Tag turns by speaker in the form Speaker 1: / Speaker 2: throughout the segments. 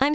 Speaker 1: I'm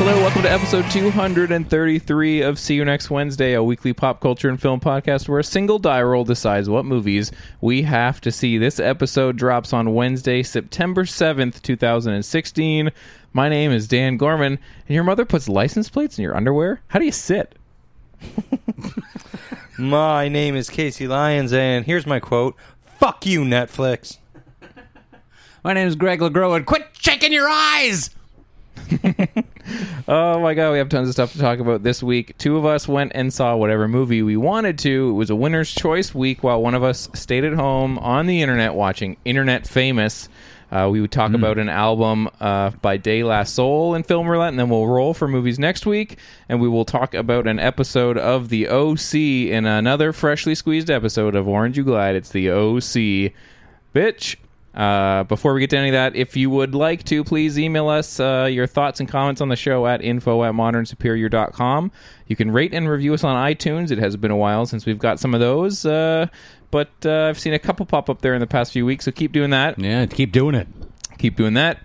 Speaker 2: Hello, welcome to episode 233 of See You Next Wednesday, a weekly pop culture and film podcast where a single die roll decides what movies we have to see. This episode drops on Wednesday, September 7th, 2016. My name is Dan Gorman, and your mother puts license plates in your underwear? How do you sit?
Speaker 3: My name is Casey Lyons, and here's my quote Fuck you, Netflix.
Speaker 4: My name is Greg LeGros, and quit shaking your eyes!
Speaker 2: Oh my god, we have tons of stuff to talk about this week. Two of us went and saw whatever movie we wanted to. It was a winner's choice week while one of us stayed at home on the internet watching Internet Famous. Uh, we would talk about an album uh, by De La Soul in Film Roulette, and then we'll roll for movies next week. And we will talk about an episode of The OC in another freshly squeezed episode of Orange You Glad. It's The OC. Bitch, uh, before we get to any of that, if you would like to, please email us uh, your thoughts and comments on the show at info at modernsuperior.com. You can rate and review us on iTunes. It has been a while since we've got some of those, uh, but uh, I've seen a couple pop up there in the past few weeks, so keep doing that
Speaker 4: Yeah, keep doing it.
Speaker 2: keep doing that.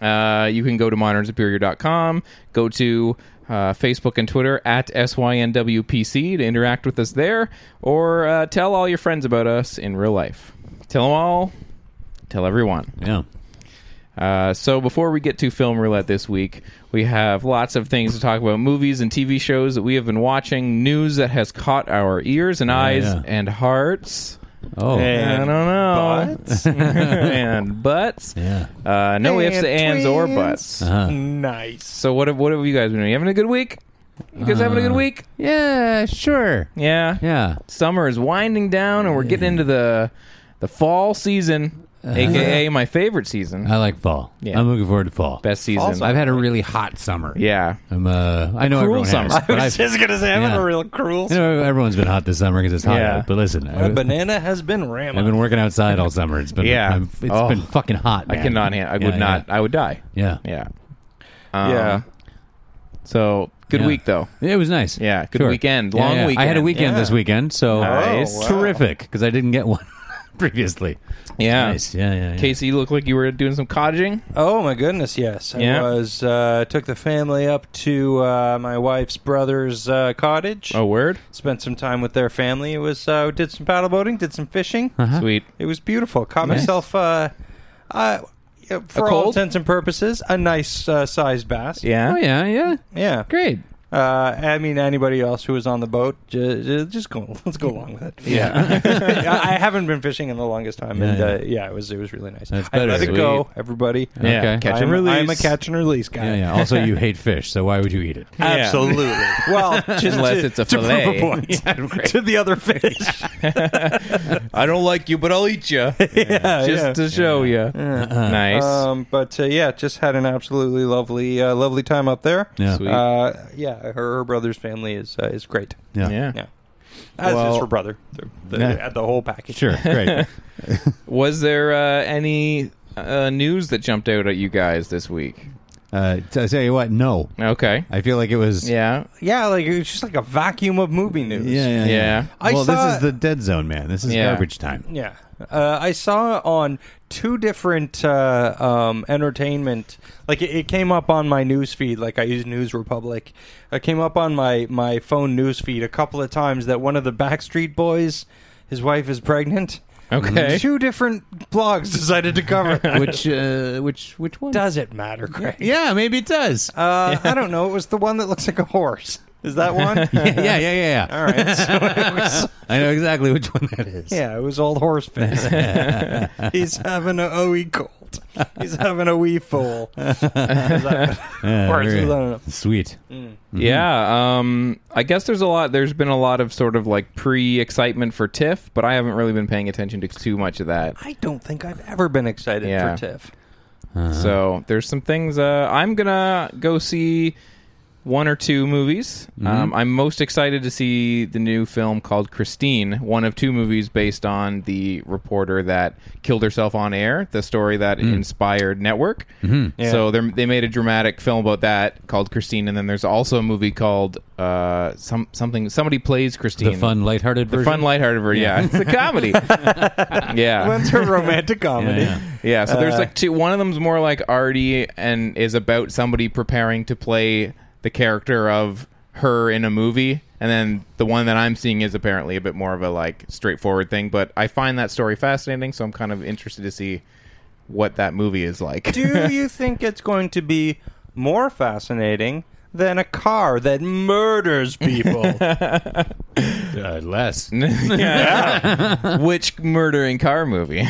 Speaker 2: Uh, you can go to modernsuperior.com, go to uh, Facebook and Twitter at SYNWPC to interact with us there, or uh, tell all your friends about us in real life. Tell them all, tell everyone.
Speaker 4: Yeah.
Speaker 2: Uh, so before we get to film roulette this week, we have lots of things to talk about: movies and TV shows that we have been watching, news that has caught our ears and eyes
Speaker 4: Oh, yeah.
Speaker 2: and hearts.
Speaker 4: Oh.
Speaker 2: I don't know. and butts.
Speaker 4: Yeah.
Speaker 2: Uh, no ifs,
Speaker 3: And
Speaker 2: ands, or
Speaker 3: twins.
Speaker 2: buts.
Speaker 4: Uh-huh.
Speaker 3: Nice.
Speaker 2: So what have what have you guys been doing? You having a good week? You guys having a good week?
Speaker 4: Yeah, sure.
Speaker 2: Yeah.
Speaker 4: Uh, Yeah.
Speaker 2: Summer is winding down, and we're getting into the the fall season,
Speaker 4: Uh-huh.
Speaker 2: aka my favorite season,
Speaker 4: I like fall.
Speaker 2: Yeah.
Speaker 4: I'm looking forward to Uh, fall.
Speaker 2: best season.
Speaker 3: Fall's
Speaker 4: I've had a really hot summer.
Speaker 2: yeah.
Speaker 4: I'm, uh, I know everyone
Speaker 2: Cruel summer.
Speaker 4: has.
Speaker 2: I
Speaker 4: but
Speaker 3: I was
Speaker 4: I've-
Speaker 3: just going to say, I'm
Speaker 4: yeah.
Speaker 3: a real cruel.
Speaker 4: I know everyone's been hot this summer because it's hot
Speaker 2: Yeah.
Speaker 4: out. But listen,
Speaker 3: My
Speaker 4: I,
Speaker 3: banana has been
Speaker 4: I've
Speaker 3: ramming.
Speaker 4: been working outside all summer. It's been
Speaker 2: Yeah.
Speaker 4: I'm, it's
Speaker 2: Oh.
Speaker 4: been fucking hot.
Speaker 2: I
Speaker 4: man.
Speaker 2: cannot handle. I
Speaker 4: Yeah,
Speaker 2: would
Speaker 4: yeah.
Speaker 2: not. I would die.
Speaker 4: Yeah.
Speaker 2: Yeah. Uh,
Speaker 3: Yeah.
Speaker 2: So good
Speaker 4: Yeah.
Speaker 2: week though.
Speaker 4: It was nice.
Speaker 2: Yeah, good weekend.
Speaker 4: Yeah,
Speaker 2: Long
Speaker 4: yeah. I had a
Speaker 2: weekend.
Speaker 4: weekend
Speaker 3: Yeah.
Speaker 4: this weekend, so
Speaker 2: Nice.
Speaker 3: Oh, wow.
Speaker 4: terrific because I didn't get one previously.
Speaker 2: Yeah.
Speaker 4: Nice. Yeah, yeah, yeah.
Speaker 2: Casey, you look like you were doing some cottaging.
Speaker 3: Oh, my goodness, yes. I
Speaker 2: Yeah.
Speaker 3: was, uh, took the family up to uh, my wife's brother's uh, cottage.
Speaker 2: Oh, word.
Speaker 3: Spent some time with their family. It was, uh, did some paddle boating, did some fishing.
Speaker 2: Sweet.
Speaker 3: It was beautiful. Caught
Speaker 2: Uh-huh. Nice.
Speaker 3: myself, uh, uh, yeah, for all
Speaker 2: cold?
Speaker 3: intents and purposes, a nice uh, sized bass.
Speaker 2: Yeah.
Speaker 4: Oh yeah, yeah.
Speaker 3: Yeah.
Speaker 4: Great.
Speaker 3: Uh, I mean, anybody else who was on the boat, just, just go. Let's go along with it.
Speaker 2: Yeah.
Speaker 3: I I haven't been fishing in the longest time, and
Speaker 4: Yeah,
Speaker 3: uh, yeah, it was it was really nice.
Speaker 4: That's
Speaker 3: I
Speaker 4: better.
Speaker 3: let it
Speaker 2: Sweet.
Speaker 3: go, everybody.
Speaker 2: Yeah.
Speaker 4: Okay.
Speaker 2: Catch and
Speaker 3: I'm,
Speaker 2: release.
Speaker 3: I'm a catch and release guy.
Speaker 4: Yeah, yeah. Also, you hate fish, so why would you eat it?
Speaker 3: Absolutely. well, just
Speaker 2: Unless
Speaker 3: to,
Speaker 2: it's a
Speaker 3: to prove
Speaker 2: fillet.
Speaker 3: point to the other fish.
Speaker 2: I don't like you, but I'll eat you.
Speaker 3: yeah,
Speaker 2: just
Speaker 3: yeah.
Speaker 2: to show you. Nice.
Speaker 3: Um, but uh, yeah, just had an absolutely lovely, uh, lovely time up there.
Speaker 4: Yeah.
Speaker 2: Sweet.
Speaker 3: Uh, yeah, her, her brother's family is uh, is great.
Speaker 4: Yeah.
Speaker 2: yeah.
Speaker 3: Yeah, as
Speaker 2: Well-
Speaker 3: is her brother. The, the,
Speaker 4: Yeah.
Speaker 3: the whole package.
Speaker 4: Sure. Great.
Speaker 2: Was there uh, any uh, news that jumped out at you guys this week?
Speaker 4: uh, t- I tell you what. No,
Speaker 2: Okay.
Speaker 4: I feel like it was.
Speaker 2: Yeah.
Speaker 3: Yeah, like it's just like a vacuum of movie news.
Speaker 4: Yeah. Yeah.
Speaker 2: Yeah.
Speaker 3: I
Speaker 4: well,
Speaker 3: saw-
Speaker 4: this is the dead zone, man. This is
Speaker 2: Yeah.
Speaker 4: garbage time.
Speaker 3: yeah. Uh, I saw it on two different uh, um, entertainment. Like it, it came up on my news feed. Like I use News Republic. It came up on my my phone news feed a couple of times that one of the Backstreet Boys, his wife is pregnant.
Speaker 2: Okay.
Speaker 3: Two different blogs decided to cover.
Speaker 5: Which uh, which which one?
Speaker 3: Does it matter, Craig?
Speaker 5: yeah, maybe it does.
Speaker 3: Uh, I don't know. It was the one that looks like a horse. Is that one?
Speaker 5: yeah, yeah, yeah, yeah.
Speaker 3: All right. So it was,
Speaker 5: I know exactly which one that is.
Speaker 3: yeah, it was old horse face. He's having a OE cold. He's having a wee fool. Is that-
Speaker 5: Yeah,
Speaker 3: Or is
Speaker 5: very
Speaker 3: it- I don't know.
Speaker 5: Sweet.
Speaker 2: Yeah, um, I guess there's a lot. There's been a lot of sort of like pre-excitement for TIFF, but I haven't really been paying attention to too much of that.
Speaker 3: I don't think I've ever been excited
Speaker 2: Yeah.
Speaker 3: for TIFF.
Speaker 2: So there's some things. Uh, I'm gonna go see one or two movies.
Speaker 5: Mm-hmm.
Speaker 2: Um, I'm most excited to see the new film called Christine, one of two movies based on the reporter that killed herself on air, the story that
Speaker 5: Mm.
Speaker 2: inspired Network.
Speaker 5: Mm-hmm.
Speaker 2: So they're- they made a dramatic film about that called Christine, and then there's also a movie called uh, some something. Somebody plays Christine.
Speaker 5: The fun, lighthearted
Speaker 2: The
Speaker 5: version.
Speaker 2: fun, lighthearted version. Yeah, it's a comedy. yeah,
Speaker 3: Went to a romantic
Speaker 5: Yeah,
Speaker 3: comedy.
Speaker 5: yeah.
Speaker 2: yeah, so there's like two. One of them's more like arty and is about somebody preparing to play the character of her in a movie, and then the one that I'm seeing is apparently a bit more of a like straightforward thing. But I find that story fascinating, so I'm kind of interested to see what that movie is like.
Speaker 3: Do you think it's going to be more fascinating than a car that murders people?
Speaker 5: Uh, less.
Speaker 2: Which murdering car movie,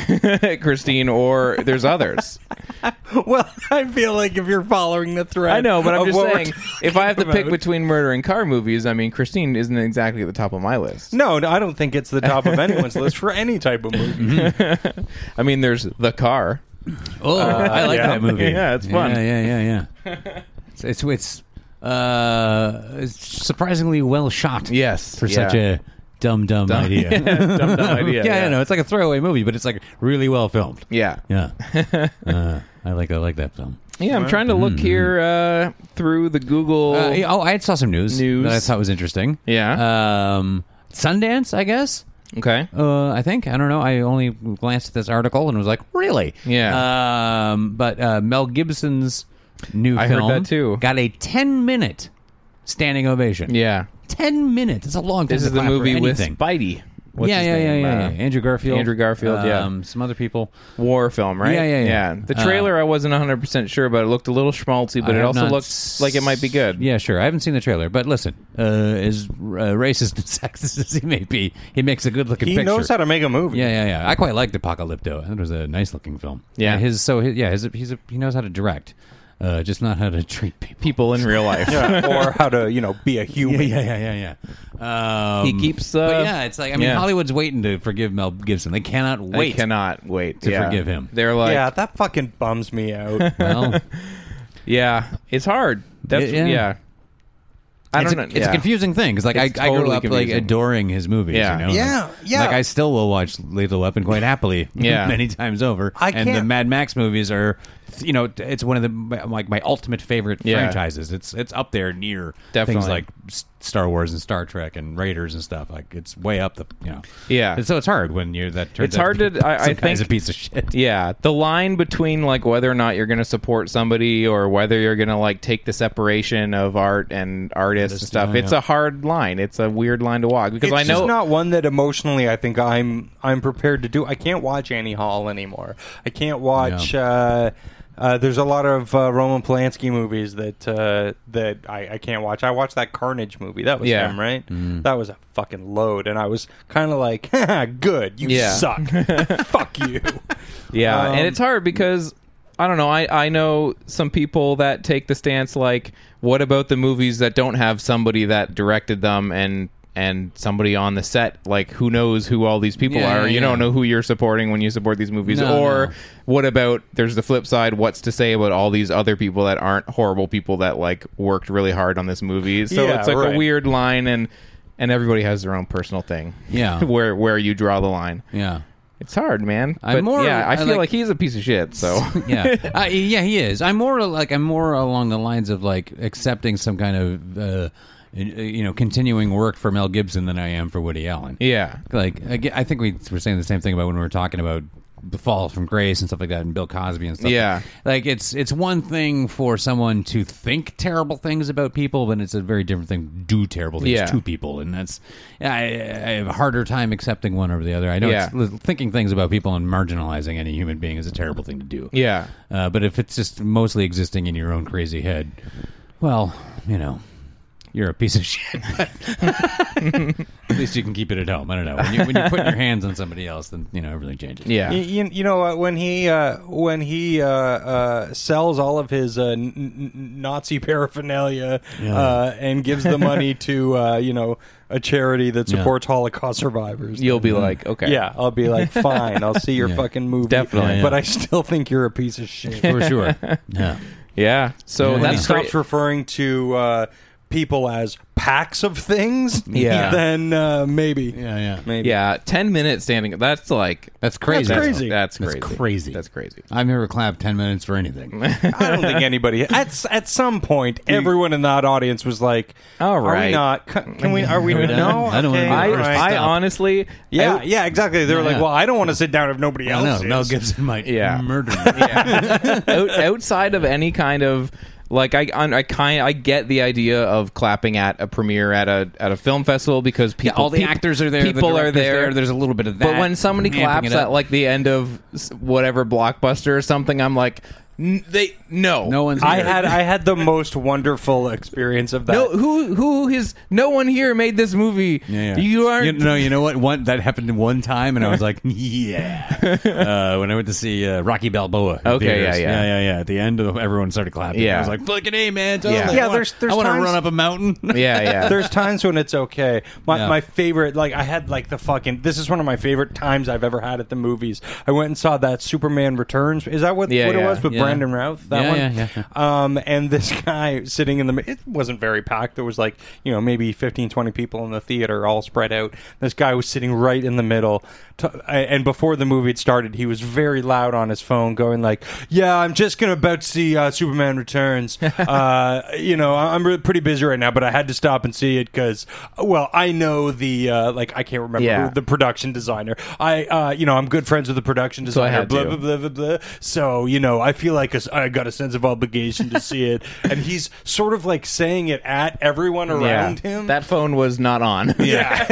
Speaker 2: Christine, or there's others.
Speaker 3: well, I feel like if you're following the thread,
Speaker 2: I know, but I'm
Speaker 3: of
Speaker 2: just
Speaker 3: what we're
Speaker 2: saying, if I have to pick
Speaker 3: about.
Speaker 2: between murdering car movies, I mean, Christine isn't exactly at the top of my list.
Speaker 3: No, no, I don't think it's the top of anyone's list for any type of movie.
Speaker 2: I mean, there's the car.
Speaker 5: Oh, I like
Speaker 3: yeah.
Speaker 5: that movie.
Speaker 2: Uh, Yeah, it's fun.
Speaker 5: Yeah, yeah, yeah, yeah. it's it's, it's, uh, it's surprisingly well shot.
Speaker 2: Yes,
Speaker 5: for such
Speaker 2: yeah.
Speaker 5: a dumb, dumb, idea. Yeah,
Speaker 2: Dumb, dumb idea.
Speaker 5: I know. It's like a throwaway movie, but it's like really well filmed.
Speaker 2: Yeah.
Speaker 5: Yeah, uh, I like I like that film.
Speaker 2: Yeah, I'm trying to
Speaker 5: Hmm.
Speaker 2: look here uh, through the Google.
Speaker 5: Uh, yeah, oh, I had saw some news,
Speaker 2: News.
Speaker 5: that I thought was interesting.
Speaker 2: Yeah.
Speaker 5: um, Sundance, I guess.
Speaker 2: okay.
Speaker 5: Uh, I think I don't know. I only glanced at this article and was like, really?
Speaker 2: Yeah.
Speaker 5: Um, but uh, Mel Gibson's new
Speaker 2: I heard
Speaker 5: film
Speaker 2: that too.
Speaker 5: got a ten minute standing ovation.
Speaker 2: Yeah.
Speaker 5: ten minutes. It's a long. time
Speaker 2: This
Speaker 5: to
Speaker 2: is the
Speaker 5: clap for
Speaker 2: movie with
Speaker 5: anything.
Speaker 2: Spidey. What's
Speaker 5: yeah,
Speaker 2: his
Speaker 5: yeah, yeah,
Speaker 2: name?
Speaker 5: yeah,
Speaker 2: Uh,
Speaker 5: yeah. Andrew Garfield.
Speaker 2: Andrew Garfield, yeah.
Speaker 5: Um, some other people.
Speaker 2: War film, right?
Speaker 5: Yeah, yeah, yeah.
Speaker 2: The trailer I wasn't 100% sure about. It looked a little schmaltzy, but
Speaker 5: I
Speaker 2: it
Speaker 5: have
Speaker 2: also
Speaker 5: not
Speaker 2: looks like it might be good.
Speaker 5: Yeah, sure. I haven't seen the trailer, but listen, uh, as uh, racist and sexist as he may be, he makes a good looking.
Speaker 3: He
Speaker 5: picture.
Speaker 3: knows how to make a movie.
Speaker 5: Yeah, yeah, yeah. I quite liked Apocalypto. I thought it was a nice looking film.
Speaker 2: Yeah.
Speaker 5: And his so his, yeah, his, he's a, he knows how to direct, uh, just not how to treat people.
Speaker 2: People in real life.
Speaker 3: Yeah, or how to, you know, be a human.
Speaker 5: Yeah, yeah, yeah, yeah. Um,
Speaker 2: He keeps, uh,
Speaker 5: but yeah, it's like I mean,
Speaker 2: yeah.
Speaker 5: Hollywood's waiting to forgive Mel Gibson. They cannot wait.
Speaker 2: I cannot wait
Speaker 5: to
Speaker 2: yeah.
Speaker 5: forgive him.
Speaker 2: They're like,
Speaker 3: yeah,
Speaker 2: yeah,
Speaker 3: that fucking bums me out.
Speaker 5: Well,
Speaker 2: it's hard. That's,
Speaker 5: Yeah,
Speaker 2: yeah.
Speaker 5: yeah.
Speaker 2: I
Speaker 5: it's
Speaker 2: don't
Speaker 5: a,
Speaker 2: know.
Speaker 5: It's
Speaker 2: yeah.
Speaker 5: a confusing thing because like I,
Speaker 2: It's
Speaker 5: I grew
Speaker 2: totally
Speaker 5: up
Speaker 2: confusing.
Speaker 5: like adoring his movies.
Speaker 2: Yeah.
Speaker 5: you know?
Speaker 3: Yeah,
Speaker 5: Like-
Speaker 3: yeah.
Speaker 5: Like I still will watch Lethal Weapon quite happily.
Speaker 2: Yeah.
Speaker 5: many times over.
Speaker 3: I
Speaker 5: and the
Speaker 3: can't-
Speaker 5: Mad Max movies are, you know, it's one of the like my ultimate favorite
Speaker 2: Yeah.
Speaker 5: franchises. It's it's up there near things
Speaker 2: Definitely.
Speaker 5: like S- Star Wars and Star Trek and Raiders and stuff. Like it's way up the you know.
Speaker 2: Yeah.
Speaker 5: And so it's hard when you that turns.
Speaker 2: It's
Speaker 5: out
Speaker 2: hard
Speaker 5: be
Speaker 2: to- I- I
Speaker 5: some guy's
Speaker 2: think-
Speaker 5: a piece of shit.
Speaker 2: Yeah, the line between like whether or not you're going to support somebody or whether you're going to like take the separation of art and artists and stuff. It's a hard line. It's a weird line to walk because
Speaker 3: it's
Speaker 2: I know
Speaker 3: just not one that emotionally I think I'm I'm prepared to do. I can't watch Annie Hall anymore. I can't watch. Uh, uh, there's a lot of uh, Roman Polanski movies that uh, that I, I can't watch. I watched that Carnage movie. That was
Speaker 2: Yeah. Mm-hmm.
Speaker 3: him, right? That was a fucking load, and I was kind of like, "Good, you
Speaker 2: Yeah.
Speaker 3: suck, fuck you."
Speaker 2: Yeah,
Speaker 3: Um,
Speaker 2: and it's hard because I don't know. I I know some people that take the stance like, what about the movies that don't have somebody that directed them and and somebody on the set like who knows who all these people
Speaker 5: Yeah,
Speaker 2: are
Speaker 5: yeah,
Speaker 2: you
Speaker 5: yeah.
Speaker 2: don't know who you're supporting when you support these movies
Speaker 5: No,
Speaker 2: or
Speaker 5: no.
Speaker 2: what about there's the flip side what's to say about all these other people that aren't horrible people that like worked really hard on this movie so
Speaker 3: Yeah,
Speaker 2: it's like
Speaker 3: right.
Speaker 2: a weird line and and everybody has their own personal thing
Speaker 5: Yeah.
Speaker 2: where where you draw the line
Speaker 5: Yeah.
Speaker 2: it's hard, man.
Speaker 5: I'm
Speaker 2: But
Speaker 5: more-
Speaker 2: yeah, I,
Speaker 5: I
Speaker 2: feel
Speaker 5: like-
Speaker 2: like, he's a piece of shit. So
Speaker 5: yeah, uh, yeah, he is. I'm more like I'm more along the lines of like accepting some kind of uh, uh, you know continuing work for Mel Gibson than I am for Woody Allen.
Speaker 2: Yeah.
Speaker 5: Like again, I think we were saying the same thing about when we were talking about the fall from grace and stuff like that and Bill Cosby and stuff.
Speaker 2: Yeah.
Speaker 5: Like it's it's one thing for someone to think terrible things about people, but it's a very different thing to do terrible things
Speaker 2: Yeah.
Speaker 5: to people, and that's I, I have a harder time accepting one over the other. I know it's,
Speaker 2: Yeah.
Speaker 5: thinking things about people and marginalizing any human being is a terrible thing to do.
Speaker 2: Yeah.
Speaker 5: Uh, but if it's just mostly existing in your own crazy head, well, you know, you're a piece of shit. at least you can keep it at home. I don't know. When you, when you put your hands on somebody else, then you know everything changes.
Speaker 2: Yeah.
Speaker 3: Y- You, you know what? When he uh, when he uh, uh, sells all of his uh, n- n- Nazi paraphernalia uh, and gives the money to uh, you know a charity that
Speaker 5: Yeah.
Speaker 3: supports Holocaust survivors,
Speaker 2: You'll be like, okay.
Speaker 3: yeah, I'll be like, fine, I'll see your fucking movie,
Speaker 2: Definitely.
Speaker 3: but I still think you're a piece of shit.
Speaker 5: For sure. Yeah.
Speaker 2: Yeah. So
Speaker 5: Yeah.
Speaker 3: when he
Speaker 2: that's
Speaker 3: stops
Speaker 2: great.
Speaker 3: referring to uh, people as packs of things,
Speaker 2: Yeah.
Speaker 3: then uh, maybe,
Speaker 5: Yeah, yeah.
Speaker 3: maybe,
Speaker 2: yeah, ten minutes standing. That's like
Speaker 5: That's crazy.
Speaker 3: That's crazy.
Speaker 2: That's
Speaker 5: That's
Speaker 2: crazy.
Speaker 5: crazy.
Speaker 2: That's crazy.
Speaker 5: I've never clapped 10 minutes for anything.
Speaker 3: I don't think anybody at s- at some point everyone in that audience was like,
Speaker 2: All
Speaker 3: are
Speaker 2: right.
Speaker 3: we not? c- Can we? Are we?
Speaker 5: Are we done?
Speaker 3: no,
Speaker 5: I don't
Speaker 3: okay,
Speaker 5: wanna be the
Speaker 2: I,
Speaker 3: all
Speaker 5: first
Speaker 3: right.
Speaker 2: I
Speaker 5: stop.
Speaker 2: honestly,
Speaker 3: yeah, yeah, exactly. They were
Speaker 5: Yeah.
Speaker 3: like, well, I don't want to sit down if nobody
Speaker 5: I know.
Speaker 3: else.
Speaker 5: Mel
Speaker 3: is.
Speaker 5: Gibson might
Speaker 2: Yeah.
Speaker 5: murder me.
Speaker 2: out, outside of any kind of like I, I kind I get the idea of clapping at a premiere at a at a film festival because people
Speaker 5: all the
Speaker 2: peop-
Speaker 5: actors are there. the
Speaker 2: people are
Speaker 5: director's
Speaker 2: there.
Speaker 5: There's a little bit of that.
Speaker 2: but when somebody
Speaker 5: amping
Speaker 2: claps
Speaker 5: it up.
Speaker 2: at like the end of s- whatever blockbuster or something, I'm like, N- they no
Speaker 5: no one's.
Speaker 3: I
Speaker 5: here.
Speaker 3: had I had the most wonderful experience of that.
Speaker 2: no who who is no one here made this movie.
Speaker 5: Yeah, yeah.
Speaker 2: You aren't.
Speaker 5: no, you know what? One that happened one time, and I was like, yeah. uh, when I went to see uh, Rocky Balboa. in
Speaker 2: Okay, yeah,
Speaker 5: theaters.
Speaker 2: yeah.
Speaker 5: yeah, yeah, yeah. At the end, of, everyone started clapping.
Speaker 2: Yeah.
Speaker 5: I was like, fucking a man, totally.
Speaker 2: Yeah.
Speaker 5: I
Speaker 2: Yeah,
Speaker 5: wanna-
Speaker 3: there's- there's
Speaker 5: I want to
Speaker 3: times-
Speaker 5: run up a mountain.
Speaker 2: yeah, yeah.
Speaker 3: There's times when it's okay. My,
Speaker 5: Yeah.
Speaker 3: my favorite, like I had like the fucking. This is one of my favorite times I've ever had at the movies. I went and saw that Superman Returns. Is that what,
Speaker 2: Yeah,
Speaker 3: what
Speaker 2: yeah.
Speaker 3: it was with
Speaker 5: Yeah.
Speaker 3: Brandon Routh? That
Speaker 5: Yeah,
Speaker 3: one.
Speaker 5: yeah, yeah,
Speaker 3: Um, and this guy sitting in the. It wasn't very packed. There was like you know maybe 15, 20 people in the theater, all spread out. This guy was sitting right in the middle. To, and before the movie had started, he was very loud on his phone, going like, "Yeah, I'm just gonna about to see uh, Superman Returns. uh, you know, I- I'm really pretty busy right now, but I had to stop and see it because, well, I know the uh, like I can't remember
Speaker 2: Yeah.
Speaker 3: who, the production designer. I, uh, you know, I'm good friends with the production
Speaker 2: So I
Speaker 3: designer.
Speaker 2: had
Speaker 3: blah,
Speaker 2: to.
Speaker 3: blah blah blah blah. So you know, I feel like a s- I got a sense of obligation to see it, and he's sort of like saying it at everyone around
Speaker 2: yeah.
Speaker 3: him.
Speaker 2: That phone was not on.
Speaker 3: yeah,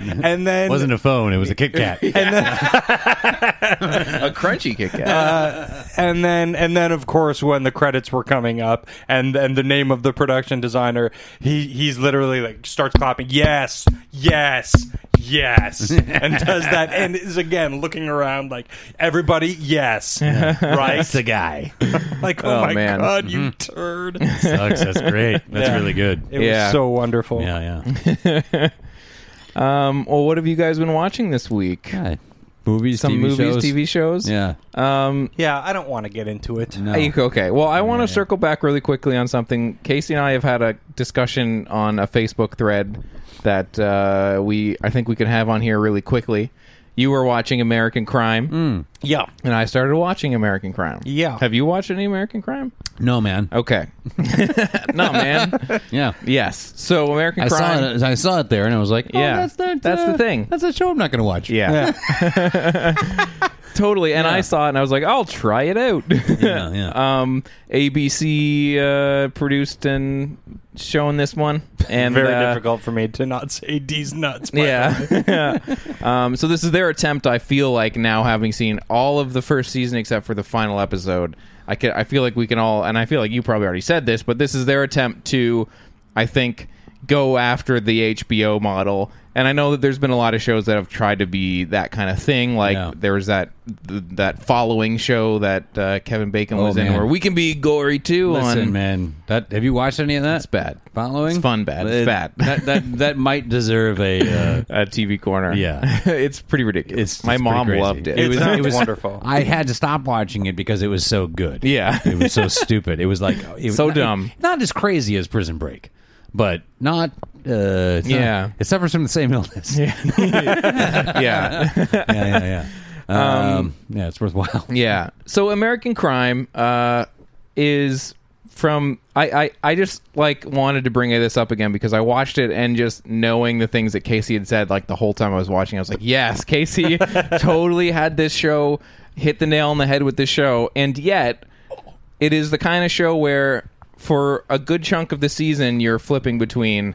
Speaker 3: yeah, and then
Speaker 5: It wasn't a phone. It was a Kit Kat.
Speaker 2: a crunchy Kit Kat.
Speaker 5: Uh,
Speaker 3: and then and then of course when the credits were coming up and and the name of the production designer he he's literally like starts clapping yes yes yes and does that and is again looking around like everybody yes right
Speaker 5: That's the guy.
Speaker 3: like oh,
Speaker 2: Oh,
Speaker 3: my
Speaker 2: man. Mm-hmm.
Speaker 3: god you turd it
Speaker 5: Sucks. That's great. That's
Speaker 3: Yeah.
Speaker 5: really good.
Speaker 2: Yeah.
Speaker 3: was so wonderful
Speaker 5: yeah, yeah.
Speaker 2: um, well, what have you guys been watching this week?
Speaker 5: God. Movies,
Speaker 2: Some
Speaker 5: TV
Speaker 2: movies,
Speaker 5: shows.
Speaker 2: TV shows.
Speaker 5: Yeah.
Speaker 2: Um,
Speaker 3: Yeah, I don't want to get into it
Speaker 5: No.
Speaker 2: I- Okay. Well, I want to circle back really quickly on something. Casey and I have had a discussion on a Facebook thread that uh, we I think we can have on here really quickly. You were watching American Crime,
Speaker 5: Mm.
Speaker 3: yeah
Speaker 2: and I started watching American Crime.
Speaker 3: Yeah.
Speaker 2: Have you watched any American Crime?
Speaker 5: No, man.
Speaker 2: Okay. no, man.
Speaker 5: Yeah.
Speaker 2: Yes. So American
Speaker 5: I
Speaker 2: Crime.
Speaker 5: saw it. I saw it there, and I was like, oh,
Speaker 2: Yeah.
Speaker 5: that's that,
Speaker 2: That's the
Speaker 5: uh,
Speaker 2: thing.
Speaker 5: That's a show I'm not going to watch."
Speaker 2: Yeah. totally. And I saw it and I was like, I'll try it out.
Speaker 5: yeah, yeah.
Speaker 2: um, ABC uh, produced and shown this one. And
Speaker 3: very
Speaker 2: uh,
Speaker 3: difficult for me to not say D's nuts by
Speaker 2: Yeah. um, so this is their attempt, I feel like, now having seen all of the first season except for the final episode. I, can, I feel like we can all, and I feel like you probably already said this, but this is their attempt to, I think, go after the HBO model. And I know that there's been a lot of shows that have tried to be that kind of thing. Like
Speaker 5: Yeah.
Speaker 2: there was that th- that following show that uh, Kevin Bacon
Speaker 5: Oh,
Speaker 2: was in,
Speaker 5: man.
Speaker 2: where we can be gory too.
Speaker 5: Listen,
Speaker 2: on
Speaker 5: man. That have you watched any of that?
Speaker 2: It's bad.
Speaker 5: Following
Speaker 2: It's fun bad. It's
Speaker 5: Uh,
Speaker 2: bad.
Speaker 5: that that that might deserve a. Uh,
Speaker 2: uh, TV corner.
Speaker 5: Yeah.
Speaker 2: it's pretty ridiculous.
Speaker 5: It's-
Speaker 2: My
Speaker 5: it's pretty
Speaker 2: mom
Speaker 5: crazy.
Speaker 2: loved it.
Speaker 3: It,
Speaker 2: It was
Speaker 3: sounds
Speaker 2: it was
Speaker 3: wonderful.
Speaker 5: I had to stop watching it because it was so good.
Speaker 2: Yeah.
Speaker 5: it was so stupid. It was like it was
Speaker 2: So
Speaker 5: not-
Speaker 2: dumb.
Speaker 5: not as crazy as Prison Break, but not. Uh, it's not-
Speaker 2: Yeah.
Speaker 5: it suffers from the same illness. Yeah,
Speaker 2: yeah.
Speaker 5: yeah, yeah. Um, yeah, it's worthwhile.
Speaker 2: Yeah. So American Crime uh, is from I, I I just like wanted to bring this up again because I watched it and just knowing the things that Casey had said like the whole time I was watching I was like yes Casey totally had this show hit the nail on the head with this show and yet it is the kind of show where for a good chunk of the season you're flipping between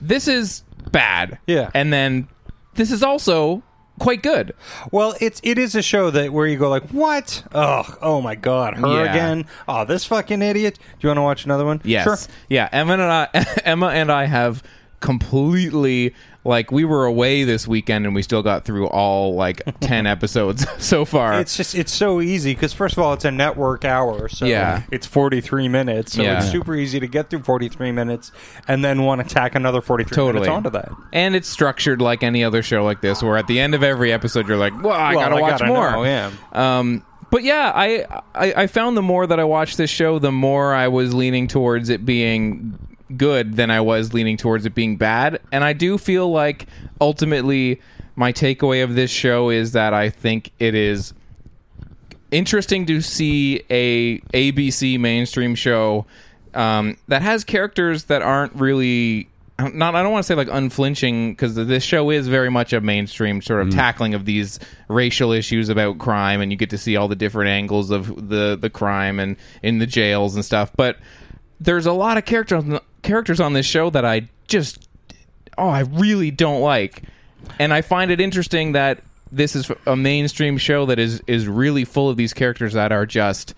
Speaker 2: this is bad
Speaker 3: Yeah.
Speaker 2: and then this is also quite good
Speaker 3: Well, it's it is a show that where you go like, what? Oh, oh my god, her
Speaker 2: Yeah.
Speaker 3: again. Oh, this fucking idiot. Do you want to watch another one?
Speaker 2: Yes.
Speaker 3: Sure.
Speaker 2: Yeah. Emma and I, Emma and I have completely like we were away this weekend and we still got through all like 10 episodes so far.
Speaker 3: It's just it's so easy because first of all, it's a network hour, so
Speaker 2: Yeah.
Speaker 3: it's forty three minutes, so
Speaker 2: Yeah.
Speaker 3: it's super easy to get through forty three minutes and then want to tack another forty three
Speaker 2: totally
Speaker 3: minutes onto that.
Speaker 2: And it's structured like any other show like this where at the end of every episode you're like, "Well, I
Speaker 3: Well,
Speaker 2: got to
Speaker 3: I
Speaker 2: watch
Speaker 3: gotta
Speaker 2: more."
Speaker 3: know, yeah.
Speaker 2: Um but yeah, I, I I found the more that I watched this show, the more I was leaning towards it being good than I was leaning towards it being bad. And I do feel like ultimately my takeaway of this show is that I think it is interesting to see a ABC mainstream show um, that has characters that aren't really not. I don't want to say like unflinching because this show is very much a mainstream sort of tackling of these racial issues about crime, and you get to see all the different angles of the the crime and in the jails and stuff. But there's a lot of characters on the- characters on this show that I just oh I really don't like, and I find it interesting that this is a mainstream show that is is really full of these characters that are just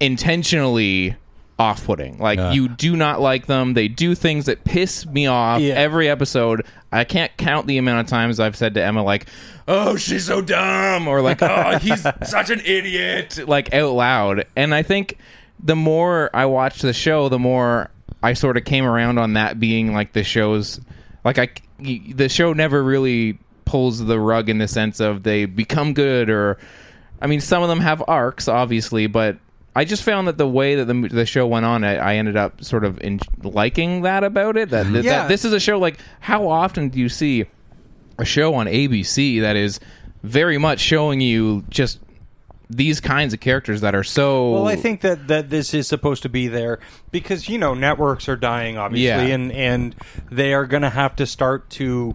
Speaker 2: intentionally off-putting. Like you do not like them. They do things that piss me off
Speaker 3: Yeah.
Speaker 2: every episode. I can't count the amount of times I've said to Emma like, "Oh, she's so dumb," or like, "Oh, he's such an idiot," like out loud. And I think the more I watched the show, the more I sort of came around on that being like the show's like I y- the show never really pulls the rug in the sense of they become good or I mean some of them have arcs obviously but I just found that the way that the, mo- the show went on I, I ended up sort of in, liking that about it that, that,
Speaker 3: Yeah.
Speaker 2: this is a show like how often do you see a show on ABC that is very much showing you just these kinds of characters that are so
Speaker 3: Well, I think that, that this is supposed to be there because you know networks are dying, obviously,
Speaker 2: Yeah.
Speaker 3: and and they are going to have to start to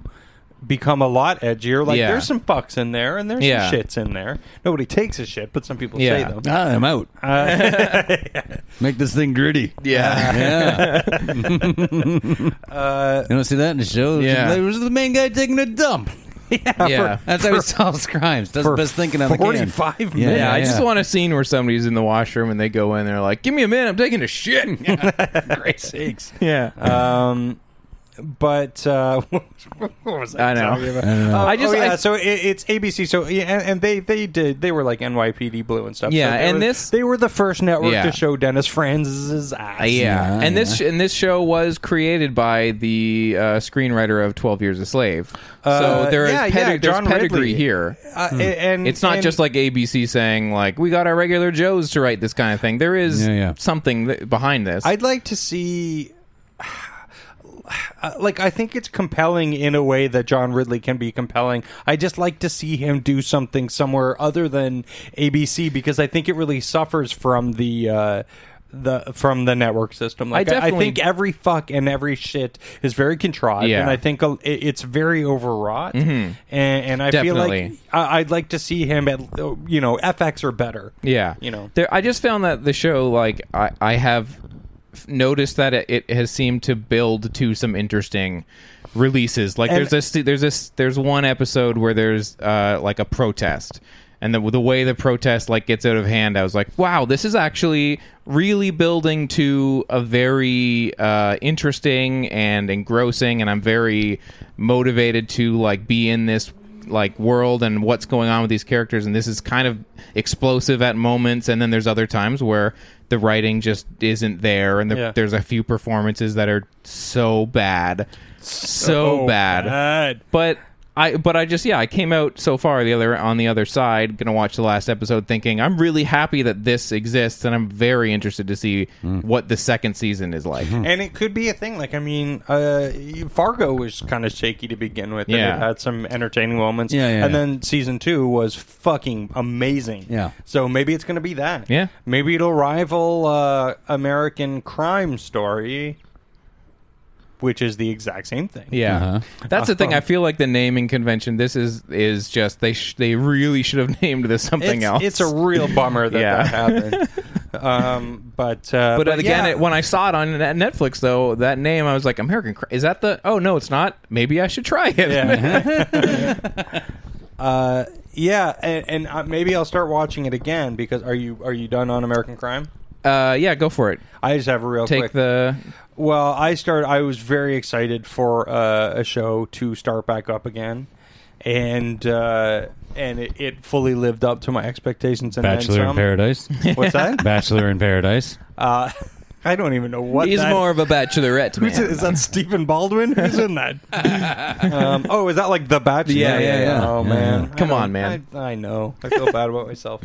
Speaker 3: become a lot edgier. Like
Speaker 2: Yeah.
Speaker 3: there's some fucks in there, and there's
Speaker 2: Yeah.
Speaker 3: some shits in there. Nobody takes a shit, but some people
Speaker 2: Yeah.
Speaker 3: say them.
Speaker 5: Ah, I'm out. Make this thing gritty.
Speaker 2: yeah
Speaker 5: Yeah. you don't see that in the show.
Speaker 2: Yeah.
Speaker 5: There was the main guy taking a dump.
Speaker 2: yeah
Speaker 5: That's how he solves crimes. That's the
Speaker 3: for
Speaker 5: best thinking on the can.
Speaker 3: 45
Speaker 5: Yeah,
Speaker 3: minutes.
Speaker 2: Yeah, I just
Speaker 5: yeah.
Speaker 2: want a scene where somebody's in the washroom and they go in. They're like, "Give me a minute, I'm taking a shit."
Speaker 5: Great sakes.
Speaker 3: Yeah. Um, but uh, what was I,
Speaker 2: I know.
Speaker 3: talking about?
Speaker 5: I don't know.
Speaker 3: Oh,
Speaker 2: I just-
Speaker 3: oh, yeah.
Speaker 2: I-
Speaker 3: so it, it's ABC. So yeah, and, and they they did they were like NYPD Blue and stuff.
Speaker 2: Yeah,
Speaker 3: so they
Speaker 2: and
Speaker 3: were-
Speaker 2: this-
Speaker 3: they were the first network
Speaker 2: Yeah.
Speaker 3: to show Dennis Franz's ass.
Speaker 2: Uh, yeah,
Speaker 5: Yeah,
Speaker 2: and this and this show was created by the uh, screenwriter of Twelve Years a Slave. so
Speaker 3: Uh,
Speaker 2: there is
Speaker 3: yeah, yeah,
Speaker 2: pedi- there's
Speaker 3: John
Speaker 2: pedigree
Speaker 3: Ridley.
Speaker 2: here.
Speaker 3: Uh, a- and
Speaker 2: Hmm. It's not
Speaker 3: and-
Speaker 2: just like ABC saying like we got our regular Joes to write this kind of thing. There is
Speaker 5: Yeah, yeah.
Speaker 2: something th- behind this.
Speaker 3: I'd like to see. uh, Like I think it's compelling in a way that John Ridley can be compelling. I just like to see him do something somewhere other than ABC because I think it really suffers from the uh, the from the network system. Like
Speaker 2: definitely-
Speaker 3: think every fuck and every shit is very contrived,
Speaker 2: Yeah. Mm-hmm.
Speaker 3: and I think uh, it- it's very overwrought. And, and I feel
Speaker 2: Definitely.
Speaker 3: like I, I'd like to see him at uh, you know FX or better.
Speaker 2: Yeah,
Speaker 3: you know.
Speaker 2: there, I just found that the show, like, I, I have f- noticed that it, it has seemed to build to some interesting releases. Like,
Speaker 3: And-
Speaker 2: there's this, there's this, there's one episode where there's uh, like a protest, and the the way the protest like gets out of hand, I was like, wow, this is actually really building to a very uh, interesting and engrossing, and I'm very motivated to like be in this like world and what's going on with these characters and this is kind of explosive at moments and then there's other times where the writing just isn't there and the,
Speaker 3: Yeah.
Speaker 2: there's a few performances that are so bad so, bad. but I but I just yeah I came out so far the other on the other side gonna watch the last episode thinking I'm really happy that this exists and I'm very interested to see what the second season is like.
Speaker 3: and it could be a thing. Like I mean, uh, Fargo was kind of shaky to begin with. and
Speaker 2: Yeah.
Speaker 3: it had some entertaining moments.
Speaker 5: Yeah, yeah,
Speaker 3: and
Speaker 5: yeah.
Speaker 3: then season two was fucking amazing.
Speaker 5: Yeah.
Speaker 3: So maybe it's going to be that.
Speaker 2: Yeah.
Speaker 3: Maybe it'll rival uh, American Crime Story, which is the exact same thing.
Speaker 2: Yeah,
Speaker 5: Uh-huh.
Speaker 2: that's the thing. I feel like the naming convention. This is is just they sh- they really should have named this something
Speaker 3: It's,
Speaker 2: else.
Speaker 3: it's a real bummer that
Speaker 2: Yeah.
Speaker 3: that happened. um, but uh,
Speaker 2: but, again,
Speaker 3: yeah.
Speaker 2: it, when I saw it on Net- Netflix, though, that name, I was like, American, Cr- is that the? Oh no, it's not. Maybe I should try it.
Speaker 3: Yeah. uh, yeah, and, and uh, maybe I'll start watching it again because are you are you done on American Crime?
Speaker 2: uh, yeah, go for it.
Speaker 3: I just have a real
Speaker 2: Take
Speaker 3: quick.
Speaker 2: the.
Speaker 3: well, I start. I was very excited for uh, a show to start back up again, and uh, and it, it fully lived up to my expectations. And
Speaker 5: Bachelor
Speaker 3: then
Speaker 5: in
Speaker 3: some.
Speaker 5: Paradise.
Speaker 3: What's that?
Speaker 5: Bachelor in Paradise.
Speaker 3: uh, I don't even know what.
Speaker 2: He's
Speaker 3: that-
Speaker 2: more of a bachelorette
Speaker 3: Who's it-
Speaker 2: man.
Speaker 3: is that Stephen Baldwin? Who's in that? um, oh, is that like The Bachelor?
Speaker 2: Yeah, yeah, yeah. Mm-hmm.
Speaker 3: Oh man, I
Speaker 2: Come on,
Speaker 3: don't-
Speaker 2: man. Mm-hmm.
Speaker 3: I, I know. I feel bad about myself.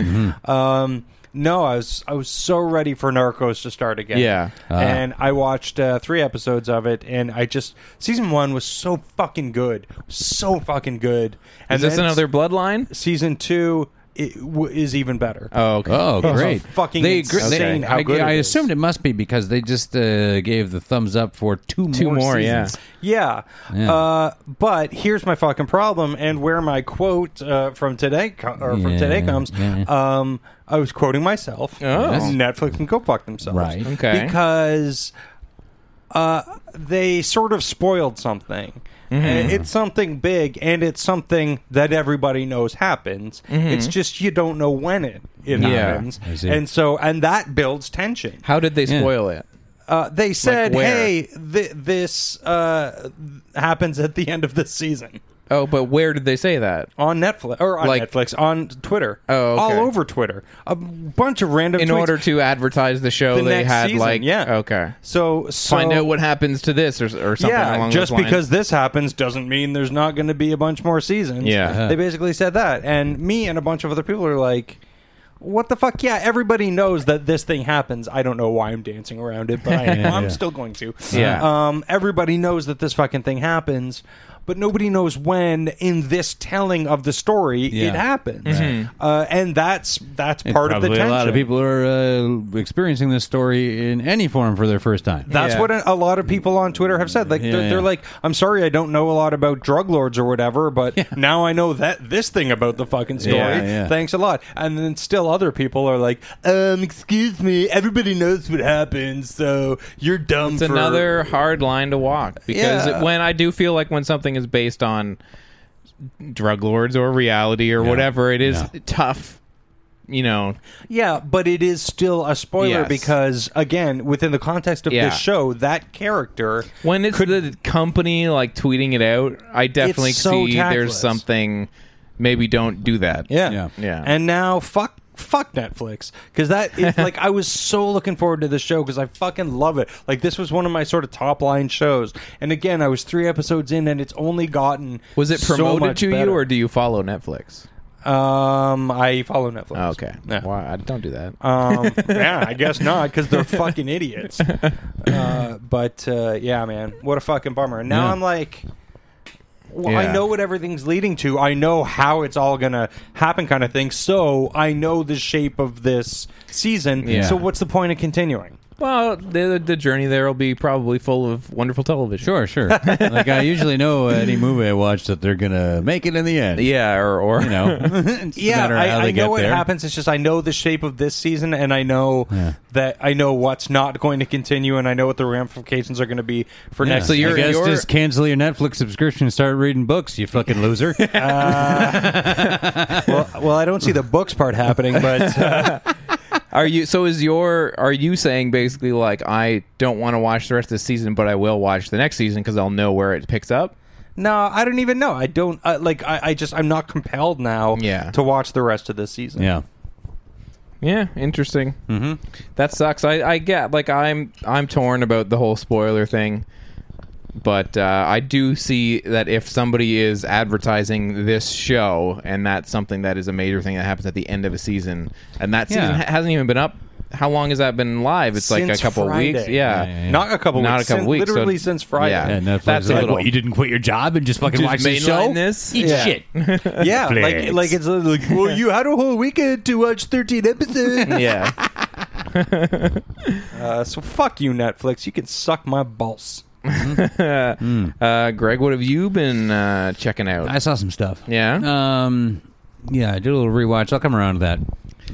Speaker 3: Um, no, I was I was so ready for Narcos to start again.
Speaker 2: Yeah. Uh-huh.
Speaker 5: Ah.
Speaker 3: and I watched uh, three episodes of it, and I just season one was so fucking good, so fucking good. And
Speaker 2: Is this
Speaker 3: then
Speaker 2: another bloodline?
Speaker 3: season two? It w- is even better.
Speaker 2: Oh, okay.
Speaker 5: Oh,
Speaker 3: It's
Speaker 5: great!
Speaker 3: fucking
Speaker 5: gr-
Speaker 3: insane how
Speaker 5: I,
Speaker 3: good
Speaker 5: I
Speaker 3: it is.
Speaker 5: assumed it must be because they just uh, gave the thumbs up for two,
Speaker 2: Two
Speaker 5: more.
Speaker 2: more, yeah.
Speaker 5: seasons.
Speaker 3: Yeah.
Speaker 5: Yeah.
Speaker 3: Uh, but here's my fucking problem, and where my quote uh, from today co- or from
Speaker 5: Yeah,
Speaker 3: today comes.
Speaker 5: yeah,
Speaker 3: Um, I was quoting myself.
Speaker 2: Oh. Yes.
Speaker 3: Netflix can go fuck themselves,
Speaker 5: Right.
Speaker 2: Okay.
Speaker 3: Because uh, they sort of spoiled something.
Speaker 2: Mm-hmm.
Speaker 3: And It's something big, and it's something that everybody knows happens.
Speaker 2: Mm-hmm.
Speaker 3: It's just you don't know when it, it
Speaker 2: Yeah.
Speaker 3: happens,
Speaker 5: I see.
Speaker 3: and so and that builds tension.
Speaker 2: How did they spoil it?
Speaker 3: Uh, they said,
Speaker 2: where?
Speaker 3: "Hey, th- this uh, happens at the end of this season
Speaker 2: Oh, but where did they say that?
Speaker 3: on Netflix or on
Speaker 2: Like-
Speaker 3: Netflix on Twitter,
Speaker 2: Oh, okay.
Speaker 3: all over Twitter, a bunch of random."
Speaker 2: In
Speaker 3: tweets.
Speaker 2: order to advertise the show,
Speaker 3: the
Speaker 2: they
Speaker 3: next
Speaker 2: had
Speaker 3: season,
Speaker 2: like
Speaker 3: yeah,
Speaker 2: okay.
Speaker 3: so, so
Speaker 2: Find out what happens to this or, or something
Speaker 3: Yeah,
Speaker 2: along
Speaker 3: just
Speaker 2: those lines.
Speaker 3: because this happens doesn't mean there's not going to be a bunch more seasons.
Speaker 2: Yeah. Uh-huh.
Speaker 3: they basically said that, and me and a bunch of other people are like. What the fuck? Yeah, everybody knows that this thing happens. I don't know why I'm dancing around it, but I am. I'm still going to.
Speaker 2: Yeah.
Speaker 3: Um, everybody knows that this fucking thing happens, but nobody knows when in this telling of the story
Speaker 5: Yeah.
Speaker 3: it happens.
Speaker 2: Mm-hmm.
Speaker 3: Uh, and that's that's
Speaker 5: And
Speaker 3: part of the
Speaker 5: probably
Speaker 3: tension.
Speaker 5: A lot of people are uh, experiencing this story in any form for their first time.
Speaker 3: That's
Speaker 2: Yeah.
Speaker 3: what a a lot of people on Twitter have said. Like
Speaker 5: Yeah,
Speaker 3: they're,
Speaker 5: yeah.
Speaker 3: they're like, "I'm sorry, I don't know a lot about drug lords or whatever, but now I know that this thing about the fucking story.
Speaker 5: Yeah, yeah.
Speaker 3: Thanks a lot." And then still other people are like, "Um, excuse me, everybody knows what happened, so you're dumb."
Speaker 2: It's
Speaker 3: for-
Speaker 2: another hard line to walk because
Speaker 3: Yeah.
Speaker 2: it- when I do feel like when something is based on drug lords or reality or whatever, it is
Speaker 5: Yeah.
Speaker 2: tough. You know,
Speaker 3: yeah, but it is still a spoiler
Speaker 2: Yes.
Speaker 3: because again, within the context of
Speaker 2: Yeah.
Speaker 3: this show, that character
Speaker 2: when it's the company like tweeting it out, I definitely
Speaker 3: so
Speaker 2: see there's
Speaker 3: tactless.
Speaker 2: something. Maybe don't do that.
Speaker 3: Yeah.
Speaker 5: Yeah.
Speaker 2: Yeah.
Speaker 3: And now fuck fuck Netflix cuz that is like I was so looking forward to this show cuz I fucking love it. Like this was one of my sort of top line shows. And again, I was 3 episodes in and it's only gotten
Speaker 2: Was it
Speaker 3: so
Speaker 2: promoted
Speaker 3: much
Speaker 2: to
Speaker 3: better.
Speaker 2: you or do you follow Netflix?
Speaker 3: um I follow Netflix.
Speaker 2: Oh, okay.
Speaker 3: Yeah.
Speaker 2: Why I don't do that.
Speaker 3: Um, yeah, I guess not because they're fucking idiots. Uh, but uh, yeah, man, what a fucking bummer. And now
Speaker 5: Yeah.
Speaker 3: I'm like, well,
Speaker 2: Yeah.
Speaker 3: I know what everything's leading to. I know how it's all gonna happen, kind of thing. So I know the shape of this season.
Speaker 2: Yeah.
Speaker 3: So what's the point of continuing?
Speaker 2: well, the the journey there will be probably full of wonderful television.
Speaker 5: Sure, sure. like I usually know any movie I watch that they're gonna make it in the end.
Speaker 2: Yeah, or or
Speaker 5: You know, It's a
Speaker 3: yeah,
Speaker 5: matter of
Speaker 3: I,
Speaker 5: how they
Speaker 3: I know
Speaker 5: get
Speaker 3: what
Speaker 5: there.
Speaker 3: happens. It's just I know the shape of this season, and I know that I know what's not going to continue, and I know what the ramifications are going to be for
Speaker 5: Yeah.
Speaker 3: next.
Speaker 2: So
Speaker 5: I
Speaker 2: you're-
Speaker 5: guess
Speaker 2: you're-
Speaker 5: just cancel your Netflix subscription and start reading books, you fucking loser.
Speaker 3: well, well, I don't see the books part happening, but. uh,
Speaker 2: Are you so is your are you saying basically like I don't want to watch the rest of the season but I will watch the next season cuz I'll know where it picks up?
Speaker 3: No, I don't even know. I don't uh, like. I, I just I'm not compelled now.
Speaker 2: Yeah.
Speaker 3: To watch the rest of this season.
Speaker 5: yeah.
Speaker 2: Yeah, interesting. Mm-hmm. That sucks. I I get like I'm I'm torn about the whole spoiler thing. But uh, I do see that if somebody is advertising this show, and that's something that is a major thing that happens at the end of a season, and that season
Speaker 5: Yeah.
Speaker 2: ha- hasn't even been up. How long has that been live? It's like a
Speaker 3: Since
Speaker 2: couple
Speaker 3: Friday.
Speaker 2: weeks. Yeah.
Speaker 3: Not a couple
Speaker 2: Not
Speaker 3: weeks.
Speaker 2: a couple
Speaker 3: Sin-
Speaker 2: weeks. so-
Speaker 3: Literally since Friday.
Speaker 2: Yeah.
Speaker 5: And Netflix
Speaker 2: that's
Speaker 5: is
Speaker 2: a
Speaker 5: like,
Speaker 2: little.
Speaker 5: what, you didn't quit your job and just fucking
Speaker 2: Just
Speaker 5: watch the
Speaker 2: mainline
Speaker 5: show?
Speaker 2: this?
Speaker 5: Eat
Speaker 3: Yeah.
Speaker 5: shit.
Speaker 3: Yeah, like
Speaker 5: Netflix.
Speaker 3: like it's like well, you had a whole weekend to watch thirteen episodes.
Speaker 2: yeah.
Speaker 3: uh, so fuck you, Netflix. You can suck my balls.
Speaker 2: Uh, Greg, what have you been uh, checking out?
Speaker 5: I saw some stuff.
Speaker 2: Yeah?
Speaker 5: Um, yeah, I did a little rewatch. I'll come around to that.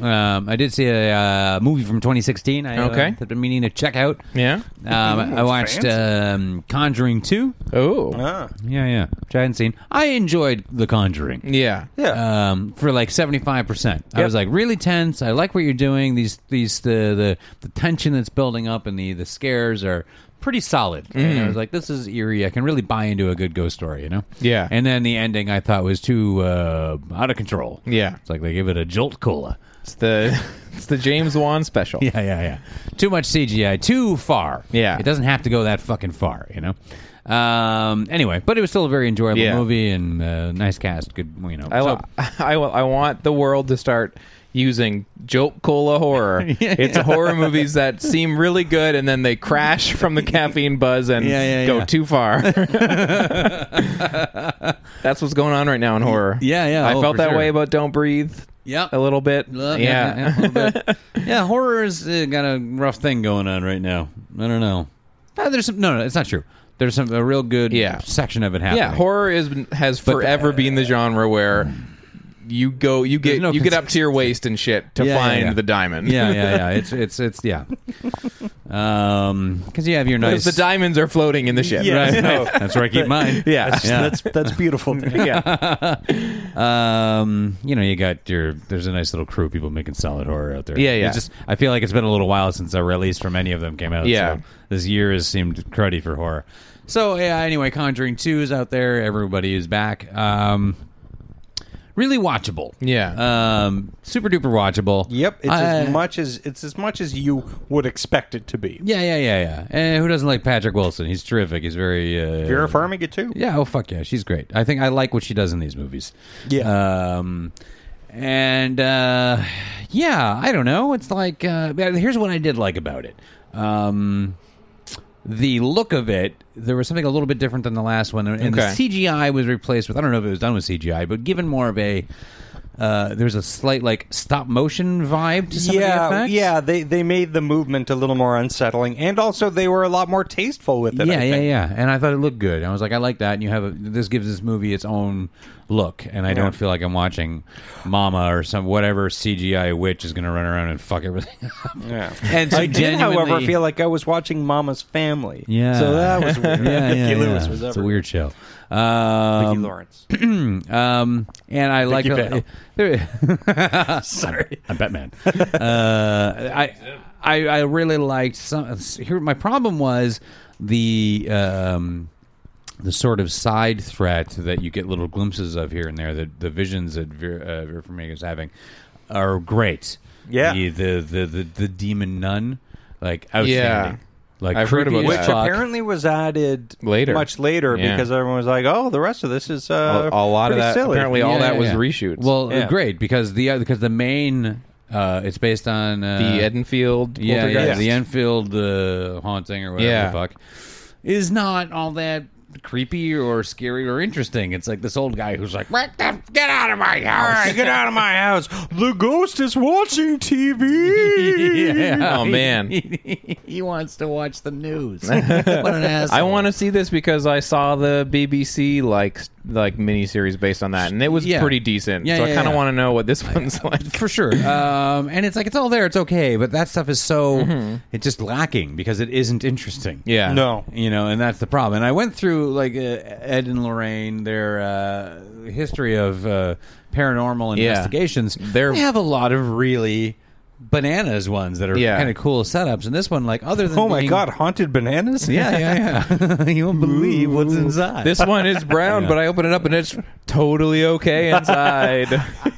Speaker 5: Um, I did see a uh, movie from 2016. I, uh,
Speaker 2: Okay.
Speaker 5: have been meaning to check out.
Speaker 2: yeah.
Speaker 5: Um, I watched um, Conjuring 2.
Speaker 2: Oh.
Speaker 5: Yeah, yeah. Which I hadn't seen. I enjoyed The Conjuring.
Speaker 2: yeah.
Speaker 3: Yeah,
Speaker 5: um, for like seventy five percent. I was like really tense. I like what you're doing. These these the the, the tension that's building up and the the scares are pretty solid. And
Speaker 2: Mm.
Speaker 5: I was like, this is eerie. I can really buy into a good ghost story, you know?
Speaker 2: Yeah.
Speaker 5: And then the ending I thought was too uh, out of control.
Speaker 2: Yeah.
Speaker 5: It's like they give it a jolt cola.
Speaker 2: It's the it's the James Wan special.
Speaker 5: Yeah, yeah, yeah. Too much CGI. Too far.
Speaker 2: Yeah.
Speaker 5: It doesn't have to go that fucking far, you know? Um. Anyway, but it was still a very enjoyable
Speaker 2: Yeah.
Speaker 5: movie and uh, nice cast. Good, you know.
Speaker 2: I,
Speaker 5: so-
Speaker 2: wa- I, wa- I want the world to start using joke cola horror. It's horror movies that seem really good and then they crash from the caffeine buzz and
Speaker 5: Yeah, yeah,
Speaker 2: go
Speaker 5: yeah.
Speaker 2: too far. That's what's going on right now in horror.
Speaker 5: Yeah, yeah,
Speaker 2: I
Speaker 5: oh,
Speaker 2: felt
Speaker 5: for
Speaker 2: that
Speaker 5: sure.
Speaker 2: way about Don't Breathe.
Speaker 5: Yeah.
Speaker 2: a little bit.
Speaker 5: Uh,
Speaker 2: yeah.
Speaker 5: yeah, yeah, a little bit. yeah, horror has uh, got a rough thing going on right now. I don't know. Uh, there's some. No, no, it's not true. There's some a real good
Speaker 2: Yeah.
Speaker 5: section of it happening.
Speaker 2: Yeah, horror is has forever been the genre where you go you get
Speaker 5: There's no
Speaker 2: you get up to your waist and shit to
Speaker 5: Yeah, yeah,
Speaker 2: find
Speaker 5: yeah.
Speaker 2: the diamond.
Speaker 5: Yeah, yeah, yeah. It's it's it's yeah. Um, because you have your nice.
Speaker 2: Because the diamonds are floating in the ship.
Speaker 3: Yeah.
Speaker 5: Right,
Speaker 3: No.
Speaker 5: right. That's where I keep mine.
Speaker 2: Yeah.
Speaker 3: That's, that's that's beautiful.
Speaker 2: Yeah.
Speaker 5: Um, you know, you got your. There's a nice little crew of people making solid horror out there.
Speaker 2: Yeah, yeah.
Speaker 5: It's just, I feel like it's been a little while since a release from any of them came out.
Speaker 2: Yeah.
Speaker 5: so this year has seemed cruddy for horror. So yeah. Anyway, Conjuring Two is out there. Everybody is back. Um, really watchable.
Speaker 2: Yeah.
Speaker 5: Um, super duper watchable. Uh,
Speaker 3: Yep, it's as
Speaker 5: I-
Speaker 3: much as it's as much as you would expect it to be.
Speaker 5: Yeah, yeah, yeah, yeah. And who doesn't like Patrick Wilson? He's terrific. He's very. Uh,
Speaker 3: Vera Farmiga too.
Speaker 5: Yeah, oh fuck yeah, she's great. I think I like what she does in these movies.
Speaker 3: Yeah.
Speaker 5: Um and uh yeah, I don't know. It's like uh here's what I did like about it. Um the look of it, there was something a little bit different than the last one, and
Speaker 2: Okay.
Speaker 5: the CGI was replaced with I don't know if it was done with CGI, but given more of a uh, there's a slight like stop motion vibe to some
Speaker 3: yeah,
Speaker 5: of the effects.
Speaker 3: yeah. They they made the movement a little more unsettling, and also they were a lot more tasteful with it. I
Speaker 5: Yeah, yeah,
Speaker 3: think.
Speaker 5: yeah. And I thought it looked good. I was like, I like that. And you have a, this gives this movie its own look, and I don't feel like I'm watching Mama or some whatever CGI witch is going to run around and fuck everything. up.
Speaker 3: yeah.
Speaker 5: and
Speaker 3: I did, however,
Speaker 5: genuinely-
Speaker 3: feel like I was watching Mama's Family.
Speaker 5: yeah.
Speaker 3: so that was weird.
Speaker 5: yeah, yeah,
Speaker 3: Vicki Lewis
Speaker 5: yeah.
Speaker 3: was
Speaker 5: It's a
Speaker 3: everywhere.
Speaker 5: weird show. Um,
Speaker 3: Vicki Lawrence.
Speaker 5: um, and I like
Speaker 3: Vale.
Speaker 5: there-
Speaker 3: Sorry.
Speaker 5: I'm Batman. uh, I, I I really liked some. Here, my problem was the um, the sort of side threat that you get little glimpses of here and there. The the visions that Vera, uh, Vera Farmiga is having are great.
Speaker 3: Yeah.
Speaker 5: the the the, the, the demon nun, like outstanding.
Speaker 2: Yeah.
Speaker 5: Like
Speaker 2: I've heard
Speaker 5: creepy
Speaker 2: about
Speaker 5: as
Speaker 2: that.
Speaker 3: Which
Speaker 5: fuck.
Speaker 3: apparently was added
Speaker 2: Later.
Speaker 3: much later,
Speaker 2: Yeah.
Speaker 3: because everyone was like, "Oh, the rest of this is uh,
Speaker 2: a, a lot of
Speaker 3: pretty
Speaker 2: that.
Speaker 3: silly.
Speaker 2: Apparently, all
Speaker 5: Yeah,
Speaker 2: that
Speaker 5: yeah,
Speaker 2: was
Speaker 5: yeah.
Speaker 2: reshoots.
Speaker 5: Well,
Speaker 3: Yeah.
Speaker 5: great because the uh, because the main uh, it's based on uh,
Speaker 2: the Edenfield.
Speaker 5: yeah, yeah,
Speaker 2: Poltergeist.
Speaker 5: the Enfield uh, haunting or whatever
Speaker 2: Yeah.
Speaker 5: the fuck is not all that creepy or scary or interesting. It's like this old guy who's like, "What the- get out of my house!
Speaker 3: Hey, get out of my house. The ghost is watching TV.
Speaker 5: Yeah.
Speaker 2: Oh, man.
Speaker 5: he, wants to watch the news. what an asshole!
Speaker 2: I want to see this because I saw the BBC like like miniseries based on that, and it was
Speaker 5: Yeah.
Speaker 2: pretty decent.
Speaker 5: Yeah,
Speaker 2: so I
Speaker 5: yeah,
Speaker 2: kind of
Speaker 5: yeah.
Speaker 2: want to know what this one's like.
Speaker 5: for sure. Um, and it's like it's all there, it's okay, but that stuff is so it's just lacking because it isn't interesting.
Speaker 2: Mm-hmm. Yeah.
Speaker 3: No.
Speaker 5: you know, and that's the problem. And I went through like uh, Ed and Lorraine their uh, history of uh, paranormal
Speaker 2: Yeah.
Speaker 5: investigations.
Speaker 2: They're-
Speaker 5: they have a lot of really bananas ones that are
Speaker 2: Yeah.
Speaker 5: kind of cool setups. And this one, like other than
Speaker 3: Oh my
Speaker 5: being-
Speaker 3: God, haunted bananas?
Speaker 5: yeah, yeah, yeah, you won't believe what's inside.
Speaker 2: This one is brown, but I open it up and it's totally okay inside.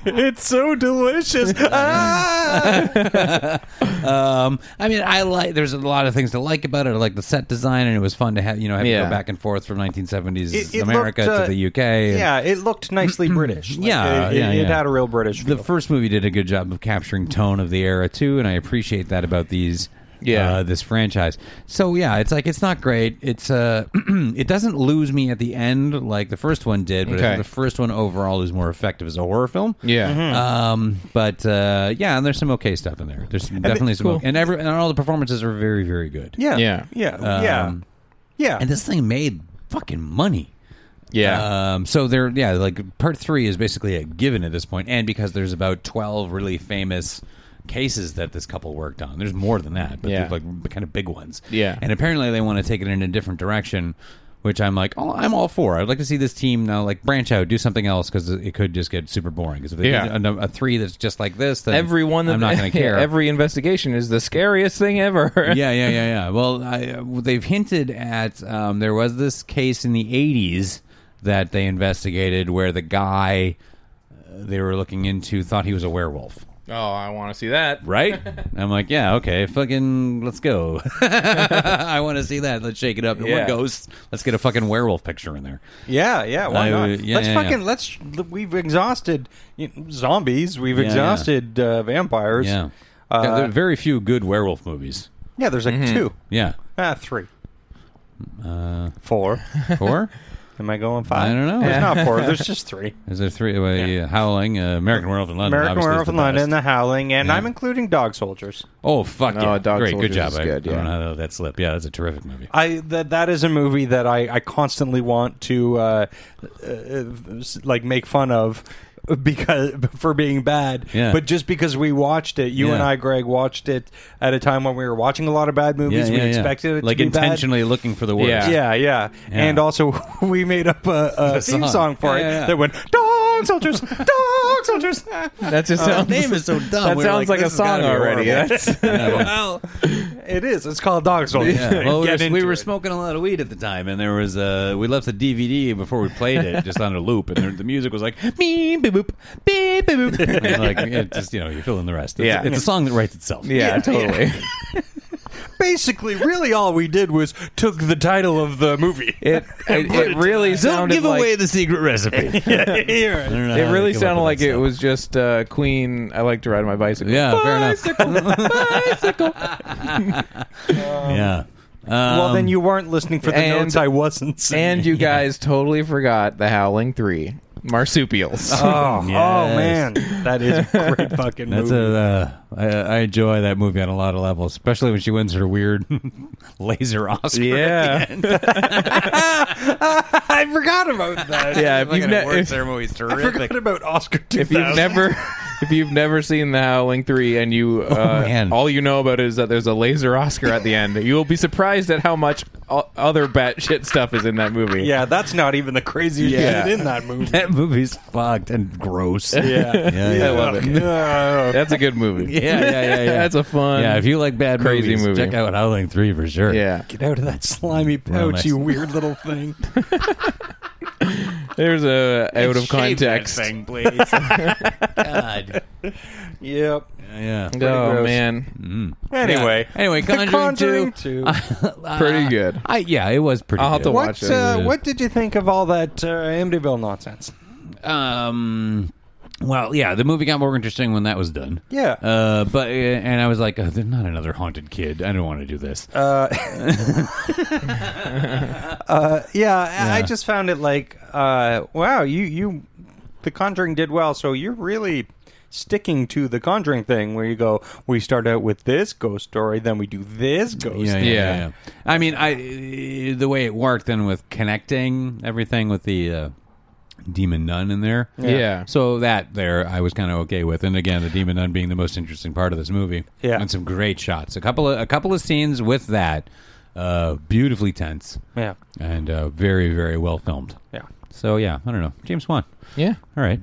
Speaker 3: it's so delicious. Ah!
Speaker 5: Um, I mean, I like. There's a lot of things to like about it. I like the set design, and it was fun to have you know have to
Speaker 2: Yeah.
Speaker 5: go back and forth from 1970s
Speaker 3: It- it
Speaker 5: America
Speaker 3: looked, uh,
Speaker 5: to the UK. and-
Speaker 3: Yeah, it looked nicely British. Like,
Speaker 5: Yeah,
Speaker 3: it, it-
Speaker 5: yeah,
Speaker 3: it
Speaker 5: yeah.
Speaker 3: had a real British feel.
Speaker 5: The first movie did a good job of capturing tone of the era too, and I appreciate that about these.
Speaker 2: Yeah.
Speaker 5: uh, this franchise. So yeah, it's like it's not great. It's uh, it doesn't lose me at the end like the first one did, but I
Speaker 2: Okay.
Speaker 5: think the first one overall is more effective as a horror film.
Speaker 2: Yeah.
Speaker 5: Um, but uh, yeah, and there's some okay stuff in there. There's definitely some,
Speaker 2: cool.
Speaker 5: okay, and every and all the performances are very very good.
Speaker 3: yeah,
Speaker 2: Yeah.
Speaker 3: yeah, yeah, yeah,
Speaker 5: Um, and this thing made fucking money.
Speaker 2: Yeah.
Speaker 5: Um, so they're yeah, like part three is basically a given at this point, and because there's about twelve really famous cases that this couple worked on. There's more than that, but
Speaker 2: Yeah.
Speaker 5: they're like kind of big ones.
Speaker 2: Yeah.
Speaker 5: And apparently they want to take it in a different direction, which I'm like, oh, I'm all for. I'd like to see this team now like branch out, do something else because it could just get super boring. Because if they
Speaker 2: Yeah.
Speaker 5: did a, a three that's just like this, then
Speaker 2: Everyone that
Speaker 5: I'm not going to care.
Speaker 2: Every investigation is the scariest thing ever.
Speaker 5: yeah, yeah, yeah, yeah. Well, I, uh, well, they've hinted at um, there was this case in the '80s that they investigated where the guy uh, they were looking into thought he was a werewolf.
Speaker 2: Oh, I want to see that.
Speaker 5: Right? I'm like, yeah, okay, fucking, let's go. I want to see that. Let's shake it up.
Speaker 2: Yeah.
Speaker 5: We're ghosts. Let's get a fucking werewolf picture in there.
Speaker 3: yeah, yeah. Why
Speaker 5: I
Speaker 3: not?
Speaker 5: would- yeah,
Speaker 3: let's
Speaker 5: yeah,
Speaker 3: fucking
Speaker 5: yeah.
Speaker 3: let's. We've exhausted you know, zombies. We've
Speaker 5: Yeah, yeah.
Speaker 3: exhausted Uh, vampires.
Speaker 5: Yeah.
Speaker 3: Uh,
Speaker 5: there are very few good werewolf movies.
Speaker 3: yeah. There's like two,
Speaker 5: Yeah.
Speaker 3: ah, three, four.
Speaker 5: Four?
Speaker 3: Am I going five?
Speaker 5: Uh, I don't know.
Speaker 3: There's not four. There's just three.
Speaker 5: Is there three? Well, yeah, Howling, uh, American Werewolf in London.
Speaker 3: American
Speaker 5: obviously is
Speaker 3: Werewolf in
Speaker 5: the
Speaker 3: London,
Speaker 5: best.
Speaker 3: The Howling, and I'm including Dog Soldiers.
Speaker 5: Oh, fuck
Speaker 2: No,
Speaker 5: yeah.
Speaker 2: Dog
Speaker 5: Great, good
Speaker 2: Soldiers
Speaker 5: job.
Speaker 2: is
Speaker 5: I,
Speaker 2: good,
Speaker 5: I don't
Speaker 2: yeah.
Speaker 5: know how that slipped. Yeah, that's a terrific movie.
Speaker 3: I that that is a movie that I, I constantly want to uh, uh, s- like make fun of because for being bad.
Speaker 5: Yeah.
Speaker 3: But just because we watched it, you
Speaker 5: Yeah.
Speaker 3: and I, Greg, watched it at a time when we were watching a lot of bad movies. we expected it
Speaker 5: like
Speaker 3: to be bad.
Speaker 5: intentionally looking for the worst.
Speaker 2: Yeah.
Speaker 3: Yeah, yeah, and also we made up a, a
Speaker 5: The
Speaker 3: theme
Speaker 5: song.
Speaker 3: song for
Speaker 5: Yeah,
Speaker 3: it
Speaker 5: yeah, yeah.
Speaker 3: that went "Dog Soldiers, Dog Soldiers."
Speaker 2: That just sounds,
Speaker 5: Uh, name is so dumb.
Speaker 2: That
Speaker 5: We're
Speaker 2: sounds like,
Speaker 5: like,
Speaker 2: a
Speaker 5: this has gotta
Speaker 2: song
Speaker 5: be
Speaker 2: already.
Speaker 5: horrible.
Speaker 2: That's,
Speaker 3: well, it is. It's called Dog Soldiers.
Speaker 5: Yeah. Well, we
Speaker 3: Get
Speaker 5: were, we
Speaker 3: into
Speaker 5: were
Speaker 3: it.
Speaker 5: smoking a lot of weed at the time, and there was uh, we left the DVD before we played it just on a loop, and there, the music was like beep boop boop beep boop. boop. And it's like it just you know you fill in the rest. It's,
Speaker 2: Yeah.
Speaker 5: it's a song that writes itself.
Speaker 2: yeah, totally.
Speaker 3: basically really all we did was took the title of the movie.
Speaker 2: It, it, it really
Speaker 5: Don't
Speaker 2: sounded
Speaker 5: give
Speaker 2: like
Speaker 5: away the secret recipe.
Speaker 3: Here.
Speaker 2: it
Speaker 5: Uh,
Speaker 2: really sounded like it was just uh, Queen. I like to ride my bicycle.
Speaker 5: Yeah, fair enough.
Speaker 2: bicycle.
Speaker 5: Yeah. Um,
Speaker 3: well, then you weren't listening for the
Speaker 2: Um, and-
Speaker 3: notes I wasn't singing.
Speaker 2: And you guys totally forgot the Howling Three marsupials.
Speaker 3: oh,
Speaker 5: Yes.
Speaker 3: oh man, that is a great fucking
Speaker 5: That's
Speaker 3: movie.
Speaker 5: a. Uh, I, I enjoy that movie on a lot of levels, especially when she wins her weird laser Oscar.
Speaker 2: Yeah.
Speaker 5: at the end.
Speaker 3: I forgot about that.
Speaker 2: yeah, if you've,
Speaker 5: Fucking
Speaker 2: ne-
Speaker 5: award
Speaker 2: if,
Speaker 5: ceremony is
Speaker 3: I forgot about Oscar 2000.
Speaker 2: if you've never if you've never seen the Howling Three and you uh,
Speaker 5: Oh, man.
Speaker 2: all you know about is that there's a laser Oscar at the end, you will be surprised at how much o- other batshit stuff is in that movie.
Speaker 3: yeah, that's not even the craziest
Speaker 2: Yeah.
Speaker 3: shit in that movie.
Speaker 5: That movie's fucked and gross.
Speaker 3: yeah.
Speaker 5: yeah, yeah.
Speaker 2: I love it.
Speaker 3: Yeah.
Speaker 2: That's a good movie.
Speaker 5: Yeah, yeah, yeah, yeah.
Speaker 2: That's a fun.
Speaker 5: Yeah, if you like bad
Speaker 2: crazy
Speaker 5: movies,
Speaker 2: movie.
Speaker 5: check out Howling Three for sure.
Speaker 2: yeah.
Speaker 3: Get out of that slimy
Speaker 2: Oh,
Speaker 5: Well,
Speaker 3: pouch,
Speaker 5: next-
Speaker 3: you weird little thing.
Speaker 2: There's a out of context.
Speaker 5: thing, please. God.
Speaker 3: yep.
Speaker 5: Yeah.
Speaker 2: Oh
Speaker 3: gross.
Speaker 2: man,
Speaker 3: Anyway.
Speaker 5: Anyway, Conjuring,
Speaker 3: Conjuring
Speaker 5: 2.
Speaker 3: two.
Speaker 5: Mm.
Speaker 2: pretty good.
Speaker 5: I, yeah, it was pretty.
Speaker 2: I'll have
Speaker 5: good.
Speaker 2: to watch
Speaker 3: What, uh,
Speaker 2: Yeah.
Speaker 3: what did you think of all that uh, Amityville nonsense?
Speaker 5: um well yeah the movie got more interesting when that was done
Speaker 3: Yeah.
Speaker 5: uh but uh, and i was like oh, they're not another haunted kid i don't want to do this
Speaker 3: Uh, yeah, I I just found it like, uh, wow, you you, The Conjuring did well, so you're really sticking to the Conjuring thing where you go, we start out with this ghost story, then we do this ghost.
Speaker 5: yeah, yeah,
Speaker 3: story.
Speaker 5: yeah, yeah. i mean i uh, the way it worked then with connecting everything with the uh demon nun in there
Speaker 2: Yeah.
Speaker 5: so that there i was kind of okay with and again the demon nun being the most interesting part of this movie
Speaker 3: Yeah.
Speaker 5: and some great shots a couple of a couple of scenes with that uh beautifully tense
Speaker 3: yeah,
Speaker 5: and uh very very well filmed
Speaker 3: yeah.
Speaker 5: so yeah i don't know james wan
Speaker 2: Yeah.
Speaker 5: all right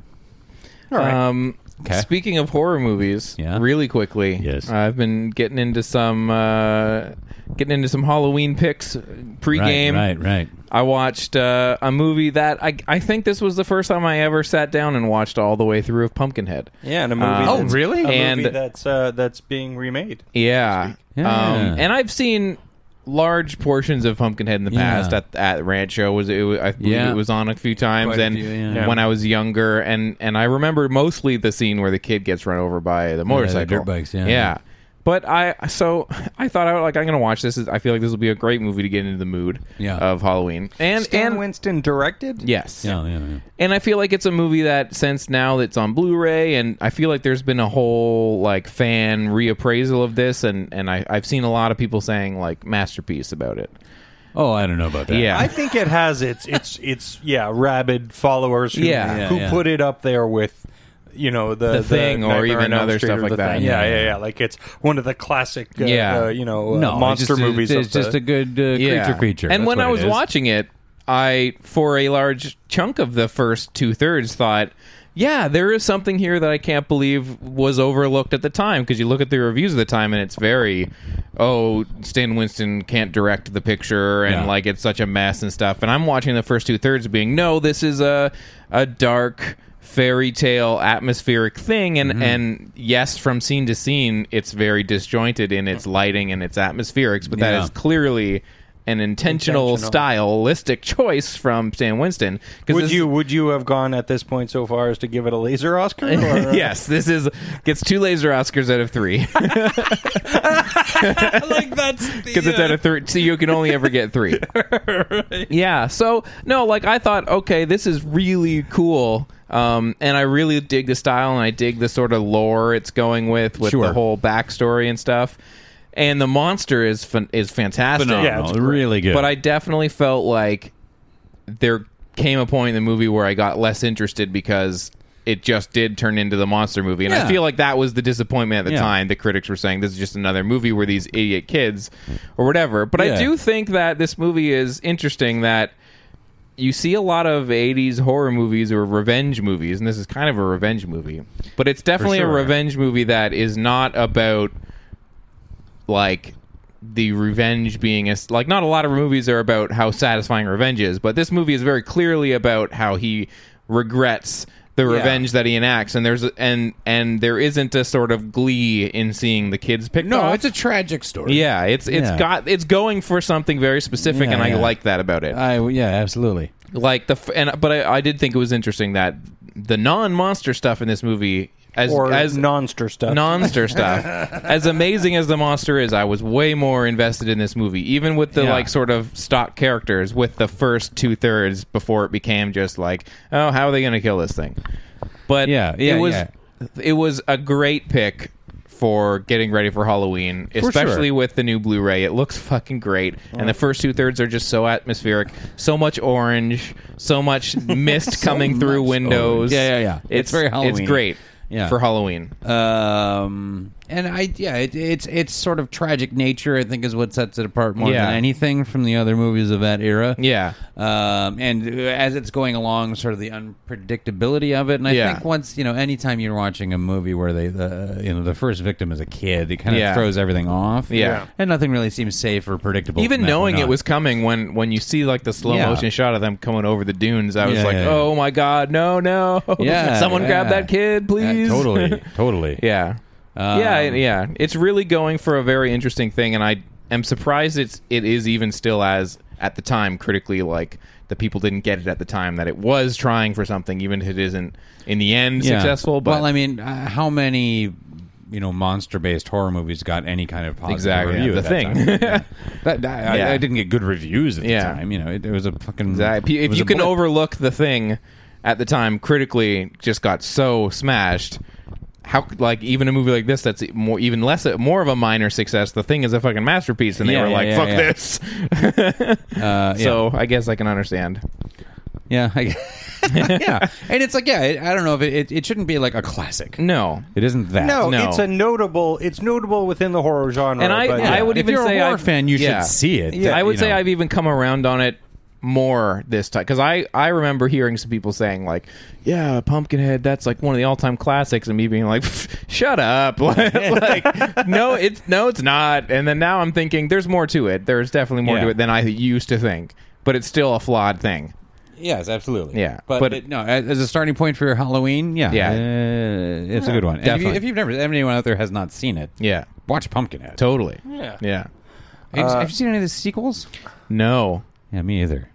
Speaker 3: All right.
Speaker 2: Um,
Speaker 5: Okay.
Speaker 2: Speaking of horror movies,
Speaker 5: Yeah.
Speaker 2: really quickly. uh,
Speaker 5: Yes.
Speaker 2: I've been getting into some uh, getting into some Halloween picks pregame.
Speaker 5: Right, right, right.
Speaker 2: I watched uh, a movie that I I think this was the first time I ever sat down and watched all the way through of Pumpkinhead.
Speaker 3: Yeah, and a movie.
Speaker 2: Oh,
Speaker 3: that's-
Speaker 2: really?
Speaker 3: A movie
Speaker 2: And-
Speaker 3: that's uh, that's being remade.
Speaker 2: Yeah.
Speaker 5: Yeah.
Speaker 2: Um, and I've seen large portions of Pumpkinhead in the
Speaker 5: Yeah.
Speaker 2: past at at Ranch Show was it was, I believe
Speaker 5: Yeah.
Speaker 2: it was on a few times
Speaker 5: Quite a
Speaker 2: and
Speaker 5: few, yeah.
Speaker 2: when I was younger and and I remember mostly the scene where the kid gets run over by the motorcycle
Speaker 5: dirt bikes, yeah.
Speaker 2: yeah but I so I thought I would, like I'm gonna watch this I feel like this will be a great movie to get into the mood
Speaker 5: Yeah.
Speaker 2: of Halloween and
Speaker 3: Stan
Speaker 2: and
Speaker 3: Winston directed.
Speaker 2: yes
Speaker 5: Oh, Yeah, yeah, yeah.
Speaker 2: and I feel like it's a movie that since now that's on Blu-ray, and I feel like there's been a whole like fan reappraisal of this, and and I, I've seen a lot of people saying like masterpiece about it.
Speaker 5: Oh, I don't know about that.
Speaker 2: Yeah,
Speaker 3: I think it has its its its yeah rabid followers who,
Speaker 2: Yeah. Yeah,
Speaker 3: who
Speaker 5: yeah.
Speaker 3: put it up there with you know the,
Speaker 2: The Thing or
Speaker 3: Nightmare
Speaker 2: even
Speaker 3: on Elm
Speaker 2: other
Speaker 3: Street
Speaker 2: stuff
Speaker 3: or
Speaker 2: like
Speaker 3: The
Speaker 2: that.
Speaker 3: Thing. Yeah,
Speaker 5: Yeah.
Speaker 3: yeah, yeah. Like it's one of the classic uh,
Speaker 2: Yeah.
Speaker 3: uh, you know uh,
Speaker 5: No, it's
Speaker 3: monster
Speaker 5: just a-
Speaker 3: movies.
Speaker 5: It's
Speaker 3: of
Speaker 5: just
Speaker 3: the,
Speaker 5: a good uh,
Speaker 2: yeah.
Speaker 5: creature feature.
Speaker 2: And
Speaker 5: That's
Speaker 2: when
Speaker 5: what
Speaker 2: I
Speaker 5: it
Speaker 2: was
Speaker 5: is.
Speaker 2: watching it, I for a large chunk of the first two thirds thought. Yeah, there is something here that I can't believe was overlooked at the time because you look at the reviews of the time and it's very, oh, Stan Winston can't direct the picture and
Speaker 5: Yeah.
Speaker 2: like it's such a mess and stuff. And I'm watching the first two thirds being, no, this is a a dark fairy tale atmospheric thing and
Speaker 5: Mm-hmm.
Speaker 2: and yes from scene to scene it's very disjointed in its lighting and its atmospherics but that
Speaker 5: Yeah.
Speaker 2: is clearly an intentional,
Speaker 3: Intentional.
Speaker 2: stylistic choice from Stan Winston. 'Cause
Speaker 3: would
Speaker 2: this-
Speaker 3: you would you have gone at this point so far as to give it a laser Oscar? Or, uh,
Speaker 2: Yes, this is gets two laser Oscars out of three because
Speaker 4: like that's
Speaker 2: it's out of three, so you can only ever get three. Yeah, so no, like I thought, okay, this is really cool, um, and I really dig the style, and I dig the sort of lore it's going with, with the
Speaker 5: Sure.
Speaker 2: whole backstory and stuff. And the monster is fan- is fantastic.
Speaker 5: phenomenal,
Speaker 3: Yeah,
Speaker 5: really good.
Speaker 2: but I definitely felt like there came a point in the movie where I got less interested because it just did turn into the monster movie, and I
Speaker 5: Yeah.
Speaker 2: feel like that was the disappointment at the
Speaker 5: Yeah.
Speaker 2: time. The critics were saying this is just another movie where these idiot kids or whatever. But I
Speaker 5: Yeah.
Speaker 2: do think that this movie is interesting that. You see a lot of 80s horror movies or revenge movies, and this is kind of a revenge movie, but it's definitely a
Speaker 5: sure.
Speaker 2: revenge movie that is not about like the revenge being a, like not a lot of movies are about how satisfying revenge is, but this movie is very clearly about how he regrets the revenge that he enacts, and there's and and there isn't a sort of glee in seeing the kids picked
Speaker 4: no,
Speaker 2: off.
Speaker 4: it's a tragic story.
Speaker 2: yeah, it's it's
Speaker 5: Yeah.
Speaker 2: got it's going for something very specific,
Speaker 5: Yeah,
Speaker 2: and I
Speaker 5: yeah. Uh,
Speaker 2: like that about it.
Speaker 5: I yeah, absolutely.
Speaker 2: like the f- and but I, I did think it was interesting that the non monster stuff in this movie as
Speaker 3: or
Speaker 2: as
Speaker 3: nonster stuff.
Speaker 2: monster stuff. As amazing as the monster is, I was way more invested in this movie, even with the
Speaker 5: Yeah.
Speaker 2: like sort of stock characters, with the first two thirds before it became just like, oh, how are they going to kill this thing? But
Speaker 5: Yeah, yeah,
Speaker 2: it was
Speaker 5: yeah.
Speaker 2: it was a great pick for getting ready for Halloween,
Speaker 5: sure. Mm.
Speaker 2: especially with the new Blu-ray. It looks fucking great, and the first two thirds are just so atmospheric, so much orange, so much mist coming through
Speaker 5: much
Speaker 2: windows.
Speaker 5: orange. Yeah, yeah, yeah.
Speaker 2: It's,
Speaker 5: It's very
Speaker 2: It's
Speaker 5: Halloween-y.
Speaker 2: great.
Speaker 5: Yeah.
Speaker 2: for Halloween.
Speaker 4: Um, and I yeah, it, it's it's sort of tragic nature. I think is what sets it apart more
Speaker 2: Yeah.
Speaker 4: than anything from the other movies of that era.
Speaker 2: Yeah.
Speaker 4: Um, and uh, as it's going along, sort of the unpredictability of it. And I
Speaker 2: Yeah.
Speaker 4: think once you know, anytime you're watching a movie where they the you know the first victim is a kid, it kind of
Speaker 2: Yeah.
Speaker 4: throws everything off.
Speaker 2: Yeah.
Speaker 4: And nothing really seems safe or predictable.
Speaker 2: even
Speaker 4: from that
Speaker 2: knowing
Speaker 4: point
Speaker 2: it
Speaker 4: on.
Speaker 2: was coming when when you see like the slow
Speaker 4: Yeah.
Speaker 2: motion shot of them coming over the dunes i was
Speaker 4: Yeah,
Speaker 2: like
Speaker 4: yeah, yeah.
Speaker 2: oh my god no no
Speaker 4: Yeah,
Speaker 2: someone grab
Speaker 4: yeah. Um,
Speaker 2: that kid
Speaker 5: Yeah,
Speaker 4: Uh,
Speaker 2: please
Speaker 5: totally, totally.
Speaker 2: yeah yeah yeah it's really going for a very interesting thing and i am surprised it's it is even still as at the time critically like the people didn't get it at the time that it was trying for something even if it isn't in the end
Speaker 4: Yeah.
Speaker 2: successful but
Speaker 4: well, I mean, uh, how many you know monster-based horror movies got any kind of positive
Speaker 2: Exactly.
Speaker 4: review?
Speaker 2: The
Speaker 4: at that
Speaker 2: Thing.
Speaker 4: time? Yeah. That- that- I-
Speaker 2: Yeah.
Speaker 4: I, didn't get good reviews at
Speaker 2: Yeah.
Speaker 4: the time. You know, it, it was a fucking.
Speaker 2: Exactly.
Speaker 4: it
Speaker 2: If
Speaker 4: was
Speaker 2: you
Speaker 4: a
Speaker 2: can
Speaker 4: blip.
Speaker 2: overlook the thing at the time critically just got so smashed, how could- like even a movie like this that's e, more even less uh, more of a minor success, the thing is a fucking masterpiece, and they
Speaker 4: Yeah,
Speaker 2: were
Speaker 4: yeah,
Speaker 2: like,
Speaker 4: yeah,
Speaker 2: "Fuck
Speaker 4: yeah.
Speaker 2: this."
Speaker 4: Uh, yeah.
Speaker 2: So I guess I can understand.
Speaker 4: Yeah, I, yeah, and it's like yeah, it, I don't know if it, it it shouldn't be like a classic.
Speaker 2: No,
Speaker 5: It isn't that.
Speaker 3: No,
Speaker 2: No.
Speaker 3: it's a notable. It's notable within the horror genre.
Speaker 2: and I
Speaker 3: but,
Speaker 2: I
Speaker 3: yeah.
Speaker 2: would
Speaker 5: Uh, If
Speaker 2: even
Speaker 5: you're a
Speaker 2: say
Speaker 5: horror
Speaker 2: I've-
Speaker 5: fan, you should
Speaker 2: yeah.
Speaker 5: see it.
Speaker 2: I would
Speaker 5: You
Speaker 2: say
Speaker 5: know.
Speaker 2: I've even come around on it more this time because I I remember hearing some people saying like, yeah, Pumpkinhead, that's like one of the all time classics, and me being like, shut up, like no, it's no, it's not. And then now I'm thinking there's more to it. There's definitely more
Speaker 5: Yeah.
Speaker 2: to it than I used to think, but it's still a flawed thing.
Speaker 5: Yes, absolutely.
Speaker 2: Yeah,
Speaker 5: but,
Speaker 2: but-
Speaker 5: it- no, as as a starting point for your Halloween, yeah,
Speaker 2: Yeah.
Speaker 5: uh, it's a good one. And if, you,
Speaker 2: definitely.
Speaker 5: if you've never, if anyone out there has not seen it,
Speaker 2: Yeah,
Speaker 5: watch Pumpkinhead.
Speaker 2: totally.
Speaker 3: Yeah.
Speaker 2: yeah.
Speaker 5: have,
Speaker 4: uh,
Speaker 5: you- have you seen any of the sequels?
Speaker 2: No,
Speaker 5: Yeah, me either.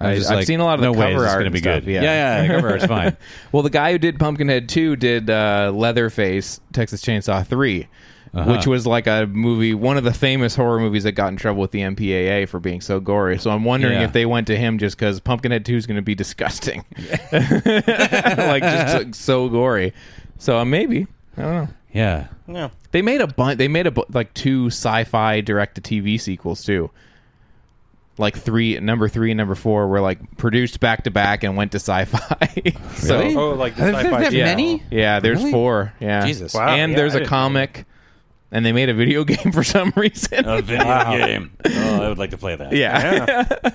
Speaker 2: I-
Speaker 5: I'm just
Speaker 2: I've
Speaker 5: like,
Speaker 2: seen a lot of the
Speaker 5: no way is
Speaker 2: cover
Speaker 5: this
Speaker 2: art
Speaker 5: gonna
Speaker 2: and
Speaker 5: be
Speaker 2: stuff,
Speaker 5: good.
Speaker 2: yeah.
Speaker 5: yeah, yeah the cover art's fine.
Speaker 2: Well, the guy who did Pumpkinhead 2 did uh, Leatherface Texas Chainsaw 3, which was like a movie, one of the famous horror movies that got in trouble with the MPAA for being so gory. So I'm wondering
Speaker 5: Yeah.
Speaker 2: if they went to him just because Pumpkinhead 2 is going to be disgusting. like, just like, so gory. So uh, maybe. I don't know.
Speaker 5: Yeah,
Speaker 3: Yeah.
Speaker 2: They made a bunch. They made a bu- like two sci-fi direct-to-TV sequels too. Like three, number three and number four were like produced back to back and went to sci-fi. so
Speaker 5: Really?
Speaker 3: Oh, like the
Speaker 5: Are there
Speaker 3: sci-fi
Speaker 5: that
Speaker 3: channel.
Speaker 5: many?
Speaker 2: yeah, there's
Speaker 5: Really?
Speaker 2: four. Yeah,
Speaker 5: Jesus.
Speaker 3: Wow,
Speaker 2: and
Speaker 3: yeah,
Speaker 2: there's
Speaker 3: I
Speaker 2: a
Speaker 3: didn't know
Speaker 2: comic, and they made a video game for some reason.
Speaker 3: Oh,
Speaker 5: a video game. Oh, I would like to play that.
Speaker 2: yeah,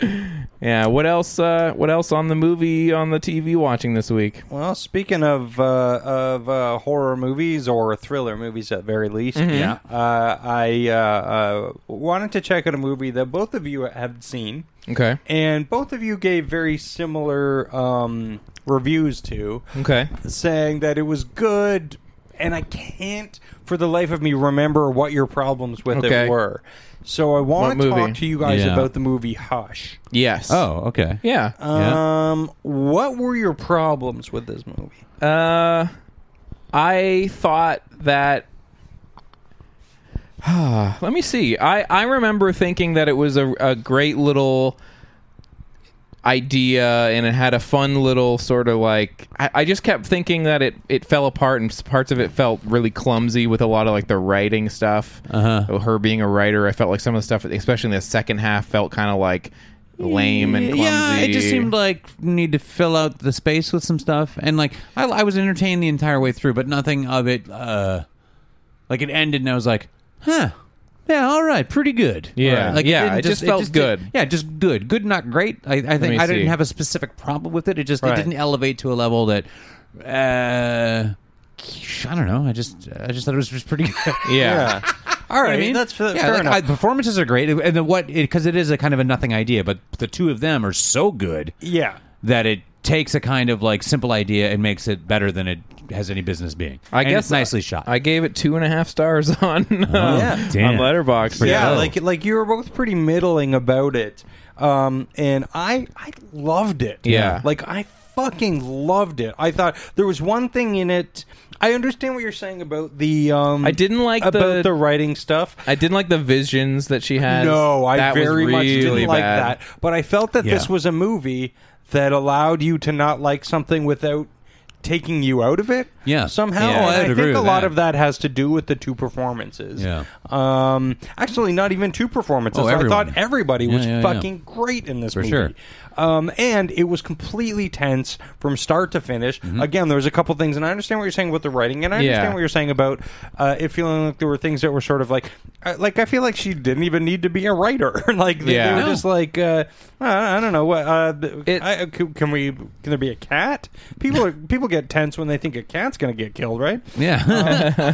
Speaker 2: yeah. What else? Uh, what else on the movie on the TV watching this week?
Speaker 3: Well, speaking of uh, of uh, horror movies or thriller movies, at very least,
Speaker 2: Mm-hmm.
Speaker 5: Yeah.
Speaker 3: uh, I uh, uh, wanted to check out a movie that both of you have seen,
Speaker 2: Okay.
Speaker 3: and both of you gave very similar um, reviews to,
Speaker 2: Okay.
Speaker 3: saying that it was good, and I can't for the life of me remember what your problems with
Speaker 2: Okay.
Speaker 3: it were. So I want
Speaker 2: What
Speaker 3: to
Speaker 2: movie?
Speaker 3: talk to you guys
Speaker 5: Yeah.
Speaker 3: about the movie Hush.
Speaker 2: Yes.
Speaker 5: Oh, okay.
Speaker 2: Yeah.
Speaker 5: Yeah.
Speaker 3: Um, what were your problems with this movie?
Speaker 2: Uh, I thought that. Let me see. I, I remember thinking that it was a, a great little idea and it had a fun little sort of like I, I just kept thinking that it, it fell apart and s- parts of it felt really clumsy with a lot of like the writing stuff uh-huh. her being a writer i felt like some of the stuff especially in the second half felt kind of like lame and clumsy
Speaker 5: Yeah, it just seemed like need to fill out the space with some stuff, and like I, I was entertained the entire way through, but nothing of it. uh Like it ended, and I was like, huh. Yeah, all right, pretty good.
Speaker 2: Yeah.
Speaker 5: Like,
Speaker 2: Yeah,
Speaker 5: didn't
Speaker 2: it just felt good.
Speaker 5: yeah, just good. Good, not great. I, I
Speaker 2: me
Speaker 5: think I didn't
Speaker 2: see.
Speaker 5: have a specific problem with it. It just it
Speaker 3: Right.
Speaker 5: didn't elevate to a level that. uh I don't know. I just I just thought it was just pretty good.
Speaker 2: yeah.
Speaker 3: All right,
Speaker 5: I mean,
Speaker 3: that's fa-
Speaker 5: yeah,
Speaker 3: fair
Speaker 5: like,
Speaker 3: enough.
Speaker 5: I- performances are great, and then what? Because it is a kind of a nothing idea, but the two of them are so good
Speaker 3: yeah,
Speaker 5: that it takes a kind of like simple idea and makes it better than it has any business being.
Speaker 2: I
Speaker 5: And
Speaker 2: guess
Speaker 5: it's nicely shot.
Speaker 2: I gave it two and a half stars on uh,
Speaker 3: yeah.
Speaker 5: Damn.
Speaker 2: on Letterbox.
Speaker 3: yeah, like like you were both pretty middling about it, um, and I I loved it.
Speaker 2: Yeah.
Speaker 3: like I fucking loved it. I thought there was one thing in it. I understand what you're saying about the. Um,
Speaker 2: I didn't like
Speaker 3: about
Speaker 2: the-
Speaker 3: the, writing stuff.
Speaker 2: I didn't like the visions that she has.
Speaker 3: no, I
Speaker 2: That was
Speaker 3: very much didn't
Speaker 2: really
Speaker 3: like
Speaker 2: bad.
Speaker 3: that. But I felt that this
Speaker 5: Yeah.
Speaker 3: was a movie that allowed you to not like something without taking you out of it.
Speaker 5: Yeah.
Speaker 3: somehow.
Speaker 5: Yeah,
Speaker 3: And
Speaker 5: I'd
Speaker 3: I
Speaker 5: agree
Speaker 3: think a
Speaker 5: with
Speaker 3: lot
Speaker 5: that.
Speaker 3: of that has to do with the two performances.
Speaker 5: Yeah.
Speaker 3: Um. Actually, not even two performances.
Speaker 5: Oh,
Speaker 3: I
Speaker 5: everyone.
Speaker 3: thought everybody was
Speaker 5: yeah, yeah.
Speaker 3: fucking great in this
Speaker 5: For
Speaker 3: movie.
Speaker 5: sure.
Speaker 3: Um, and it was completely tense from start to finish. Again, there was a couple things, and I understand what you're saying about the writing, and I
Speaker 2: Mm-hmm. Yeah.
Speaker 3: understand what you're saying about uh, it feeling like there were things that were sort of like, uh, like I feel like she didn't even need to be a writer. like they, they
Speaker 2: Yeah.
Speaker 3: were
Speaker 2: No.
Speaker 3: just like, uh, I, I don't know what. Uh, th-
Speaker 2: It-
Speaker 3: I, can, can we? Can there be a cat? People are, people get tense when they think a cat's going to get killed, right?
Speaker 5: yeah,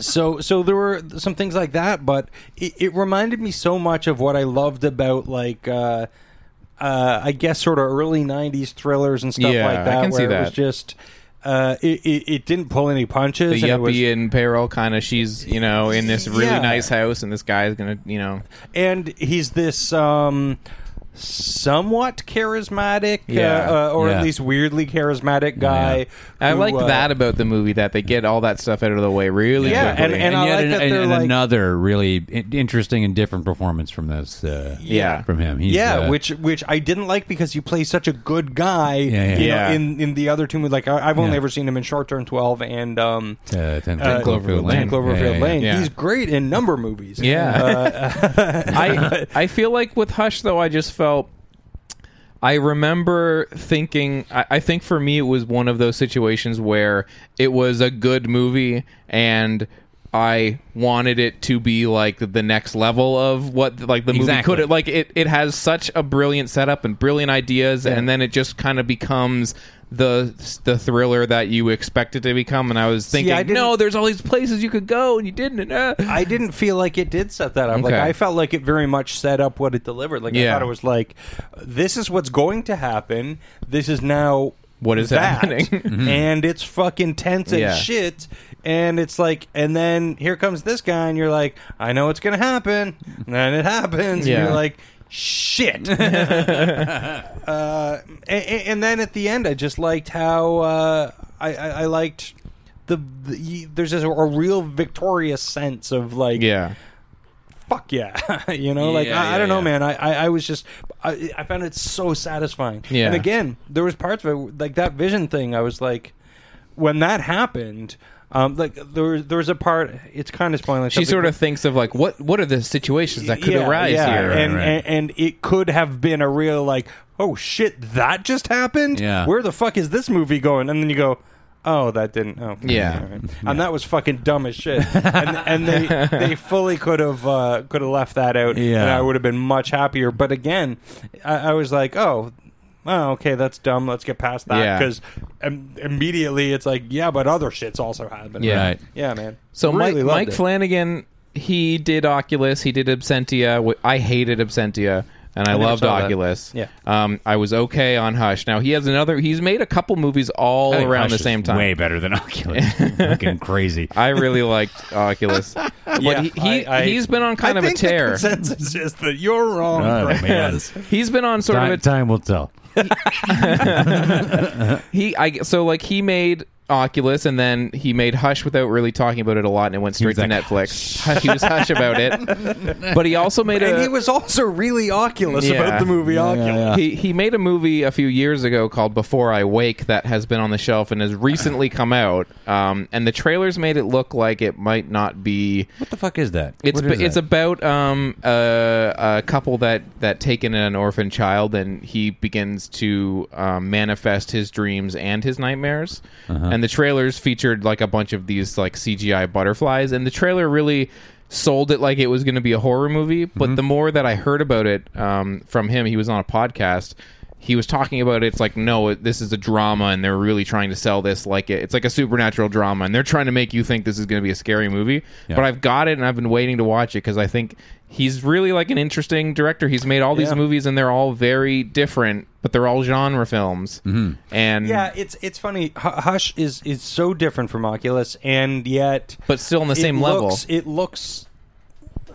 Speaker 3: So, so there were some things like that, but it, it reminded me so much of what I loved about like. Uh, uh, I guess sort of early '90s thrillers and stuff
Speaker 2: Yeah, I
Speaker 3: like that,
Speaker 2: can
Speaker 3: where
Speaker 2: see
Speaker 3: it was
Speaker 2: that.
Speaker 3: just uh, it, it, it didn't pull any punches.
Speaker 2: The
Speaker 3: and it was-
Speaker 2: yuppie in peril kind of. She's you know in this really
Speaker 3: Yeah.
Speaker 2: nice house, and this guy's gonna you know.
Speaker 3: and he's this um somewhat charismatic
Speaker 2: Yeah.
Speaker 3: uh, uh, or
Speaker 5: Yeah.
Speaker 3: at least weirdly charismatic guy
Speaker 2: I
Speaker 3: who,
Speaker 2: like
Speaker 3: uh,
Speaker 2: that about the movie that they get all that stuff out of the way really
Speaker 3: Yeah,
Speaker 2: quickly.
Speaker 3: And I
Speaker 5: yet
Speaker 3: like
Speaker 5: an-
Speaker 3: that
Speaker 5: and-
Speaker 3: they're
Speaker 5: and
Speaker 3: like-
Speaker 5: another really in- interesting and different performance from this. Uh,
Speaker 2: Yeah.
Speaker 5: from him. He's,
Speaker 3: yeah,
Speaker 5: uh,
Speaker 3: which which I didn't like because he plays such a good guy.
Speaker 5: Yeah, yeah.
Speaker 3: you know,
Speaker 2: Yeah.
Speaker 3: in in the other two movies, like I, I've only
Speaker 5: Yeah.
Speaker 3: ever seen him in Short Term Twelve and um,
Speaker 5: uh, 10
Speaker 3: uh,
Speaker 5: Cloverfield Lane.
Speaker 3: 10 Cloverfield
Speaker 5: Yeah, yeah, yeah.
Speaker 3: Lane.
Speaker 2: Yeah.
Speaker 3: He's great in number movies.
Speaker 2: Yeah. I I feel like with Hush though, I just felt I remember thinking I, I think for me it was one of those situations where it was a good movie and I wanted it to be like the next level of what like the movie
Speaker 5: Exactly.
Speaker 2: could like it it has such a brilliant setup and brilliant ideas and then it just kind of becomes the the thriller that you expect it to become and I was thinking
Speaker 3: I didn't-
Speaker 2: no there's all these places you could go and you didn't and, uh.
Speaker 3: I didn't feel like it did set that up. Like
Speaker 2: Okay.
Speaker 3: I felt like it very much set up what it delivered. Like I
Speaker 2: Yeah.
Speaker 3: thought it was like, this is what's going to happen. This is now
Speaker 2: What is
Speaker 3: that.
Speaker 2: happening.
Speaker 3: and it's fucking tense and
Speaker 2: Yeah.
Speaker 3: shit. And it's like, and then here comes this guy, and you're like, I know it's gonna happen. And then it happens.
Speaker 2: Yeah.
Speaker 3: And you're like, shit. uh, and, and then at the end, I just liked how uh, I, I, I liked the, the y- there's just a, a real victorious sense of like
Speaker 2: yeah
Speaker 3: fuck yeah you know like
Speaker 5: Yeah,
Speaker 3: I, I
Speaker 5: yeah,
Speaker 3: don't know
Speaker 5: yeah.
Speaker 3: man I, I I was just I, I found it so satisfying
Speaker 2: Yeah.
Speaker 3: and again there was parts of it like that vision thing I was like when that happened um like there was- there was a part it's kind of spoiling
Speaker 2: she
Speaker 3: something,
Speaker 2: sort
Speaker 3: but-
Speaker 2: of thinks of like what what are the situations that could arise here
Speaker 3: and,
Speaker 5: Right, right.
Speaker 3: and and it could have been a real like, oh shit, that just happened.
Speaker 5: Yeah.
Speaker 3: where the fuck is this movie going? And then you go. Oh, that didn't. Oh, okay,
Speaker 2: Yeah.
Speaker 3: all right. and that was fucking dumb as shit. and, and they they fully could have uh, could have left that out,
Speaker 5: Yeah.
Speaker 3: and I would have been much happier. But again, I, I was like, oh, oh, okay, that's dumb. Let's get past that
Speaker 2: Yeah.
Speaker 3: because immediately it's like, yeah, but other shit's also happening.
Speaker 2: Yeah.
Speaker 5: Right.
Speaker 3: yeah, man.
Speaker 2: So
Speaker 3: Really
Speaker 2: Mike,
Speaker 3: loved
Speaker 2: Mike
Speaker 3: it.
Speaker 2: Flanagan, he did Oculus, he did Absentia. W- I hated Absentia, and I,
Speaker 3: never
Speaker 2: loved
Speaker 3: saw that.
Speaker 2: Oculus.
Speaker 3: Yeah.
Speaker 2: um, I was okay on Hush. Now he has another. He's made a couple movies all
Speaker 5: I think
Speaker 2: around
Speaker 5: Hush
Speaker 2: the
Speaker 5: is
Speaker 2: same time.
Speaker 5: Uh, Way better than Oculus. Fucking crazy.
Speaker 2: I really liked Oculus, but
Speaker 3: Yeah,
Speaker 2: he, he
Speaker 3: I- I-
Speaker 2: he's been on kind
Speaker 3: I
Speaker 2: of a
Speaker 3: think the
Speaker 2: tear.
Speaker 3: consensus is that you're wrong.
Speaker 5: Oh,
Speaker 3: Brad.
Speaker 5: man.
Speaker 2: He's been on sort of
Speaker 5: Time,
Speaker 2: a
Speaker 5: time will tell.
Speaker 2: He, I so like he made Oculus and then he made Hush without really talking about it a lot, and it went straight
Speaker 5: was
Speaker 2: to
Speaker 5: like,
Speaker 2: Netflix. Hush, he was Hush about it, but he also made a.
Speaker 3: and he was also really Oculus
Speaker 2: Yeah.
Speaker 3: about the movie Oculus.
Speaker 2: He, he made a movie a few years ago called Before I Wake that has been on the shelf and has recently come out. Um, and the trailers made it look like it might not be.
Speaker 5: What the fuck is that?
Speaker 2: It's
Speaker 5: What is
Speaker 2: ba- it's
Speaker 5: that?
Speaker 2: about um, a, a couple that that take in an orphan child, and he begins to um, manifest his dreams and his nightmares.
Speaker 5: Uh-huh.
Speaker 2: And the trailers featured like a bunch of these like CGI butterflies, and the trailer really sold it like it was going to be a horror movie. But
Speaker 5: Mm-hmm.
Speaker 2: the more that I heard about it um, from him, he was on a podcast. He was talking about it. It's like no, it, this is a drama, and they're really trying to sell this like it, it's like a supernatural drama, and they're trying to make you think this is going to be a scary movie. But I've got it, and I've been waiting to watch it because I think he's really like an interesting director. He's made all these
Speaker 3: Yeah.
Speaker 2: movies, and they're all very different, but they're all genre films. And
Speaker 3: Yeah, it's it's funny. H- Hush is is so different from Oculus, and yet,
Speaker 2: But still on the
Speaker 3: it
Speaker 2: same level.
Speaker 3: looks- It looks.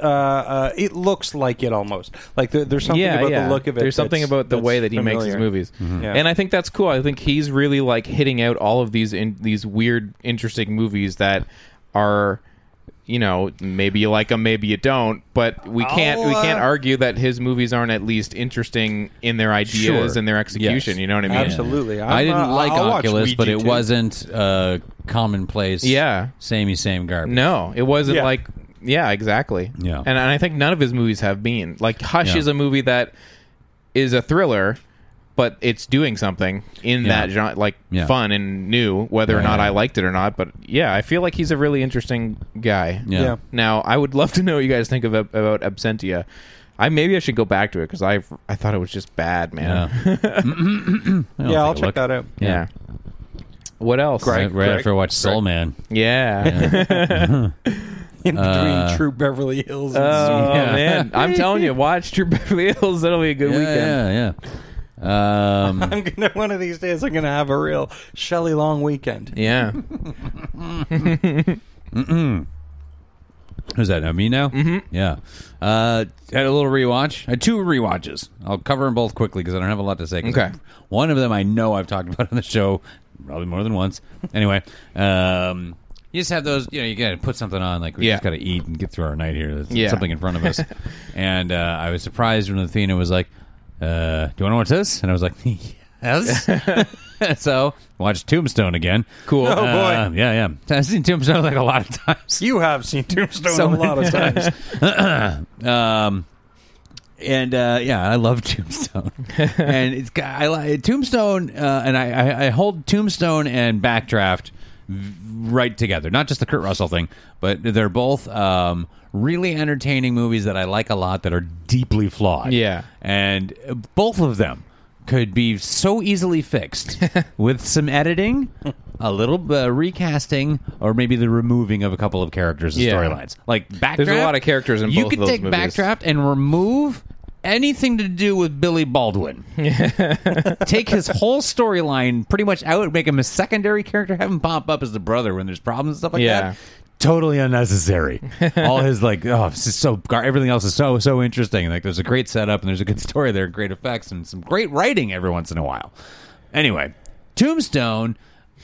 Speaker 3: Uh, uh, it looks like it almost like there, there's something
Speaker 2: yeah,
Speaker 3: about
Speaker 2: yeah.
Speaker 3: the look of it.
Speaker 2: There's something
Speaker 3: that's-
Speaker 2: about the
Speaker 3: that's
Speaker 2: way that he makes his
Speaker 3: familiar. Mm-hmm.
Speaker 2: movies,
Speaker 3: Yeah.
Speaker 2: and I think that's cool. I think he's really like hitting out all of these in, these weird, interesting movies that are, you know, maybe you like them, maybe you don't. But we can't we
Speaker 3: I'll, uh,
Speaker 2: can't argue that his movies aren't at least interesting in their ideas
Speaker 5: Sure.
Speaker 2: and their execution.
Speaker 5: Yes.
Speaker 2: You know what I mean?
Speaker 3: Absolutely, I'm,
Speaker 5: I didn't
Speaker 3: uh,
Speaker 5: like
Speaker 3: I'll watch
Speaker 5: Oculus, but
Speaker 3: Ouija
Speaker 5: it
Speaker 3: too.
Speaker 5: wasn't uh, commonplace.
Speaker 2: Yeah.
Speaker 5: samey same garbage.
Speaker 2: No, it wasn't
Speaker 3: Yeah.
Speaker 2: like yeah, exactly.
Speaker 5: Yeah.
Speaker 2: and, and I think none of his movies have been like Hush
Speaker 5: Yeah.
Speaker 2: is a movie that is a thriller, but it's doing something in
Speaker 5: Yeah.
Speaker 2: that genre, like
Speaker 5: Yeah.
Speaker 2: fun and new, whether or
Speaker 5: Yeah,
Speaker 2: not
Speaker 5: yeah.
Speaker 2: I liked it or not. But yeah, I feel like he's a really interesting guy.
Speaker 5: Yeah.
Speaker 3: Yeah.
Speaker 2: Now, I would love to know what you guys think of about Absentia. I maybe I should go back to it because I I thought it was just bad, man. Yeah.
Speaker 5: I'll
Speaker 3: Yeah,
Speaker 5: take
Speaker 3: I'll
Speaker 5: a
Speaker 3: check
Speaker 5: look.
Speaker 3: that out.
Speaker 2: What else?
Speaker 5: Right, right
Speaker 3: Greg.
Speaker 5: after I watched Soul Man.
Speaker 2: Yeah.
Speaker 3: In between
Speaker 2: Uh,
Speaker 3: True Beverly Hills. And Zoom.
Speaker 2: Oh
Speaker 5: Yeah.
Speaker 2: man, I'm telling you, watch True Beverly Hills. That'll be a good
Speaker 5: Yeah,
Speaker 2: weekend.
Speaker 5: yeah, yeah. Um,
Speaker 3: I'm gonna one of these days. I'm gonna have a real Shelley Long weekend.
Speaker 2: Yeah.
Speaker 5: Who's that? Now, me now? Mm-hmm. Yeah. Uh, had a little rewatch. I had two rewatches. I'll cover them both quickly because I don't have a lot to say. 'cause
Speaker 2: Okay.
Speaker 5: One of them I know I've talked about on the show probably more than once. anyway, um, you just have those. You know, you got to put something on. Like we
Speaker 2: Yeah.
Speaker 5: just got to eat and get through our night here. There's
Speaker 2: Yeah.
Speaker 5: something in front of us. and uh, I was surprised when Athena was like, uh, "Do you want to watch this?" And I was like, "Yes." so watched Tombstone again.
Speaker 2: Cool.
Speaker 3: Oh, boy.
Speaker 5: Uh, yeah, yeah. I've seen Tombstone like a lot of times.
Speaker 3: You have seen Tombstone
Speaker 5: So
Speaker 3: a lot of times.
Speaker 5: Um, and uh, yeah, I love Tombstone, and it's got- I like Tombstone, uh, and I, I I hold Tombstone and Backdraft right together. Not just the Kurt Russell thing, but they're both um, really entertaining movies that I like a lot that are deeply flawed.
Speaker 2: Yeah.
Speaker 5: And both of them could be so easily fixed with some editing, a little uh, recasting, or maybe the removing of a couple of characters and
Speaker 2: Yeah.
Speaker 5: storylines. Like backdraft.
Speaker 2: There's a lot of characters in
Speaker 5: you
Speaker 2: both
Speaker 5: could
Speaker 2: of those
Speaker 5: take
Speaker 2: movies.
Speaker 5: backdraft and remove anything to do with Billy Baldwin. take his whole storyline pretty much out, make him a secondary character, have him pop up as the brother when there's problems and stuff like
Speaker 2: Yeah.
Speaker 5: that. Totally unnecessary. All his like, oh, this is so gar- everything else is so so interesting. Like, there's a great setup and there's a good story there, great effects and some great writing every once in a while. Anyway, Tombstone,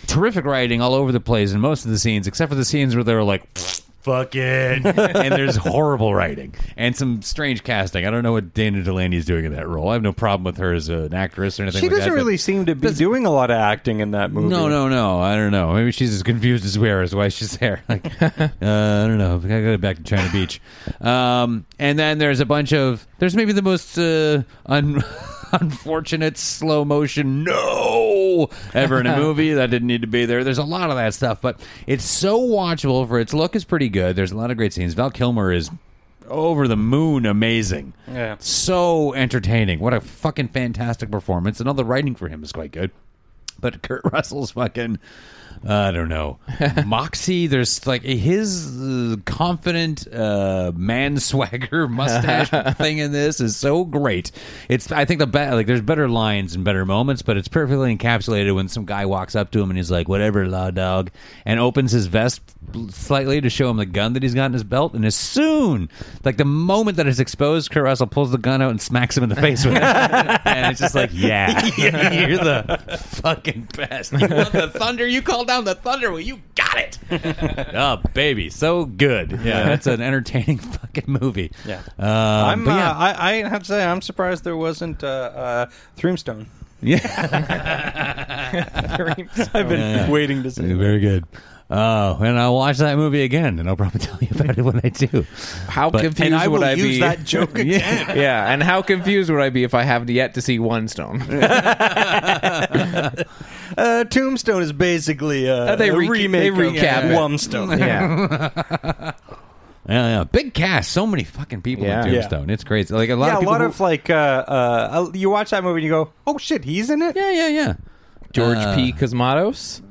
Speaker 5: terrific writing all over the place in most of the scenes, except for the scenes where they were like, fuck it, and there's horrible writing and some strange casting. I don't know what Dana Delaney's doing in that role. I have no problem with her as an actress or anything.
Speaker 3: She
Speaker 5: like
Speaker 3: doesn't
Speaker 5: that, but-
Speaker 3: really seem to be doing a lot of acting in that movie.
Speaker 5: no, no, no. I don't know. Maybe she's as confused as we are as why she's there. Like, uh, I don't know. I gotta go back to China Beach. Um, and then there's a bunch of there's maybe the most uh, un- unfortunate slow motion no ever in a movie that didn't need to be there. There's a lot of that stuff, but it's so watchable. For its look is pretty good. There's a lot of great scenes. Val Kilmer is over the moon amazing.
Speaker 3: Yeah.
Speaker 5: So entertaining. What a fucking fantastic performance. And all the writing for him is quite good. But Kurt Russell's fucking uh, I don't know. Moxie, there's like his uh, confident uh, man swagger mustache thing in this is so great. It's I think the best like there's better lines and better moments, but it's perfectly encapsulated when some guy walks up to him and he's like, "Whatever, law dog," and opens his vest slightly to show him the gun that he's got in his belt, and as soon like the moment that it's exposed, Kurt Russell pulls the gun out and smacks him in the face with it, and it's just like, "Yeah, you're the fucking best." You love the thunder. You call down the thunder. Well, you got it. oh, baby, so good. Yeah, it's an entertaining fucking movie.
Speaker 3: Yeah.
Speaker 5: Um,
Speaker 3: I'm.
Speaker 5: but yeah.
Speaker 3: Uh, I, I have to say, I'm surprised there wasn't uh, uh, Threemstone. I've been waiting to see.
Speaker 5: very good. Oh, and I'll watch that movie again, and I'll probably tell you about it when I do.
Speaker 2: How
Speaker 5: But-
Speaker 2: confused would I be?
Speaker 3: joke
Speaker 5: Yeah.
Speaker 2: yeah, and how confused would I be if I have yet to see One Stone?
Speaker 3: Uh, Tombstone is basically uh,
Speaker 2: Uh, they
Speaker 3: a
Speaker 2: re-
Speaker 3: remake
Speaker 2: they recap
Speaker 3: of
Speaker 2: it.
Speaker 3: Wumstone.
Speaker 2: yeah,
Speaker 5: Yeah, yeah. Big cast, so many fucking people
Speaker 2: Yeah.
Speaker 5: in
Speaker 2: Yeah.
Speaker 5: Tombstone. It's crazy. Like a lot
Speaker 3: yeah,
Speaker 5: of
Speaker 3: a
Speaker 5: people.
Speaker 3: lot
Speaker 5: who-
Speaker 3: of like uh, uh, you watch that movie and you go, "Oh shit, he's in it."
Speaker 5: yeah, yeah, yeah.
Speaker 2: George
Speaker 5: Uh,
Speaker 2: P. Cosmatos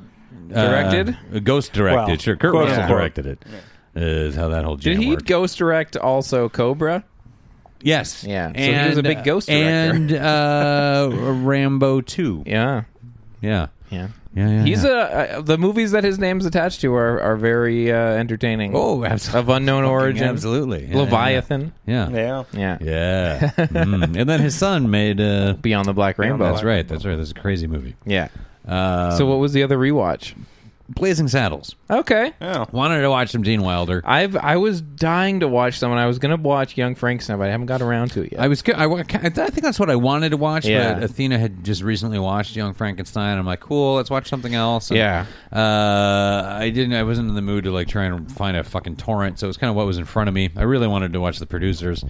Speaker 2: directed.
Speaker 5: uh, ghost directed.
Speaker 3: Well,
Speaker 5: sure, Kurt
Speaker 3: quote,
Speaker 5: Russell
Speaker 2: unquote.
Speaker 5: directed it. Is how that whole jam
Speaker 2: Did he
Speaker 5: worked.
Speaker 2: ghost direct also Cobra?
Speaker 5: Yes.
Speaker 2: Yeah, so he
Speaker 5: And,
Speaker 2: was a big ghost
Speaker 5: And uh, Rambo 2.
Speaker 2: Yeah,
Speaker 5: Yeah.
Speaker 2: yeah.
Speaker 5: Yeah, yeah,
Speaker 2: Uh-huh. He's
Speaker 5: yeah.
Speaker 2: a uh, the movies that his name's attached to are, are very uh, entertaining.
Speaker 5: Oh, absolutely.
Speaker 2: Of unknown
Speaker 5: Fucking
Speaker 2: origin,
Speaker 5: absolutely. Yeah,
Speaker 2: Leviathan,
Speaker 5: Yeah.
Speaker 3: Yeah.
Speaker 2: yeah.
Speaker 5: Yeah. Mm. And then his son made. Uh,
Speaker 2: Beyond the Black Rainbow,
Speaker 5: that's right. That's right. That's a crazy movie.
Speaker 2: Yeah.
Speaker 5: Uh,
Speaker 2: so what was the other rewatch?
Speaker 5: Blazing Saddles.
Speaker 2: Okay,
Speaker 3: Oh.
Speaker 5: Wanted to watch some Gene Wilder.
Speaker 2: I've I was dying to watch someone. I was gonna watch Young Frankenstein, but I haven't got around to it yet.
Speaker 5: I was. I, wa- I think that's what I wanted to watch,
Speaker 2: Yeah.
Speaker 5: but Athena had just recently watched Young Frankenstein. I'm like, cool, let's watch something else. And,
Speaker 2: Yeah.
Speaker 5: Uh, I didn't. I wasn't in the mood to like try and find a fucking torrent, so it was kind of what was in front of me. I really wanted to watch the producers,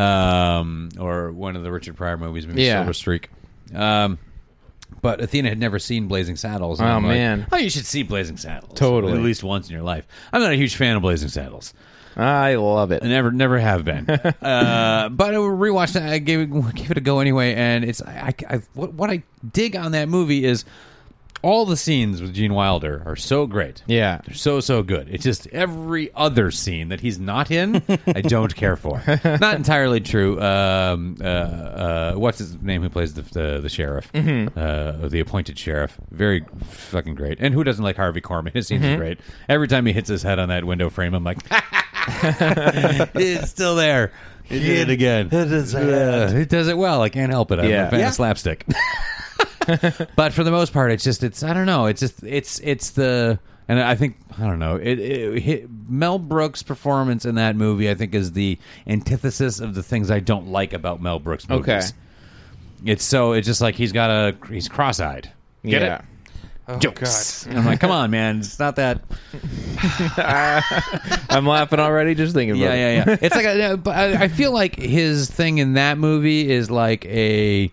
Speaker 5: um, or one of the Richard Pryor movies, maybe
Speaker 2: Yeah.
Speaker 5: Silver Streak. Um, but Athena had never seen Blazing Saddles. and
Speaker 2: Oh,
Speaker 5: I'm like,
Speaker 2: man.
Speaker 5: oh, you should see Blazing Saddles.
Speaker 2: Totally.
Speaker 5: at least once in your life. I'm not a huge fan of Blazing Saddles.
Speaker 2: I love it.
Speaker 5: I never, never have been. uh, but I rewatched it. I gave it, gave it a go anyway, and it's I, I, I- what, what I dig on that movie is all the scenes with Gene Wilder are so great.
Speaker 2: Yeah.
Speaker 5: They're so so good. It's just every other scene that he's not in, I don't care for. Not entirely true. Um, uh, uh, what's his name? Who plays the the, the sheriff? Uh, the appointed sheriff. Very fucking great. And who doesn't like Harvey Korman? His scenes are great. Every time he hits his head on that window frame, I'm like, it's still there. He did it again. It is. it does it well. I can't help it. I'm
Speaker 2: Yeah.
Speaker 5: a fan
Speaker 3: Yeah.
Speaker 5: of slapstick but for the most part, it's just it's I don't know. It's just it's it's the and I think I don't know. It, it, hit, Mel Brooks' performance in that movie I think is the antithesis of the things I don't like about Mel Brooks movies.
Speaker 2: Okay.
Speaker 5: It's so it's just like he's got a he's cross-eyed. Get
Speaker 2: yeah. Oh,
Speaker 5: it? Jokes. And I'm like, come on, man. It's not that.
Speaker 2: I'm laughing already just thinking about
Speaker 5: Yeah,
Speaker 2: it.
Speaker 5: yeah, uh, yeah. It's like a, but I I feel like his thing in that movie is like a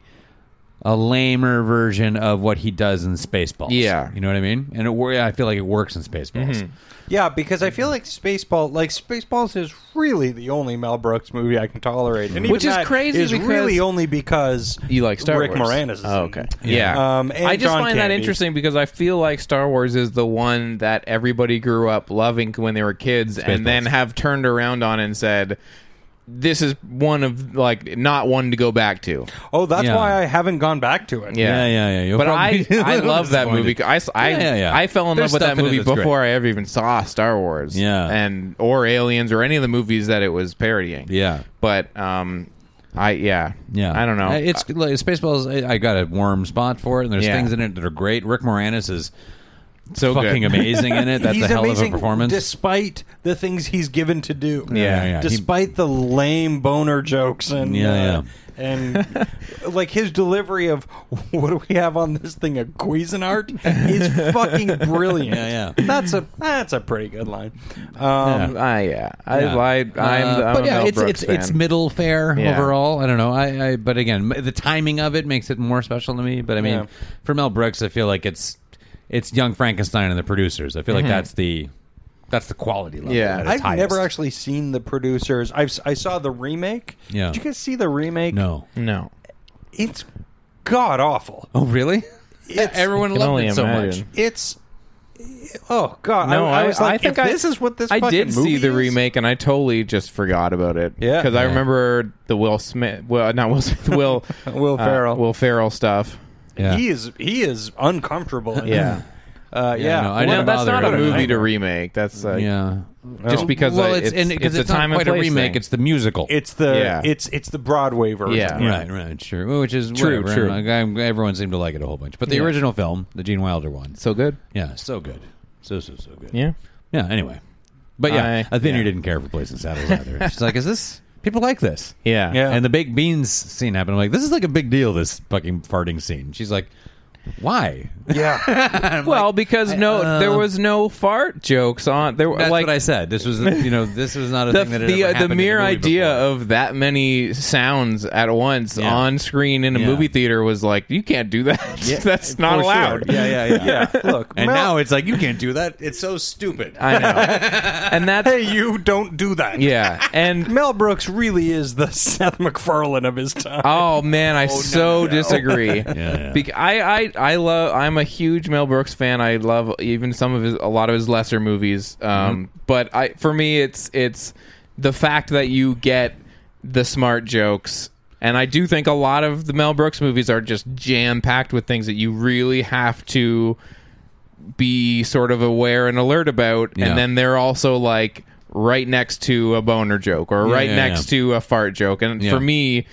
Speaker 5: a lamer version of what he does in Spaceballs.
Speaker 2: Yeah. Mm-hmm.
Speaker 5: you know what I mean. And it, wor- I feel like it works in Spaceballs.
Speaker 3: Yeah, because I feel like Spaceball, like Spaceballs, is really the only Mel Brooks movie I can tolerate, and even
Speaker 2: Which is
Speaker 3: that
Speaker 2: crazy
Speaker 3: Is
Speaker 2: because-
Speaker 3: really only because
Speaker 2: You like Star
Speaker 3: Rick
Speaker 2: Wars?
Speaker 3: Moranis. Is
Speaker 2: Oh,
Speaker 3: in it.
Speaker 2: okay. Yeah.
Speaker 3: Um, and
Speaker 2: I just
Speaker 3: John
Speaker 2: find that
Speaker 3: Candy.
Speaker 2: interesting because I feel like Star Wars is the one that everybody grew up loving when they were kids and then have turned around on and said, this is one of, like, not one to go back to.
Speaker 3: Oh, that's
Speaker 5: Yeah.
Speaker 3: why I haven't gone back to it.
Speaker 2: Yeah.
Speaker 5: Yeah, yeah, yeah. You'll
Speaker 2: but I,
Speaker 5: probably-
Speaker 2: I love that movie. I, s- I,
Speaker 5: Yeah, yeah, yeah.
Speaker 2: I fell in
Speaker 5: There's
Speaker 2: love with
Speaker 5: stuff
Speaker 2: that
Speaker 5: in it
Speaker 2: movie
Speaker 5: that's great.
Speaker 2: before I ever even saw Star Wars.
Speaker 5: Yeah.
Speaker 2: And, or Aliens or any of the movies that it was parodying.
Speaker 5: Yeah.
Speaker 2: But, um, I, yeah.
Speaker 5: Yeah,
Speaker 2: I don't know.
Speaker 5: Uh, It's like, Spaceballs. I, I got a warm spot for it, and there's
Speaker 2: Yeah.
Speaker 5: things in it that are great. Rick Moranis is
Speaker 2: so good.
Speaker 5: fucking amazing in it. That's
Speaker 3: he's
Speaker 5: a hell
Speaker 3: amazing
Speaker 5: of a performance.
Speaker 3: despite the things he's given to do.
Speaker 5: Yeah, yeah.
Speaker 3: Despite the lame boner jokes and
Speaker 5: Yeah,
Speaker 3: uh, and like his delivery of what do we have on this thing a Cuisinart is fucking brilliant.
Speaker 5: Yeah, yeah.
Speaker 3: That's a that's a pretty good line. Um,
Speaker 2: Ah, yeah. I,
Speaker 5: Yeah.
Speaker 2: I, I'm,
Speaker 5: Uh,
Speaker 2: I'm
Speaker 5: but
Speaker 2: a
Speaker 5: yeah,
Speaker 2: Mel
Speaker 5: it's
Speaker 2: Brooks
Speaker 5: it's
Speaker 2: fan.
Speaker 5: it's middle fare
Speaker 2: Yeah.
Speaker 5: overall. I don't know. I, I but again, m- the timing of it makes it more special to me. But I mean,
Speaker 3: Yeah.
Speaker 5: for Mel Brooks, I feel like it's it's Young Frankenstein and the producers. I feel like that's the that's the quality level.
Speaker 2: Mm-hmm. Yeah.
Speaker 5: at its
Speaker 3: I've
Speaker 5: highest.
Speaker 3: never actually seen the producers. I've s- I saw the remake.
Speaker 5: Yeah.
Speaker 3: Did you guys see the remake?
Speaker 5: no.
Speaker 2: No.
Speaker 3: It's god awful.
Speaker 5: Oh really?
Speaker 3: It's
Speaker 5: Everyone
Speaker 2: can
Speaker 5: loved
Speaker 2: only
Speaker 5: it so much.
Speaker 2: imagine.
Speaker 3: it's oh god.
Speaker 2: No,
Speaker 3: I,
Speaker 2: I,
Speaker 3: I was like,
Speaker 2: I think
Speaker 3: if
Speaker 2: I,
Speaker 3: this is what this.
Speaker 2: I
Speaker 3: fucking
Speaker 2: did see
Speaker 3: movie
Speaker 2: the
Speaker 3: is?
Speaker 2: remake, and I totally just forgot about it.
Speaker 3: Yeah.
Speaker 2: because I
Speaker 3: Yeah.
Speaker 2: remember the Will Smith, well, not Will Smith, Will
Speaker 3: Will
Speaker 2: uh,
Speaker 3: Ferrell.
Speaker 2: Will Ferrell stuff.
Speaker 5: Yeah.
Speaker 3: He is he is uncomfortable. in
Speaker 2: Yeah,
Speaker 3: it. Uh, yeah.
Speaker 5: no,
Speaker 2: well,
Speaker 5: I didn't
Speaker 2: that's
Speaker 5: bother
Speaker 2: not
Speaker 5: with
Speaker 2: a
Speaker 5: it.
Speaker 2: movie to remake. That's
Speaker 5: uh,
Speaker 2: like,
Speaker 5: Yeah.
Speaker 2: just because
Speaker 5: well,
Speaker 2: I-
Speaker 5: it's
Speaker 2: it's,
Speaker 5: and-
Speaker 2: it's, a
Speaker 5: not
Speaker 2: time
Speaker 5: quite
Speaker 2: and place
Speaker 5: a remake.
Speaker 2: thing.
Speaker 5: It's the musical.
Speaker 3: It's the
Speaker 2: Yeah.
Speaker 3: it's it's the Broadway version.
Speaker 2: Yeah.
Speaker 5: Right, right, sure. Which is
Speaker 2: True,
Speaker 5: whatever.
Speaker 2: true.
Speaker 5: I don't know. I- I- everyone seemed to like it a whole bunch. But the
Speaker 2: Yeah.
Speaker 5: original film, the Gene Wilder one,
Speaker 2: so good.
Speaker 5: yeah, so good, so so so good.
Speaker 2: Yeah,
Speaker 5: Yeah. Anyway, but yeah,
Speaker 2: I-
Speaker 5: Athena
Speaker 2: yeah.
Speaker 5: didn't care for Blazing Saddles either. She's like, "Is this people like this?"
Speaker 2: yeah,
Speaker 3: Yeah.
Speaker 5: And the baked beans scene happened. I'm like, "This is like a big deal." This fucking farting scene. She's like, "Why?"
Speaker 3: Yeah.
Speaker 2: Well, because no, there
Speaker 5: uh,
Speaker 2: was no fart jokes on there. were,
Speaker 5: That's
Speaker 2: like
Speaker 5: what I said. This was, you know, this was not a
Speaker 2: the
Speaker 5: thing that had
Speaker 2: the,
Speaker 5: ever
Speaker 2: uh, the
Speaker 5: happened in a
Speaker 2: mere
Speaker 5: movie
Speaker 2: idea
Speaker 5: before.
Speaker 2: of that many sounds at once
Speaker 5: Yeah.
Speaker 2: on screen in a
Speaker 5: Yeah.
Speaker 2: movie theater was like you can't do that. That's not
Speaker 5: For sure.
Speaker 2: allowed.
Speaker 5: Yeah, yeah, yeah.
Speaker 3: yeah. Look.
Speaker 5: and
Speaker 3: Mel-
Speaker 5: now it's like you can't do that. It's so stupid.
Speaker 2: I know. and that's
Speaker 3: hey, you don't do that.
Speaker 2: yeah. And
Speaker 3: Mel Brooks really is the Seth MacFarlane of his time.
Speaker 2: oh man, I so disagree.
Speaker 5: yeah.
Speaker 2: Bec- I, I I love. I'm a huge Mel Brooks fan. I love even some of his a lot of his lesser movies. Um,
Speaker 5: Mm-hmm.
Speaker 2: but I for me it's it's the fact that you get the smart jokes. And I do think a lot of the Mel Brooks movies are just jam packed with things that you really have to be sort of aware and alert about
Speaker 5: Yeah.
Speaker 2: and then they're also like right next to a boner joke or
Speaker 5: Yeah,
Speaker 2: right
Speaker 5: yeah,
Speaker 2: next to a fart joke and
Speaker 5: Yeah.
Speaker 2: for me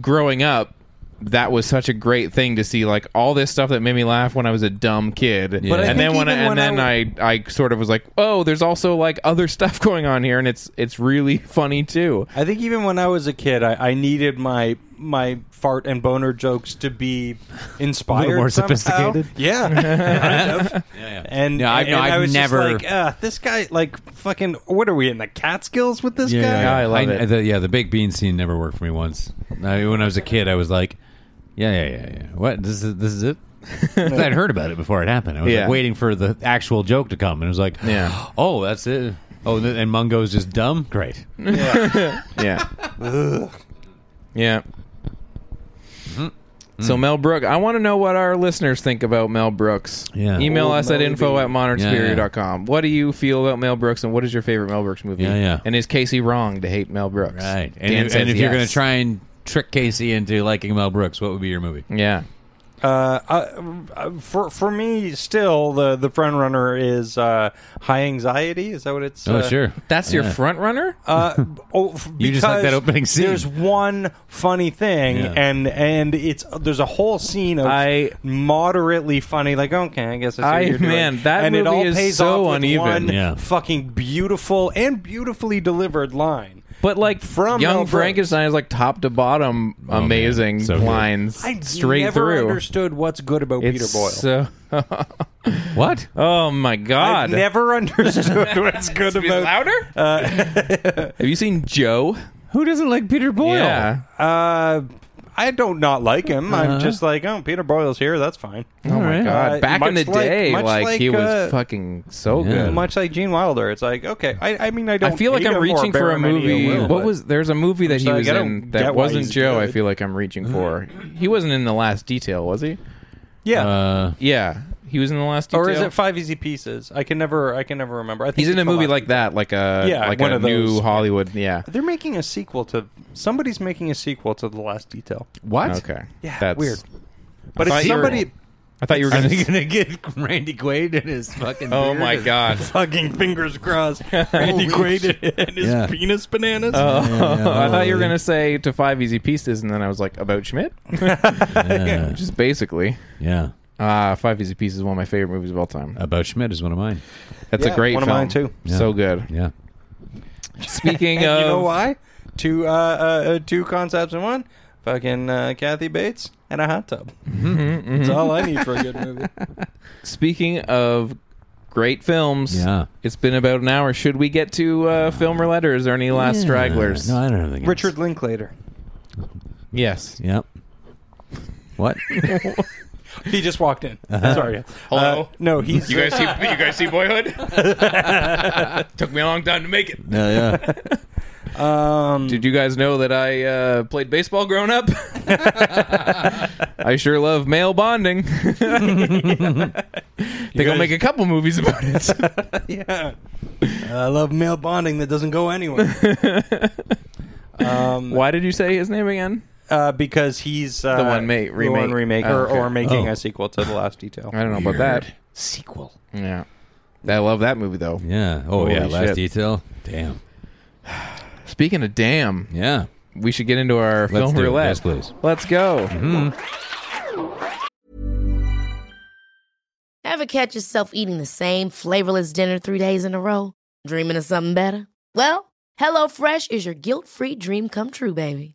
Speaker 2: growing up that was such a great thing to see like all this stuff that made me laugh when i was a dumb kid
Speaker 5: But I
Speaker 2: and
Speaker 3: think
Speaker 2: then when, I,
Speaker 3: even
Speaker 2: and
Speaker 3: when
Speaker 2: then
Speaker 3: I
Speaker 2: I, I sort of was like oh there's also like other stuff going on here and it's it's really funny too
Speaker 3: I think even when I was a kid, I, I needed my my fart and boner jokes to be inspired.
Speaker 5: more
Speaker 3: somehow.
Speaker 5: sophisticated?
Speaker 3: Yeah. kind of. And,
Speaker 5: Yeah,
Speaker 3: and
Speaker 5: I've- no,
Speaker 3: I
Speaker 5: I've
Speaker 3: was just
Speaker 5: never-
Speaker 3: like, uh, this guy, like, fucking, what are we in the Catskills with this guy?
Speaker 2: yeah. I love it.
Speaker 5: The, yeah, the baked bean scene never worked for me once. I, when I was a kid, I was like, "Yeah, yeah, yeah, yeah. What? This is this is it." 'Cause I'd heard about it before it happened. I was like,
Speaker 2: Yeah.
Speaker 5: waiting for the actual joke to come, and it was like,
Speaker 2: Yeah.
Speaker 5: oh, that's it." Oh, and, and Mungo's just dumb. Great.
Speaker 2: yeah. Yeah.
Speaker 5: Mm-hmm.
Speaker 2: So Mel Brooks, I want to know what our listeners think about Mel Brooks.
Speaker 5: Yeah.
Speaker 2: Email
Speaker 3: Old
Speaker 2: us at
Speaker 3: Melody.
Speaker 2: info at
Speaker 5: Yeah, yeah.
Speaker 2: modernspirit.com. What do you feel about Mel Brooks and what is your favorite Mel Brooks movie?
Speaker 5: Yeah, yeah.
Speaker 2: And is Casey wrong to hate Mel Brooks?
Speaker 5: Right. And,
Speaker 2: Dan
Speaker 5: if-
Speaker 2: says
Speaker 5: and if you're
Speaker 2: yes.
Speaker 5: going to try and trick Casey into liking Mel Brooks, what would be your movie?
Speaker 2: Yeah.
Speaker 3: Uh, uh, uh, for for me, still the the front runner is uh, high anxiety. Is that what it's?
Speaker 5: Oh,
Speaker 3: uh,
Speaker 5: sure.
Speaker 2: That's your
Speaker 5: Yeah.
Speaker 2: front runner?
Speaker 3: Uh, oh, f-
Speaker 5: You just like that
Speaker 3: because
Speaker 5: opening scene.
Speaker 3: There's one funny thing,
Speaker 5: Yeah.
Speaker 3: and and it's there's a whole scene of
Speaker 2: I-
Speaker 3: moderately funny. Like okay, I guess I see what
Speaker 2: I-
Speaker 3: you're doing.
Speaker 2: man, that
Speaker 3: and it
Speaker 2: movie
Speaker 3: all
Speaker 2: is
Speaker 3: pays
Speaker 2: so
Speaker 3: off with
Speaker 2: uneven.
Speaker 3: One
Speaker 5: Yeah.
Speaker 3: fucking beautiful and beautifully delivered line.
Speaker 2: But like
Speaker 3: From Mel
Speaker 2: Young
Speaker 3: Brooks.
Speaker 2: Frankenstein is like top to bottom
Speaker 5: Oh, man.
Speaker 2: amazing
Speaker 5: So good.
Speaker 2: lines
Speaker 3: I
Speaker 2: straight
Speaker 3: never
Speaker 2: through.
Speaker 3: understood what's good about
Speaker 2: It's
Speaker 3: Peter Boyle.
Speaker 2: so-
Speaker 5: What?
Speaker 2: oh my god.
Speaker 3: I've never understood what's good
Speaker 2: Be
Speaker 3: about
Speaker 2: louder? Uh, Have you seen Joe?
Speaker 5: Who doesn't like Peter Boyle?
Speaker 2: Yeah.
Speaker 3: Uh, I don't not like him.
Speaker 2: Uh-huh.
Speaker 3: I'm just like, oh, Peter Boyle's here. That's fine.
Speaker 2: Oh my god!
Speaker 3: Uh,
Speaker 2: Back in the
Speaker 3: much like-
Speaker 2: day,
Speaker 3: much
Speaker 2: like, he
Speaker 3: like,
Speaker 2: was
Speaker 3: uh,
Speaker 2: fucking so
Speaker 5: Yeah.
Speaker 2: good.
Speaker 3: Much like Gene Wilder, it's like okay. I, I mean, I don't.
Speaker 2: I feel like
Speaker 3: hate
Speaker 2: I'm
Speaker 3: him or
Speaker 2: reaching
Speaker 3: bear
Speaker 2: for a
Speaker 3: him any
Speaker 2: movie.
Speaker 3: ill will,
Speaker 2: what
Speaker 3: but-
Speaker 2: was there's a movie that he
Speaker 3: like,
Speaker 2: was
Speaker 3: I don't
Speaker 2: in
Speaker 3: get
Speaker 2: that
Speaker 3: why
Speaker 2: wasn't
Speaker 3: he's
Speaker 2: Joe. I
Speaker 3: good.
Speaker 2: feel like I'm reaching for. He wasn't in the Last Detail, was he?
Speaker 3: yeah?
Speaker 5: Uh,
Speaker 2: Yeah, he was in the Last Detail.
Speaker 3: or is it Five Easy Pieces? I can never. I can never remember. I think
Speaker 2: He's in
Speaker 3: it's
Speaker 2: a
Speaker 3: the
Speaker 2: movie
Speaker 3: last-
Speaker 2: like that, like a
Speaker 3: Yeah,
Speaker 2: like
Speaker 3: one
Speaker 2: a
Speaker 3: of
Speaker 2: new
Speaker 3: those.
Speaker 2: Hollywood. Yeah.
Speaker 3: They're making a sequel to. Somebody's making a sequel to The Last Detail.
Speaker 5: what?
Speaker 2: Okay.
Speaker 3: Yeah,
Speaker 2: That's
Speaker 3: weird. But
Speaker 2: thought
Speaker 3: it's
Speaker 2: you were-
Speaker 3: somebody.
Speaker 2: I thought you were
Speaker 5: Are
Speaker 2: going
Speaker 5: they
Speaker 2: to.
Speaker 5: gonna get Randy Quaid and his fucking?
Speaker 2: Oh
Speaker 5: beard
Speaker 2: my
Speaker 5: and-
Speaker 2: god.
Speaker 3: Fucking fingers crossed. Randy Quaid and his
Speaker 5: Yeah.
Speaker 3: penis bananas.
Speaker 2: I thought you were going to say to five easy pieces, and then I was like about Schmidt,
Speaker 5: Yeah.
Speaker 2: just basically.
Speaker 5: yeah.
Speaker 2: Uh, Five Easy Pieces is one of my favorite movies of all time.
Speaker 5: About Schmidt is one of mine.
Speaker 2: That's a
Speaker 3: Uh, Yeah,
Speaker 2: great
Speaker 3: one of
Speaker 2: film.
Speaker 3: mine too.
Speaker 2: So
Speaker 5: Yeah.
Speaker 2: good.
Speaker 5: Yeah.
Speaker 2: Speaking
Speaker 3: And
Speaker 2: of,
Speaker 3: you know why? Two uh, uh, uh, two concepts in one. Fucking uh, Kathy Bates and a hot tub.
Speaker 2: Mm-hmm,
Speaker 3: That's all I need for a good movie.
Speaker 2: speaking of great films,
Speaker 5: Yeah.
Speaker 2: it's been about an hour. Should we get to uh, film or letter? Is there any last
Speaker 5: Yeah.
Speaker 2: stragglers?
Speaker 5: No, I don't think it's-
Speaker 3: Richard Linklater.
Speaker 2: Yes.
Speaker 5: Yep. What?
Speaker 3: He just walked in.
Speaker 2: Uh-huh.
Speaker 3: Sorry.
Speaker 2: Hello?
Speaker 3: Uh, no, he's
Speaker 2: You guys see? You guys see Boyhood? Took me a long time to make it.
Speaker 5: No, yeah.
Speaker 3: um,
Speaker 2: Did you guys know that I uh, played baseball growing up? I sure love male bonding. Think I'll
Speaker 3: guys-
Speaker 2: make a couple movies about it.
Speaker 3: yeah. I love male bonding that doesn't go anywhere. um,
Speaker 2: Why did you say his name again?
Speaker 3: uh, because he's uh,
Speaker 2: The one mate- remake.
Speaker 3: one remake, or,
Speaker 2: Oh, okay.
Speaker 3: or making
Speaker 5: Oh.
Speaker 3: a sequel to the Last Detail.
Speaker 2: I don't know about that.
Speaker 5: Sequel.
Speaker 2: Yeah, I love that movie though.
Speaker 5: Yeah. Oh
Speaker 2: Holy
Speaker 5: yeah. Last
Speaker 2: shit.
Speaker 5: detail. Damn.
Speaker 2: Speaking of damn,
Speaker 5: Yeah.
Speaker 2: we should get into our film
Speaker 5: do it.
Speaker 2: roulette.
Speaker 5: Yes, please.
Speaker 2: Let's go.
Speaker 6: Ever catch yourself eating the same flavorless dinner three days in a row? Dreaming of something better? Well, HelloFresh is your guilt free dream come true, baby.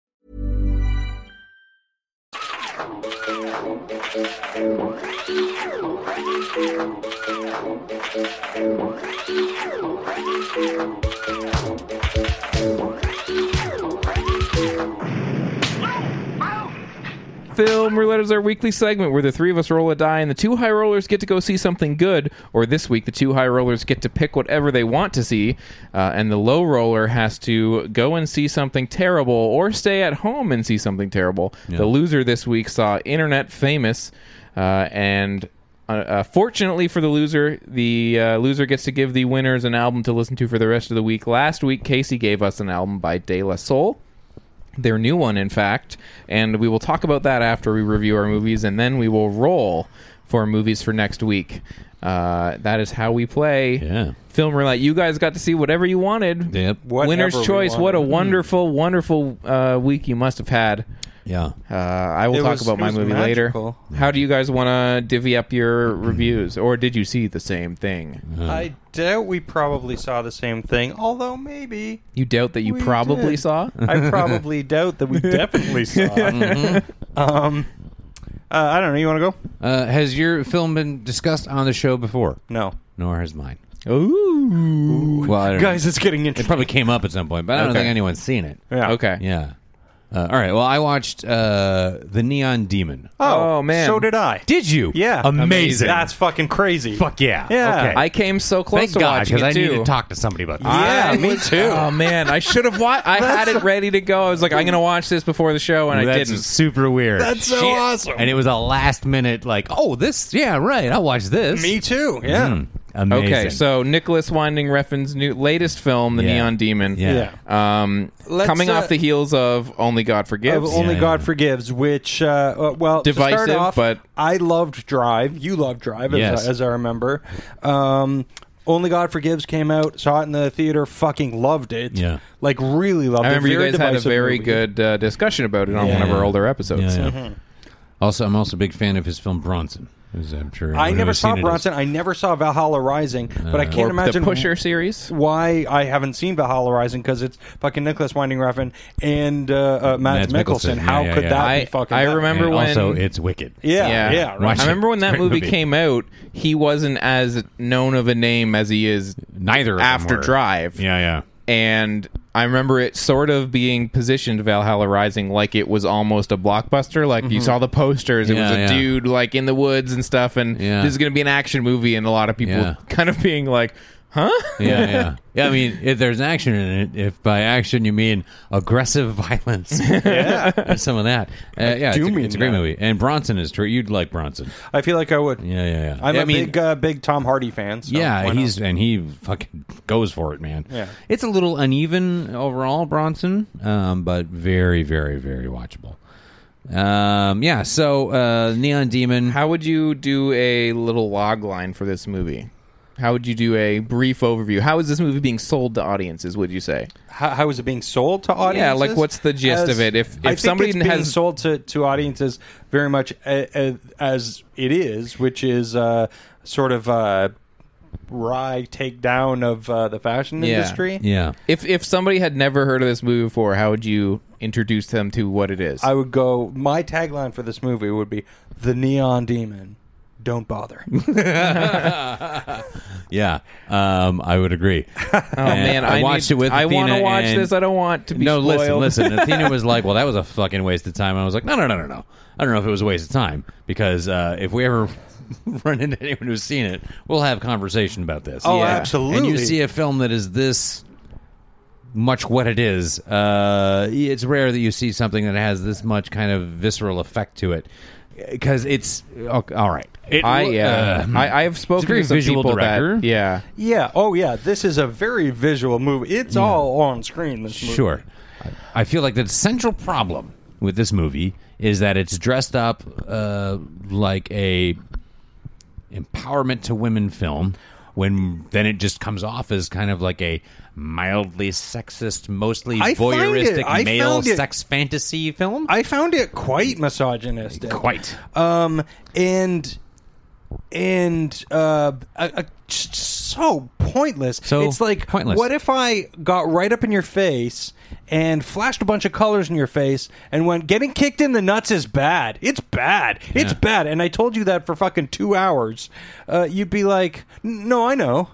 Speaker 2: Film Roulette is our weekly segment where the three of us roll a die and the two high rollers get to go see something good, or this week the two high rollers get to pick whatever they want to see, uh, and the low roller has to go and see something terrible or stay at home and see something terrible. The loser this week saw Internet Famous, uh, and uh, uh, fortunately for the loser, the uh, loser gets to give the winners an album to listen to for the rest of the week. Last week, Casey gave us an album by De La Soul their new one, in fact. And we will talk about that after we review our movies, and then we will roll for movies for next week. Uh, that is how we play
Speaker 5: Yeah.
Speaker 2: film roulette. You guys got to see whatever you wanted.
Speaker 5: Yep.
Speaker 3: Whatever
Speaker 2: Winner's
Speaker 3: we
Speaker 2: choice. What a
Speaker 3: wanted.
Speaker 2: wonderful, wonderful uh, week you must have had.
Speaker 5: Yeah.
Speaker 2: Uh, I will
Speaker 3: It
Speaker 2: talk
Speaker 3: was-
Speaker 2: about
Speaker 3: it
Speaker 2: my
Speaker 3: was
Speaker 2: movie
Speaker 3: magical.
Speaker 2: later. How do you guys want to divvy up your reviews, or did you see the same thing?
Speaker 5: Uh-huh.
Speaker 3: I doubt we probably saw the same thing, although maybe
Speaker 2: You doubt that you
Speaker 3: We
Speaker 2: probably
Speaker 3: did.
Speaker 2: saw.
Speaker 3: I probably doubt that we definitely saw.
Speaker 2: Mm-hmm.
Speaker 3: Um, uh, I don't know. You want to go?
Speaker 5: Uh, has your film been discussed on the show before?
Speaker 3: No,
Speaker 5: Nor has mine.
Speaker 2: Ooh.
Speaker 5: Well, I don't
Speaker 3: guys,
Speaker 5: know.
Speaker 3: it's getting
Speaker 5: it
Speaker 3: interesting.
Speaker 5: probably came up at some point, but I don't
Speaker 2: Okay.
Speaker 5: think anyone's seen it.
Speaker 3: yeah.
Speaker 2: Okay.
Speaker 5: Yeah. Uh, all right. Well, I watched uh, The Neon Demon.
Speaker 3: Oh,
Speaker 2: Oh, man.
Speaker 3: So did I.
Speaker 5: Did you?
Speaker 3: Yeah.
Speaker 5: Amazing.
Speaker 3: That's fucking crazy.
Speaker 5: fuck yeah.
Speaker 3: Yeah.
Speaker 5: Okay.
Speaker 2: I came so close
Speaker 5: Thank
Speaker 2: to
Speaker 5: God
Speaker 2: watching
Speaker 5: because
Speaker 2: it
Speaker 5: I need
Speaker 2: too.
Speaker 5: to talk to somebody about this.
Speaker 3: Yeah,
Speaker 2: I
Speaker 3: me
Speaker 2: was-
Speaker 3: too.
Speaker 2: Oh man, I should have watched. I had it ready to go. I was like, I'm gonna watch this before the show, and I
Speaker 5: That's
Speaker 2: didn't.
Speaker 5: super weird.
Speaker 3: That's so awesome.
Speaker 5: And it was a last minute, like, oh, this, yeah, right. I'll watch this.
Speaker 2: Mm-hmm.
Speaker 3: Me too. Yeah.
Speaker 5: Amazing.
Speaker 2: Okay, so Nicholas Winding Refn's new latest film, The
Speaker 5: Yeah.
Speaker 2: Neon Demon.
Speaker 5: yeah.
Speaker 2: Um,
Speaker 3: Let's,
Speaker 2: coming
Speaker 3: uh,
Speaker 2: off the heels of Only God
Speaker 3: Of
Speaker 2: Forgives.
Speaker 3: Only
Speaker 5: Yeah.
Speaker 3: God Forgives, which, uh, uh, well, to
Speaker 2: Divisive,
Speaker 3: start off,
Speaker 2: but-
Speaker 3: I loved Drive. You loved Drive,
Speaker 5: Yes.
Speaker 3: as, I- as I remember. Um, Only God Forgives came out, saw it in the theater, fucking loved it.
Speaker 5: Yeah.
Speaker 3: Like, really loved
Speaker 2: I
Speaker 3: it.
Speaker 2: remember you
Speaker 3: Very
Speaker 2: guys had a
Speaker 3: divisive
Speaker 2: very
Speaker 3: movie. Mm-hmm.
Speaker 2: good uh, discussion about it on
Speaker 5: Yeah.
Speaker 2: one of our older
Speaker 5: Yeah,
Speaker 2: episodes.
Speaker 5: yeah. Also, I'm also a big fan of his film Bronson. As I'm sure
Speaker 3: I
Speaker 5: everyone
Speaker 3: never
Speaker 5: who's
Speaker 3: saw
Speaker 5: seen it Uh, is.
Speaker 3: Bronson. I never saw Valhalla Rising, but I can't
Speaker 2: Or
Speaker 3: imagine
Speaker 2: the Pusher series.
Speaker 3: why I haven't seen Valhalla Rising because it's fucking Nicholas Winding Refn and uh, uh, Mads,
Speaker 5: Mads
Speaker 3: Mikkelsen.
Speaker 5: Mikkelsen.
Speaker 3: How
Speaker 5: Yeah, yeah,
Speaker 3: could
Speaker 5: yeah.
Speaker 3: that
Speaker 2: I,
Speaker 3: be fucking?
Speaker 2: I
Speaker 3: happening?
Speaker 2: remember
Speaker 5: And
Speaker 2: when.
Speaker 5: also, it's wicked.
Speaker 3: Yeah, yeah. right.
Speaker 5: Watch
Speaker 2: I
Speaker 5: it.
Speaker 2: remember when
Speaker 5: It's a
Speaker 2: that
Speaker 5: great
Speaker 2: movie,
Speaker 5: movie.
Speaker 2: came out, he wasn't as known of a name as he is
Speaker 5: Neither of them
Speaker 2: after
Speaker 5: were.
Speaker 2: Drive.
Speaker 5: Yeah, yeah.
Speaker 2: And I remember it sort of being positioned Valhalla Rising like it was almost a blockbuster. Like you saw the posters, it was
Speaker 5: Mm-hmm. Yeah,
Speaker 2: a
Speaker 5: yeah.
Speaker 2: dude like in the woods and stuff, and
Speaker 5: Yeah.
Speaker 2: this is going to be an action movie, and a lot of people
Speaker 5: Yeah.
Speaker 2: kind of being like, "Huh."
Speaker 5: yeah, yeah. Yeah, I mean, if there's action in it, if by action you mean aggressive violence, yeah. some of that. Uh, yeah,
Speaker 3: do
Speaker 5: it's, a,
Speaker 3: mean
Speaker 5: it's a great
Speaker 3: that.
Speaker 5: movie. And Bronson is true. You'd like Bronson.
Speaker 3: I feel like I would.
Speaker 5: Yeah, yeah, yeah.
Speaker 3: I'm
Speaker 5: Yeah,
Speaker 3: a
Speaker 5: I mean-
Speaker 3: big, uh, big Tom Hardy fan. So why
Speaker 5: yeah,
Speaker 3: not?
Speaker 5: he's and he fucking goes for it, man.
Speaker 3: Yeah.
Speaker 5: it's a little uneven overall, Bronson, um, but very, very, very watchable. Um, yeah. So uh, Neon Demon.
Speaker 2: How would you do a little log line for this movie? How would you do a brief overview? How is this movie being sold to audiences? Would you say?
Speaker 3: How, how is it being sold to audiences?
Speaker 2: Yeah, like, what's the gist of it? If-
Speaker 3: I
Speaker 2: if
Speaker 3: think
Speaker 2: somebody
Speaker 3: it's being
Speaker 2: has-
Speaker 3: sold to, to audiences very much a, a, as it is, which is uh, sort of a wry takedown of uh, the fashion
Speaker 2: Yeah.
Speaker 3: industry.
Speaker 5: Yeah.
Speaker 2: If if somebody had never heard of this movie before, how would you introduce them to what it is?
Speaker 3: I would go. My tagline for this movie would be "The Neon Demon." Don't bother.
Speaker 5: Yeah, um, I would agree. oh
Speaker 2: Man, I,
Speaker 5: watched
Speaker 2: need-
Speaker 5: it with.
Speaker 2: I
Speaker 5: want to
Speaker 2: watch this. I don't want to be
Speaker 5: No, listen,
Speaker 2: spoiled.
Speaker 5: listen. Athena was like, "Well, that was a fucking waste of time." I was like, "No, no, no, no, no. I don't know if it was a waste of time because uh, if we ever run into anyone who's seen it, we'll have conversation about this."
Speaker 3: Oh,
Speaker 5: And you
Speaker 3: absolutely.
Speaker 5: see a film that is this much what it is. Uh, it's rare that you see something that has this much kind of visceral effect to it because it's okay, all right. It,
Speaker 2: I yeah.
Speaker 5: uh,
Speaker 2: I I've spoken
Speaker 5: great
Speaker 2: to some
Speaker 5: visual
Speaker 2: people
Speaker 5: director.
Speaker 2: that yeah.
Speaker 3: yeah. Oh, yeah. This is a very visual movie. It's all on screen. This movie.
Speaker 5: Sure. I feel like the central problem with this movie is that it's dressed up uh, like a empowerment to women film when then it just comes off as kind of like a mildly sexist mostly
Speaker 3: I find it-
Speaker 5: voyeuristic
Speaker 3: I
Speaker 5: male
Speaker 3: found it-
Speaker 5: sex fantasy film
Speaker 3: I found it quite misogynistic.
Speaker 5: quite
Speaker 3: um, and and uh, a, a, just so pointless.
Speaker 5: So
Speaker 3: it's like,
Speaker 5: pointless.
Speaker 3: what if I got right up in your face and flashed a bunch of colors in your face and went, getting kicked in the nuts is bad. It's bad. It's
Speaker 5: Yeah.
Speaker 3: bad. And I told you that for fucking two hours. Uh, you'd be like, "N- no, I know.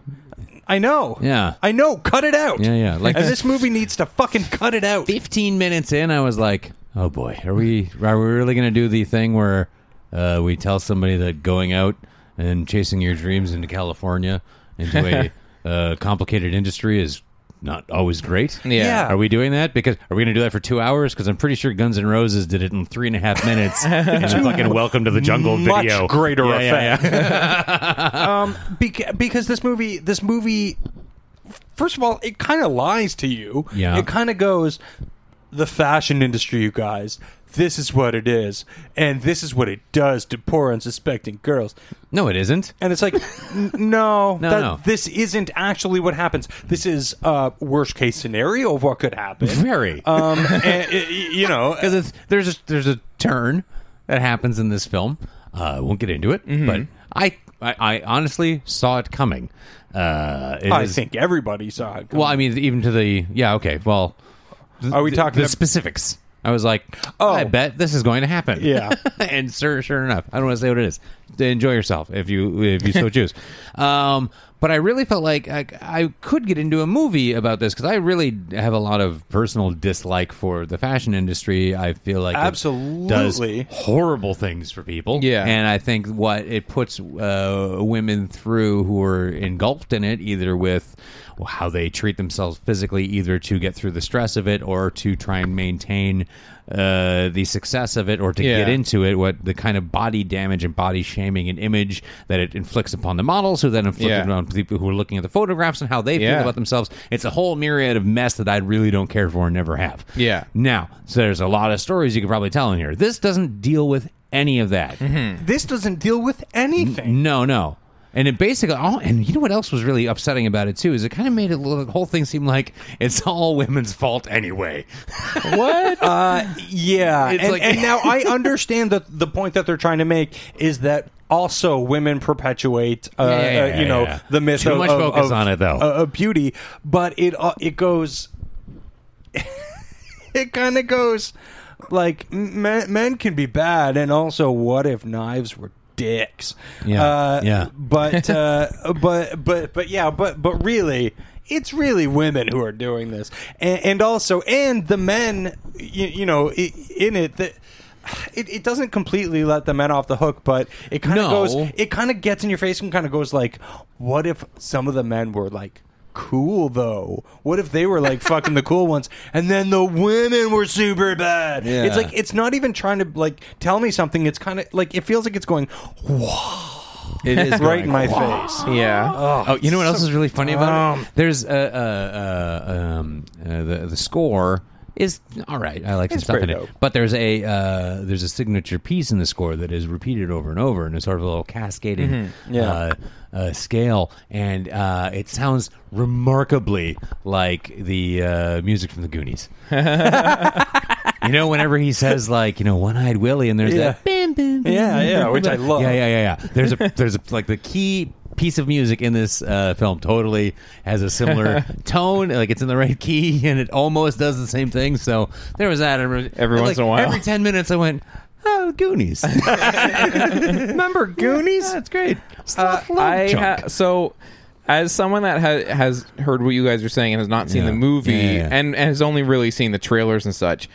Speaker 3: I know.
Speaker 5: Yeah.
Speaker 3: I know. Cut it out.
Speaker 5: Yeah, yeah,
Speaker 3: Like
Speaker 5: like-
Speaker 3: and this movie needs to fucking cut it out.
Speaker 5: 15 minutes in I was like oh boy are we are we really going to do the thing where uh, we tell somebody that going out and chasing your dreams into California into a uh, complicated industry is not always great
Speaker 2: Yeah.
Speaker 3: Yeah.
Speaker 5: are we doing that? Because are we going to do that for two hours? Because I'm pretty sure Guns N' Roses did it in three and a half minutes. and a fucking Welcome to the Jungle
Speaker 3: much
Speaker 5: video.
Speaker 3: greater
Speaker 5: Yeah, yeah,
Speaker 3: effect.
Speaker 5: yeah.
Speaker 3: um, beca- because this movie, this movie, first of all, it kind of lies to you.
Speaker 5: Yeah.
Speaker 3: It kind of goes, the fashion industry, you guys. This is what it is, and this is what it does to poor unsuspecting girls.
Speaker 5: No, it isn't.
Speaker 3: And it's like, n- no,
Speaker 5: No,
Speaker 3: that-
Speaker 5: no.
Speaker 3: this isn't actually what happens. This is uh, worst case scenario of what could happen.
Speaker 5: Very.
Speaker 3: Um, and, y- y- you know,
Speaker 5: because it's there's a, there's a turn that happens in this film. Uh, I won't get into it, but I, I I honestly saw it coming. Uh, it
Speaker 3: I
Speaker 5: is-
Speaker 3: think everybody saw it. Coming.
Speaker 5: Well, I mean, even to the yeah, okay. Well,
Speaker 3: um, are we talking?
Speaker 5: the
Speaker 3: ab-
Speaker 5: specifics. I was like, oh, I bet this is going to happen.
Speaker 3: Yeah.
Speaker 5: and sure, sure enough, I don't want to say what it is. Enjoy yourself if you if you so choose. Um, but I really felt like I, I could get into a movie about this because I really have a lot of personal dislike for the fashion industry. I feel like it
Speaker 3: Absolutely.
Speaker 5: does horrible things for people.
Speaker 2: Yeah.
Speaker 5: and I think what it puts uh, women through who are engulfed in it, either with how they treat themselves physically, either to get through the stress of it or to try and maintain uh, the success of it or to
Speaker 2: Yeah.
Speaker 5: get into it, what the kind of body damage and body shaming and image that it inflicts upon the models, who then inflict
Speaker 2: Yeah.
Speaker 5: it on people who are looking at the photographs and how they
Speaker 2: Yeah.
Speaker 5: feel about themselves. It's a whole myriad of mess that I really don't care for and never have.
Speaker 2: Yeah.
Speaker 5: Now, so there's a lot of stories you could probably tell in here. This doesn't deal with any of that.
Speaker 3: This doesn't deal with anything.
Speaker 5: No, no. And it basically, all, and you know what else was really upsetting about it too is it kind of made it the whole thing seem like it's all women's fault anyway.
Speaker 3: What? Uh, yeah.
Speaker 5: It's
Speaker 3: and,
Speaker 5: like-
Speaker 3: and now I understand that the point that they're trying to make is that also women perpetuate, uh,
Speaker 5: Yeah, yeah, yeah,
Speaker 3: uh, you know,
Speaker 5: yeah.
Speaker 3: the myth
Speaker 5: Too
Speaker 3: of,
Speaker 5: much
Speaker 3: of-
Speaker 5: focus
Speaker 3: of-
Speaker 5: on it, though.
Speaker 3: uh, of beauty, but it uh, it goes, it kind of goes like men, men can be bad, and also what if knives were dicks?
Speaker 5: Yeah,
Speaker 3: uh,
Speaker 5: yeah.
Speaker 3: But uh, but but but yeah, but but really. It's really women who are doing this, and, and also, and the men, you, you know, i- in it that it, it doesn't completely let the men off the hook, but it kind of
Speaker 5: No.
Speaker 3: goes, it kind of gets in your face and kind of goes like, what if some of the men were like cool though? What if they were like fucking the cool ones and then the women were super bad? It's like it's not even trying to like tell me something. It's kind of like it feels like it's going
Speaker 5: It is
Speaker 3: right in my face.
Speaker 2: Yeah.
Speaker 5: Oh, you know what else is really funny about it? There's uh, uh, uh, um, uh, the the score is all right. I like some stuff in
Speaker 3: pretty
Speaker 5: it,
Speaker 3: dope.
Speaker 5: but there's a uh, there's a signature piece in the score that is repeated over and over, and it's sort of a little cascading
Speaker 3: Mm-hmm.
Speaker 5: uh, uh, scale, and uh, it sounds remarkably like the uh, music from the Goonies. You know, whenever he says like, you know, one eyed Willie, and there's
Speaker 3: Yeah.
Speaker 5: that, bam, bam, bam,
Speaker 3: Yeah, yeah,
Speaker 5: bam,
Speaker 3: which
Speaker 5: bam.
Speaker 3: I love.
Speaker 5: Yeah, yeah, yeah, yeah. There's a there's a like the key piece of music in this uh, film totally has a similar tone, like it's in the right key, and it almost does the same thing. So there was that. Every,
Speaker 2: Every once in a while.
Speaker 5: every ten minutes, I went. Oh, Goonies! Remember Goonies? That's great. Sloth Love
Speaker 2: Uh, I
Speaker 5: Chunk.
Speaker 2: ha- so as someone that ha- has heard what you guys are saying and has not seen
Speaker 5: Yeah.
Speaker 2: the movie
Speaker 5: Yeah, yeah, yeah.
Speaker 2: And, and has only really seen the trailers and such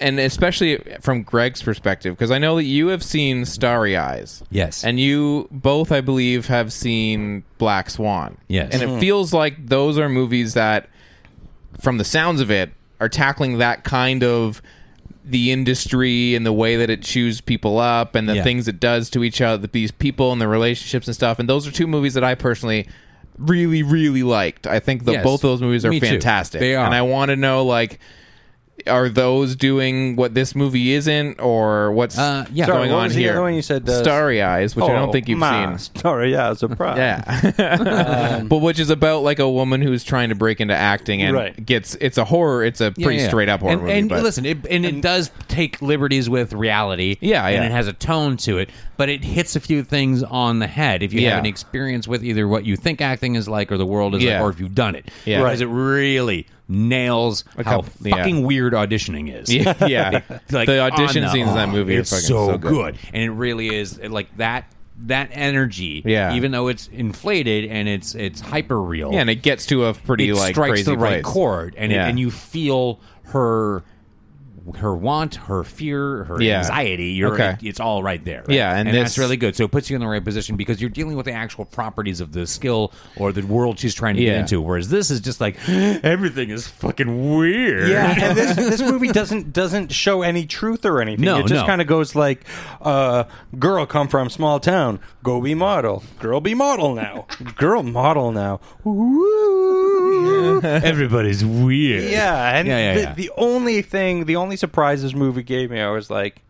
Speaker 2: and especially from Greg's perspective because I know that you have seen Starry Eyes.
Speaker 5: Yes.
Speaker 2: And you both I believe have seen Black Swan.
Speaker 5: Yes.
Speaker 2: And it feels like those are movies that from the sounds of it, are tackling that kind of the industry and the way that it chews people up and the
Speaker 5: Yeah.
Speaker 2: things it does to each other, these people and the relationships and stuff. And those are two movies that I personally really, really liked. I think the,
Speaker 5: Yes.
Speaker 2: both those movies are
Speaker 5: Me too.
Speaker 2: fantastic.
Speaker 5: They are.
Speaker 2: And I want to know, like, are those doing what this movie isn't or what's
Speaker 5: Uh, yeah.
Speaker 2: going
Speaker 3: Sorry, what
Speaker 2: on
Speaker 3: was the
Speaker 2: here?
Speaker 3: other one you said, uh,
Speaker 2: Starry Eyes, which I don't think you've seen.
Speaker 3: Sorry, yeah, surprise.
Speaker 2: Yeah,
Speaker 5: Mm-hmm.
Speaker 2: but which is about like a woman who's trying to break into acting and
Speaker 3: Right.
Speaker 2: gets it's a horror. It's a
Speaker 5: Yeah,
Speaker 2: pretty
Speaker 5: yeah.
Speaker 2: straight up horror
Speaker 5: and,
Speaker 2: movie.
Speaker 5: And
Speaker 2: but
Speaker 5: listen, it, and, it does take liberties with reality.
Speaker 2: Yeah,
Speaker 5: and
Speaker 2: yeah.
Speaker 5: it has a tone to it, but it hits a few things on the head if you
Speaker 2: Yeah.
Speaker 5: have an experience with either what you think acting is like or the world is
Speaker 2: Yeah.
Speaker 5: like, or if you've done it.
Speaker 2: Yeah.
Speaker 5: because it really nails how
Speaker 2: couple- yeah.
Speaker 5: fucking weird auditioning is.
Speaker 2: yeah, yeah.
Speaker 5: Like,
Speaker 2: the audition
Speaker 5: on
Speaker 2: scenes in that
Speaker 5: oh,
Speaker 2: movie
Speaker 5: it's
Speaker 2: are fucking
Speaker 5: so,
Speaker 2: so,
Speaker 5: good. and it really is like that. That energy,
Speaker 2: Yeah.
Speaker 5: even though it's inflated and it's it's hyper real,
Speaker 2: Yeah, and it gets to a pretty
Speaker 5: it
Speaker 2: like
Speaker 5: strikes
Speaker 2: crazy
Speaker 5: the right
Speaker 2: place.
Speaker 5: chord, and
Speaker 2: Yeah.
Speaker 5: it, and you feel her her want, her fear, her
Speaker 2: Yeah.
Speaker 5: anxiety. You're
Speaker 2: Okay.
Speaker 5: it's all right there. right?
Speaker 2: Yeah, and
Speaker 5: that's
Speaker 2: this-
Speaker 5: really good. So it puts you in the right position because you're dealing with the actual properties of the skill or the world she's trying to
Speaker 2: Yeah.
Speaker 5: get into. Whereas this is just like everything is fucking weird.
Speaker 3: Yeah, and this this movie doesn't doesn't show any truth or anything.
Speaker 5: No,
Speaker 3: it just
Speaker 5: no.
Speaker 3: kind of goes like, uh, "Girl, come from small town. Go be model. Girl, be model now. Girl, model now." Woo.
Speaker 5: everybody's weird.
Speaker 3: Yeah, and
Speaker 5: yeah, yeah,
Speaker 3: the,
Speaker 5: yeah.
Speaker 3: the only thing, the only surprise this movie gave me, I was like,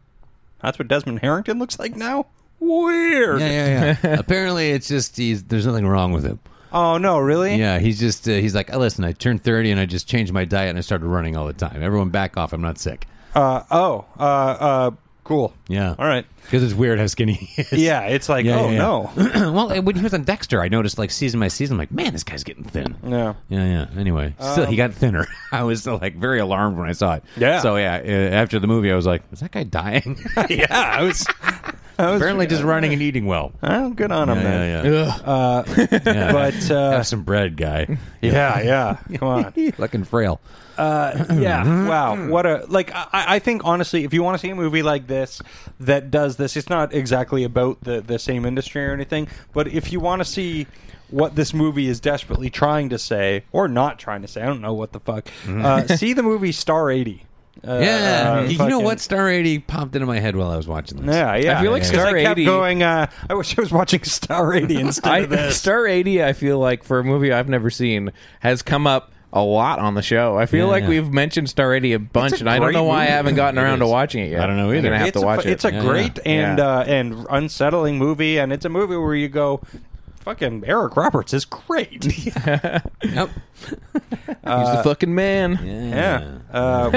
Speaker 3: "That's what Desmond Harrington looks like now." Weird.
Speaker 5: yeah, yeah. Apparently, it's just he's, there's nothing wrong with him.
Speaker 3: Oh no, really?
Speaker 5: Yeah, he's just uh, he's like, oh, listen, I turned thirty and I just changed my diet and I started running all the time. Everyone, back off! I'm not sick.
Speaker 3: Uh, oh, uh, uh, cool.
Speaker 5: Yeah.
Speaker 3: All right.
Speaker 5: Because it's weird how skinny he is.
Speaker 3: Yeah, it's like,
Speaker 5: Yeah,
Speaker 3: oh
Speaker 5: yeah,
Speaker 3: no.
Speaker 5: yeah. well, eh, when he was on Dexter, I noticed like season by season, I'm like, man, this guy's getting thin.
Speaker 3: Yeah. Um,
Speaker 5: Yeah, yeah. Anyway, still, he got thinner. I was uh, like very alarmed when I saw it.
Speaker 3: Yeah.
Speaker 5: So yeah, eh, after the movie, I was like, is that guy dying?
Speaker 3: yeah, I was. I was
Speaker 5: Apparently, just running and eating well.
Speaker 3: Oh, good on him, man.
Speaker 5: Yeah, yeah. Yeah.
Speaker 3: But uh,
Speaker 5: have some bread, guy.
Speaker 3: yeah, yeah. Come on. Mm-hmm.
Speaker 5: Looking frail.
Speaker 3: yeah. Wow. What a like. I, I think honestly, if you want to see a movie like this that does this, it's not exactly about the the same industry or anything. But if you want to see what this movie is desperately trying to say or not trying to say, I don't know what the fuck. Uh, see the movie Star Eighty. Uh,
Speaker 5: Mm-hmm. yeah,
Speaker 3: uh,
Speaker 5: you know
Speaker 3: fucking-
Speaker 5: what? Star eighty popped into my head while I was watching this.
Speaker 3: Yeah, yeah.
Speaker 2: I feel like
Speaker 3: 'Cause
Speaker 2: Star
Speaker 3: I kept
Speaker 2: 80
Speaker 3: going. Uh, I wish I was watching Star 80 instead
Speaker 2: I,
Speaker 3: of this.
Speaker 2: Star 80, I feel like, for a movie I've never seen, has come up a lot on the show. I feel like we've mentioned Star 80 a bunch,
Speaker 3: It's a
Speaker 2: and I don't know
Speaker 3: great
Speaker 2: why I
Speaker 3: movie.
Speaker 2: haven't gotten around to watching it yet.
Speaker 5: I don't know
Speaker 2: I'm
Speaker 5: either.
Speaker 2: gonna have
Speaker 3: it's
Speaker 2: to
Speaker 3: a,
Speaker 2: watch
Speaker 3: fu-
Speaker 2: it.
Speaker 3: It's a
Speaker 5: Yeah,
Speaker 3: great and
Speaker 2: Yeah.
Speaker 3: uh, and unsettling movie, and it's a movie where you go, "Fucking Eric Roberts is great."
Speaker 5: Nope.
Speaker 2: He's
Speaker 5: uh,
Speaker 2: the fucking man.
Speaker 3: Yeah. Uh,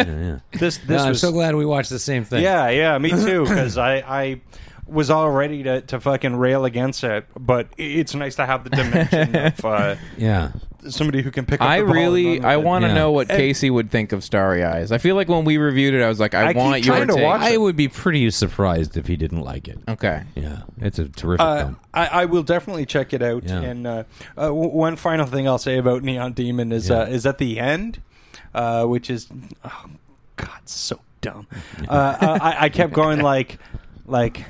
Speaker 3: This this
Speaker 5: No, I'm
Speaker 3: was
Speaker 5: so glad we watched the same thing.
Speaker 3: yeah yeah me too because I I was all ready to, to fucking rail against it, but i- it's nice to have the dimension of uh,
Speaker 5: yeah.
Speaker 3: somebody who can pick. up
Speaker 2: I
Speaker 3: the ball and
Speaker 2: really,
Speaker 3: run with
Speaker 2: I
Speaker 3: it.
Speaker 2: want to
Speaker 5: Yeah.
Speaker 2: know what Casey would think of Starry Eyes. I feel like when we reviewed it, I was like, I,
Speaker 3: I keep
Speaker 2: want your
Speaker 3: trying to
Speaker 2: take.
Speaker 3: watch-
Speaker 5: I would be pretty surprised if he didn't like it.
Speaker 2: Okay.
Speaker 5: Yeah, it's a terrific
Speaker 3: Uh,
Speaker 5: film.
Speaker 3: I, I will definitely check it out.
Speaker 5: Yeah.
Speaker 3: And uh, uh, w- one final thing I'll say about Neon Demon is uh, is at the end, uh, which is oh god, so dumb. Uh, I, I kept going like like.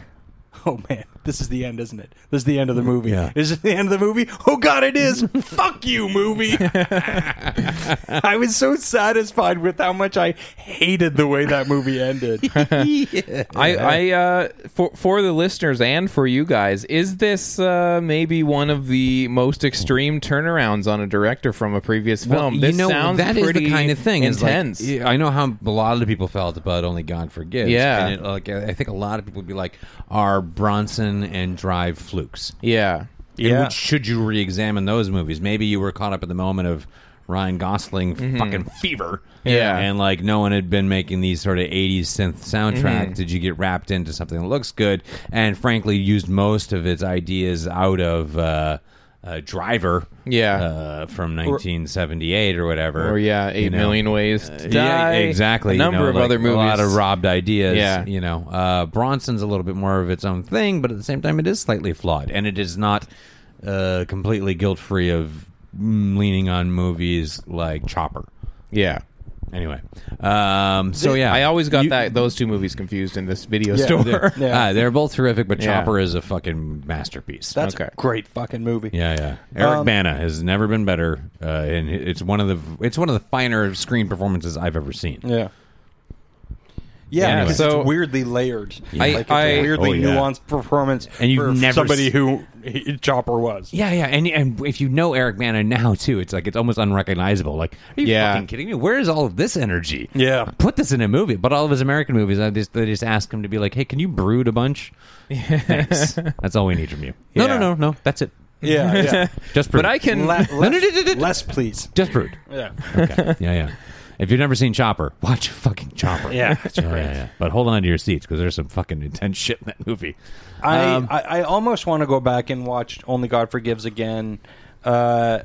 Speaker 3: Oh man, this is the end, isn't it? This is the end of the movie.
Speaker 5: Mm-hmm. Yeah.
Speaker 3: Is it the end of the movie? Oh god, it is. Fuck you, movie. I was so satisfied with how much I hated the way that movie ended.
Speaker 2: I, I uh, for for the listeners and for you guys, is this uh, maybe one of the most extreme turnarounds on a director from a previous film?
Speaker 5: Well,
Speaker 2: this
Speaker 5: you know,
Speaker 2: sounds
Speaker 5: that is
Speaker 2: pretty
Speaker 5: the kind of thing is like-
Speaker 2: intense.
Speaker 5: yeah, I know how a lot of people felt about Only God Forgives.
Speaker 2: Yeah.
Speaker 5: and it, like I think a lot of people would be like, "Are Bronson and Drive flukes?"
Speaker 2: yeah.
Speaker 5: And
Speaker 3: Yeah.
Speaker 5: Which should you re-examine those movies? Maybe you were caught up at the moment of Ryan Gosling fucking fever.
Speaker 2: Mm-hmm. Yeah.
Speaker 5: And like no one had been making these sort of 80s synth soundtrack.
Speaker 2: Mm-hmm.
Speaker 5: Did you get wrapped into something that looks good? And frankly, used most of its ideas out of uh, uh, Driver.
Speaker 2: Yeah.
Speaker 5: Uh, from 1978 or, whatever.
Speaker 2: Or yeah, eight
Speaker 5: you know. Uh,
Speaker 2: million ways to
Speaker 5: Yeah, e-
Speaker 2: die.
Speaker 5: exactly.
Speaker 2: A
Speaker 5: you
Speaker 2: number
Speaker 5: know,
Speaker 2: of
Speaker 5: like,
Speaker 2: other movies.
Speaker 5: a lot of robbed ideas.
Speaker 2: Yeah.
Speaker 5: you know, uh, Bronson's a little bit more of its own thing, but at the same time, it is slightly flawed, and it is not uh, completely guilt free of mm, leaning on movies like Chopper.
Speaker 2: yeah.
Speaker 5: Anyway, um, so yeah,
Speaker 2: I always got
Speaker 5: You-
Speaker 2: that those two movies confused in this video store.
Speaker 5: They're,
Speaker 3: Yeah.
Speaker 5: ah, they're both terrific, but
Speaker 2: Yeah.
Speaker 5: Chopper is a fucking masterpiece.
Speaker 3: That's
Speaker 2: Okay.
Speaker 3: a great fucking movie.
Speaker 5: Yeah, yeah. Eric
Speaker 3: Um,
Speaker 5: Bana has never been better, uh, and it's one of the it's one of the finer screen performances I've ever seen.
Speaker 3: Yeah. Yeah,
Speaker 2: Yeah,
Speaker 3: because
Speaker 2: so-
Speaker 3: it's weirdly layered.
Speaker 2: I-
Speaker 3: like it's
Speaker 2: I-
Speaker 3: a weirdly
Speaker 5: Oh, yeah.
Speaker 3: nuanced performance
Speaker 5: And you've
Speaker 3: for
Speaker 5: never
Speaker 3: somebody
Speaker 5: s-
Speaker 3: who he- Chopper was.
Speaker 5: Yeah, yeah, and and if you know Eric Bana now too, it's like it's almost unrecognizable. Like, are you
Speaker 2: Yeah.
Speaker 5: fucking kidding me? Where is all of this energy?
Speaker 3: Yeah.
Speaker 5: put this in a movie. But all of his American movies, I just they just ask him to be like, hey, can you brood a bunch? Thanks. That's all we need from you. No,
Speaker 2: Yeah.
Speaker 5: no, no, no. That's it.
Speaker 3: Yeah, yeah.
Speaker 5: Just brood.
Speaker 2: But I can.
Speaker 3: Le-
Speaker 5: No, no, no, no, no, no.
Speaker 3: less, please.
Speaker 5: just brood.
Speaker 3: Yeah,
Speaker 5: Okay. yeah, yeah. If you've never seen Chopper, watch fucking Chopper.
Speaker 3: yeah.
Speaker 5: Yeah, yeah, yeah. But hold on to your seats because there's some fucking intense shit in that movie.
Speaker 3: I,
Speaker 5: Um,
Speaker 3: I I almost want to go back and watch Only God Forgives again, uh,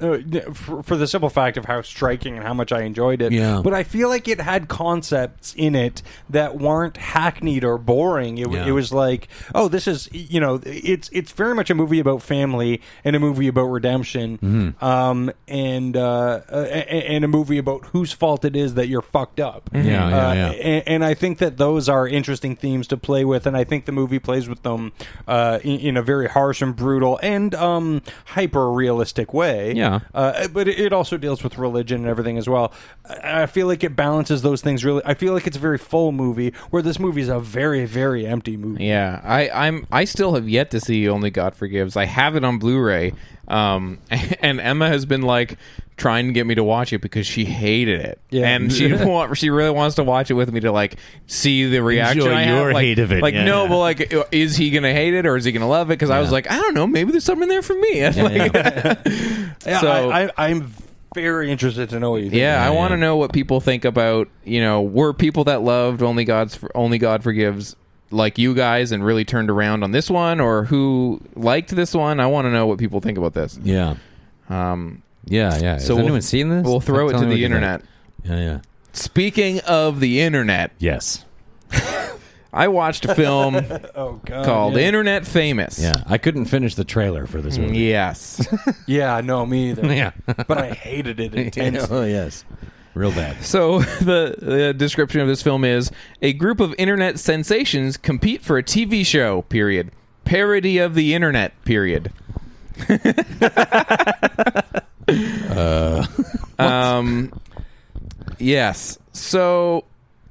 Speaker 3: uh, for, for the simple fact of how striking and how much I enjoyed it.
Speaker 5: Yeah.
Speaker 3: But I feel like it had concepts in it that weren't hackneyed or boring. It, w
Speaker 5: Yeah.
Speaker 3: it was like, oh, this is you know, it's it's very much a movie about family and a movie about redemption,
Speaker 5: Mm-hmm.
Speaker 3: um, and uh, a- a- and a movie about whose fault it is that you're fucked up.
Speaker 5: Yeah, yeah,
Speaker 3: Uh,
Speaker 5: yeah.
Speaker 3: and, and I think that those are interesting themes to play with, and I think the movie plays with them uh, in, in a very harsh and brutal and um, hyper realistic way.
Speaker 5: Yeah.
Speaker 3: uh, but it, it also deals with religion and everything as well. I, I feel like it balances those things really. I feel like it's a very full movie, where this movie is a very very empty movie.
Speaker 2: Yeah, I, I'm. I still have yet to see Only God Forgives. I have it on Blu-ray, um, and Emma has been like trying to get me to watch it because she hated it,
Speaker 3: Yeah.
Speaker 2: and she want, she really wants to watch it with me to like see the reaction.
Speaker 5: Enjoy
Speaker 2: I have.
Speaker 5: your
Speaker 2: like,
Speaker 5: hate of it.
Speaker 2: Like
Speaker 5: Yeah,
Speaker 2: no,
Speaker 5: yeah.
Speaker 2: but like, is he gonna hate it or is he gonna love it? Because I was like, I don't know. Maybe there's something there for me. Yeah, like,
Speaker 3: Yeah,
Speaker 2: So-
Speaker 3: I, I, I'm very interested to know what you think.
Speaker 2: yeah, I want to know what people think about. You know, were people that loved Only God's Only God Forgives like you guys and really turned around on this one, or who liked this one? I want to know what people think about this.
Speaker 5: Yeah.
Speaker 2: Um,
Speaker 5: Yeah, yeah. Has
Speaker 2: So we'll-
Speaker 5: anyone seen this?
Speaker 2: we'll throw it
Speaker 5: Tell
Speaker 2: to
Speaker 5: me what
Speaker 2: the
Speaker 5: you think.
Speaker 2: internet.
Speaker 5: Yeah, Oh, yeah.
Speaker 2: Speaking of the internet,
Speaker 5: Yes.
Speaker 2: I watched a film
Speaker 3: Oh god,
Speaker 2: called
Speaker 3: yeah.
Speaker 2: Internet Famous.
Speaker 5: Yeah. I couldn't finish the trailer for this movie.
Speaker 2: Yes.
Speaker 3: Yeah, no, me either.
Speaker 5: Yeah.
Speaker 3: but I hated it intensely.
Speaker 5: oh, yes. Real bad.
Speaker 2: So the, the description of this film is a group of internet sensations compete for a TV show. Period. Parody of the internet. Period. um. Yes. So,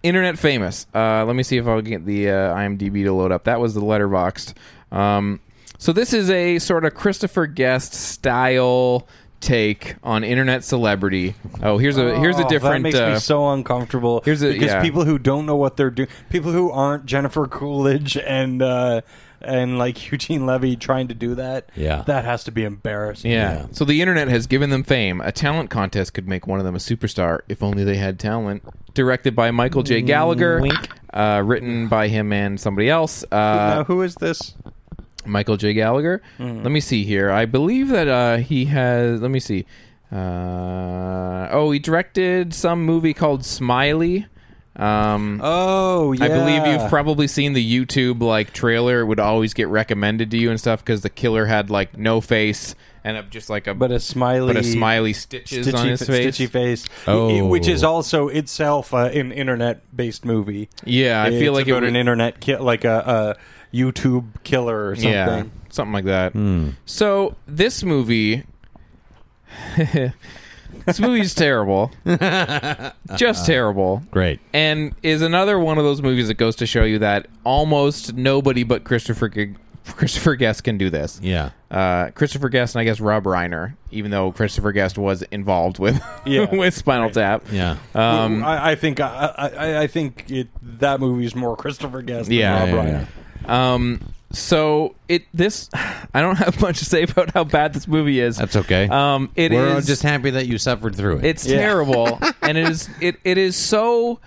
Speaker 2: internet famous. Uh, let me see if I'll get the uh, IMDb to load up. That was the letterboxed. Um, so this is a sort of Christopher Guest style take on internet celebrity. Oh, here's a here's a
Speaker 3: Oh,
Speaker 2: different.
Speaker 3: That makes
Speaker 2: uh,
Speaker 3: me so uncomfortable.
Speaker 2: here's a-
Speaker 3: because
Speaker 2: yeah.
Speaker 3: people who don't know what they're doing, people who aren't Jennifer Coolidge and uh, and like Eugene Levy trying to do that.
Speaker 5: Yeah.
Speaker 3: that has to be embarrassing.
Speaker 2: Yeah. So the internet has given them fame. A talent contest could make one of them a superstar if only they had talent. Directed by Michael J. Gallagher. Uh, written by him and somebody else. Uh,
Speaker 3: now, who is this?
Speaker 2: Michael J. Gallagher.
Speaker 3: Mm-hmm.
Speaker 2: Let me see here. I believe that uh, he has. Let me see. Uh, oh, he directed some movie called Smiley. Um,
Speaker 3: Oh, yeah.
Speaker 2: I believe you've probably seen the YouTube like trailer. It would always get recommended to you and stuff because the killer had like no face and a, just like a
Speaker 3: But a smiley-
Speaker 2: but a smiley stitches
Speaker 3: stitchy,
Speaker 2: on his face.
Speaker 3: stitchy face.
Speaker 5: Oh.
Speaker 3: which is also itself uh, an internet-based movie.
Speaker 2: Yeah, I feel
Speaker 3: It's
Speaker 2: like it
Speaker 3: about
Speaker 2: would-
Speaker 3: an internet ki- like a, a YouTube killer or something.
Speaker 2: Yeah, something like that. So this movie, this movie's terrible, just terrible.
Speaker 5: Great.
Speaker 2: and is another one of those movies that goes to show you that almost nobody but Christopher G- Christopher Guest can do this.
Speaker 5: Yeah.
Speaker 2: Uh, Christopher Guest and I guess Rob Reiner, even though Christopher Guest was involved with
Speaker 3: Yeah,
Speaker 2: with Spinal Tap.
Speaker 5: Yeah.
Speaker 3: Um, I, I think I, I, I think it, that movie's more Christopher Guest than
Speaker 2: Yeah.
Speaker 3: Rob
Speaker 2: Yeah,
Speaker 3: Reiner.
Speaker 5: yeah,
Speaker 2: Um, so it this I don't have much to say about how bad this movie is.
Speaker 5: That's okay.
Speaker 2: Um, it is
Speaker 5: We're just happy that you suffered through it.
Speaker 2: It's terrible, and it is it it is so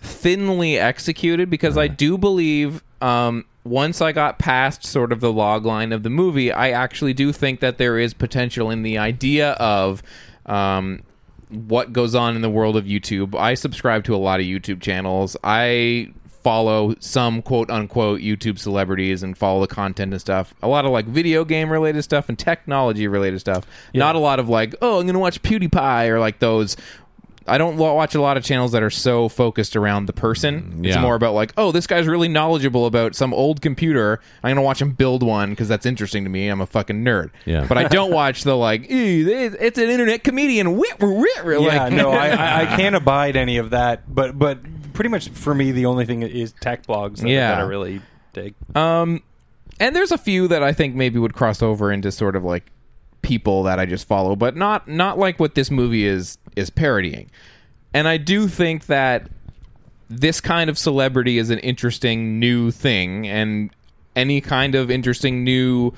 Speaker 2: thinly executed because I do believe um, once I got past sort of the log line of the movie, I actually do think that there is potential in the idea of. Um, what goes on in the world of YouTube? I subscribe to a lot of YouTube channels. I follow some quote unquote YouTube celebrities and follow the content and stuff. A lot of like video game related stuff and technology related stuff. Not a lot of like, oh, I'm going to watch PewDiePie or like those. I don't wa- watch a lot of channels that are so focused around the person. It's
Speaker 5: yeah.
Speaker 2: more about like, oh, this guy's really knowledgeable about some old computer. I'm going to watch him build one because that's interesting to me. I'm a fucking nerd.
Speaker 5: Yeah.
Speaker 2: But I don't watch the like, "Ew, this- it's an internet comedian. Whit, whit, whit,"
Speaker 3: Yeah,
Speaker 2: like-
Speaker 3: no, I, I, I can't abide any of that. But but pretty much for me, the only thing is tech blogs that,
Speaker 2: Yeah.
Speaker 3: that I really dig.
Speaker 2: and there's a few that I think maybe would cross over into sort of like people that I just follow, but not not like what this movie is is parodying. And I do think that this kind of celebrity is an interesting new thing and any kind of interesting new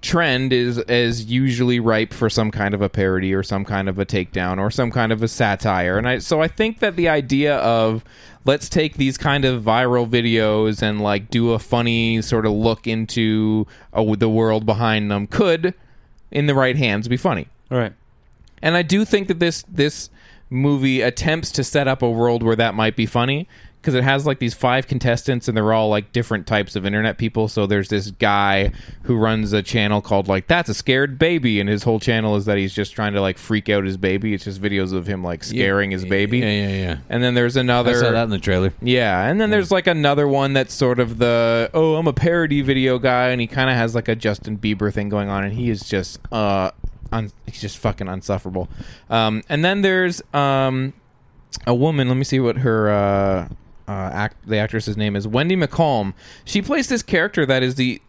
Speaker 2: trend is is usually ripe for some kind of a parody or some kind of a takedown or some kind of a satire and I so I think that the idea of let's take these kind of viral videos and like do a funny sort of look into uh, the world behind them could in the right hands be funny
Speaker 3: All right.
Speaker 2: and I do think that this this movie attempts to set up a world where that might be funny because it has like these five contestants and they're all like different types of internet people. So there's this guy who runs a channel called like That's a Scared Baby, and his whole channel is that he's just trying to like freak out his baby. It's just videos of him like scaring his baby.
Speaker 5: Yeah, yeah, yeah.
Speaker 2: And then there's another.
Speaker 5: I saw that in the trailer.
Speaker 2: Yeah, and then there's like another one that's sort of the oh, I'm a parody video guy, and he kind of has like a Justin Bieber thing going on, and he is just uh, un- he's just fucking insufferable. Um, and then there's um, a woman. Let me see what her uh, uh, act- the actress's name is. Wendy McComb. She plays this character that is the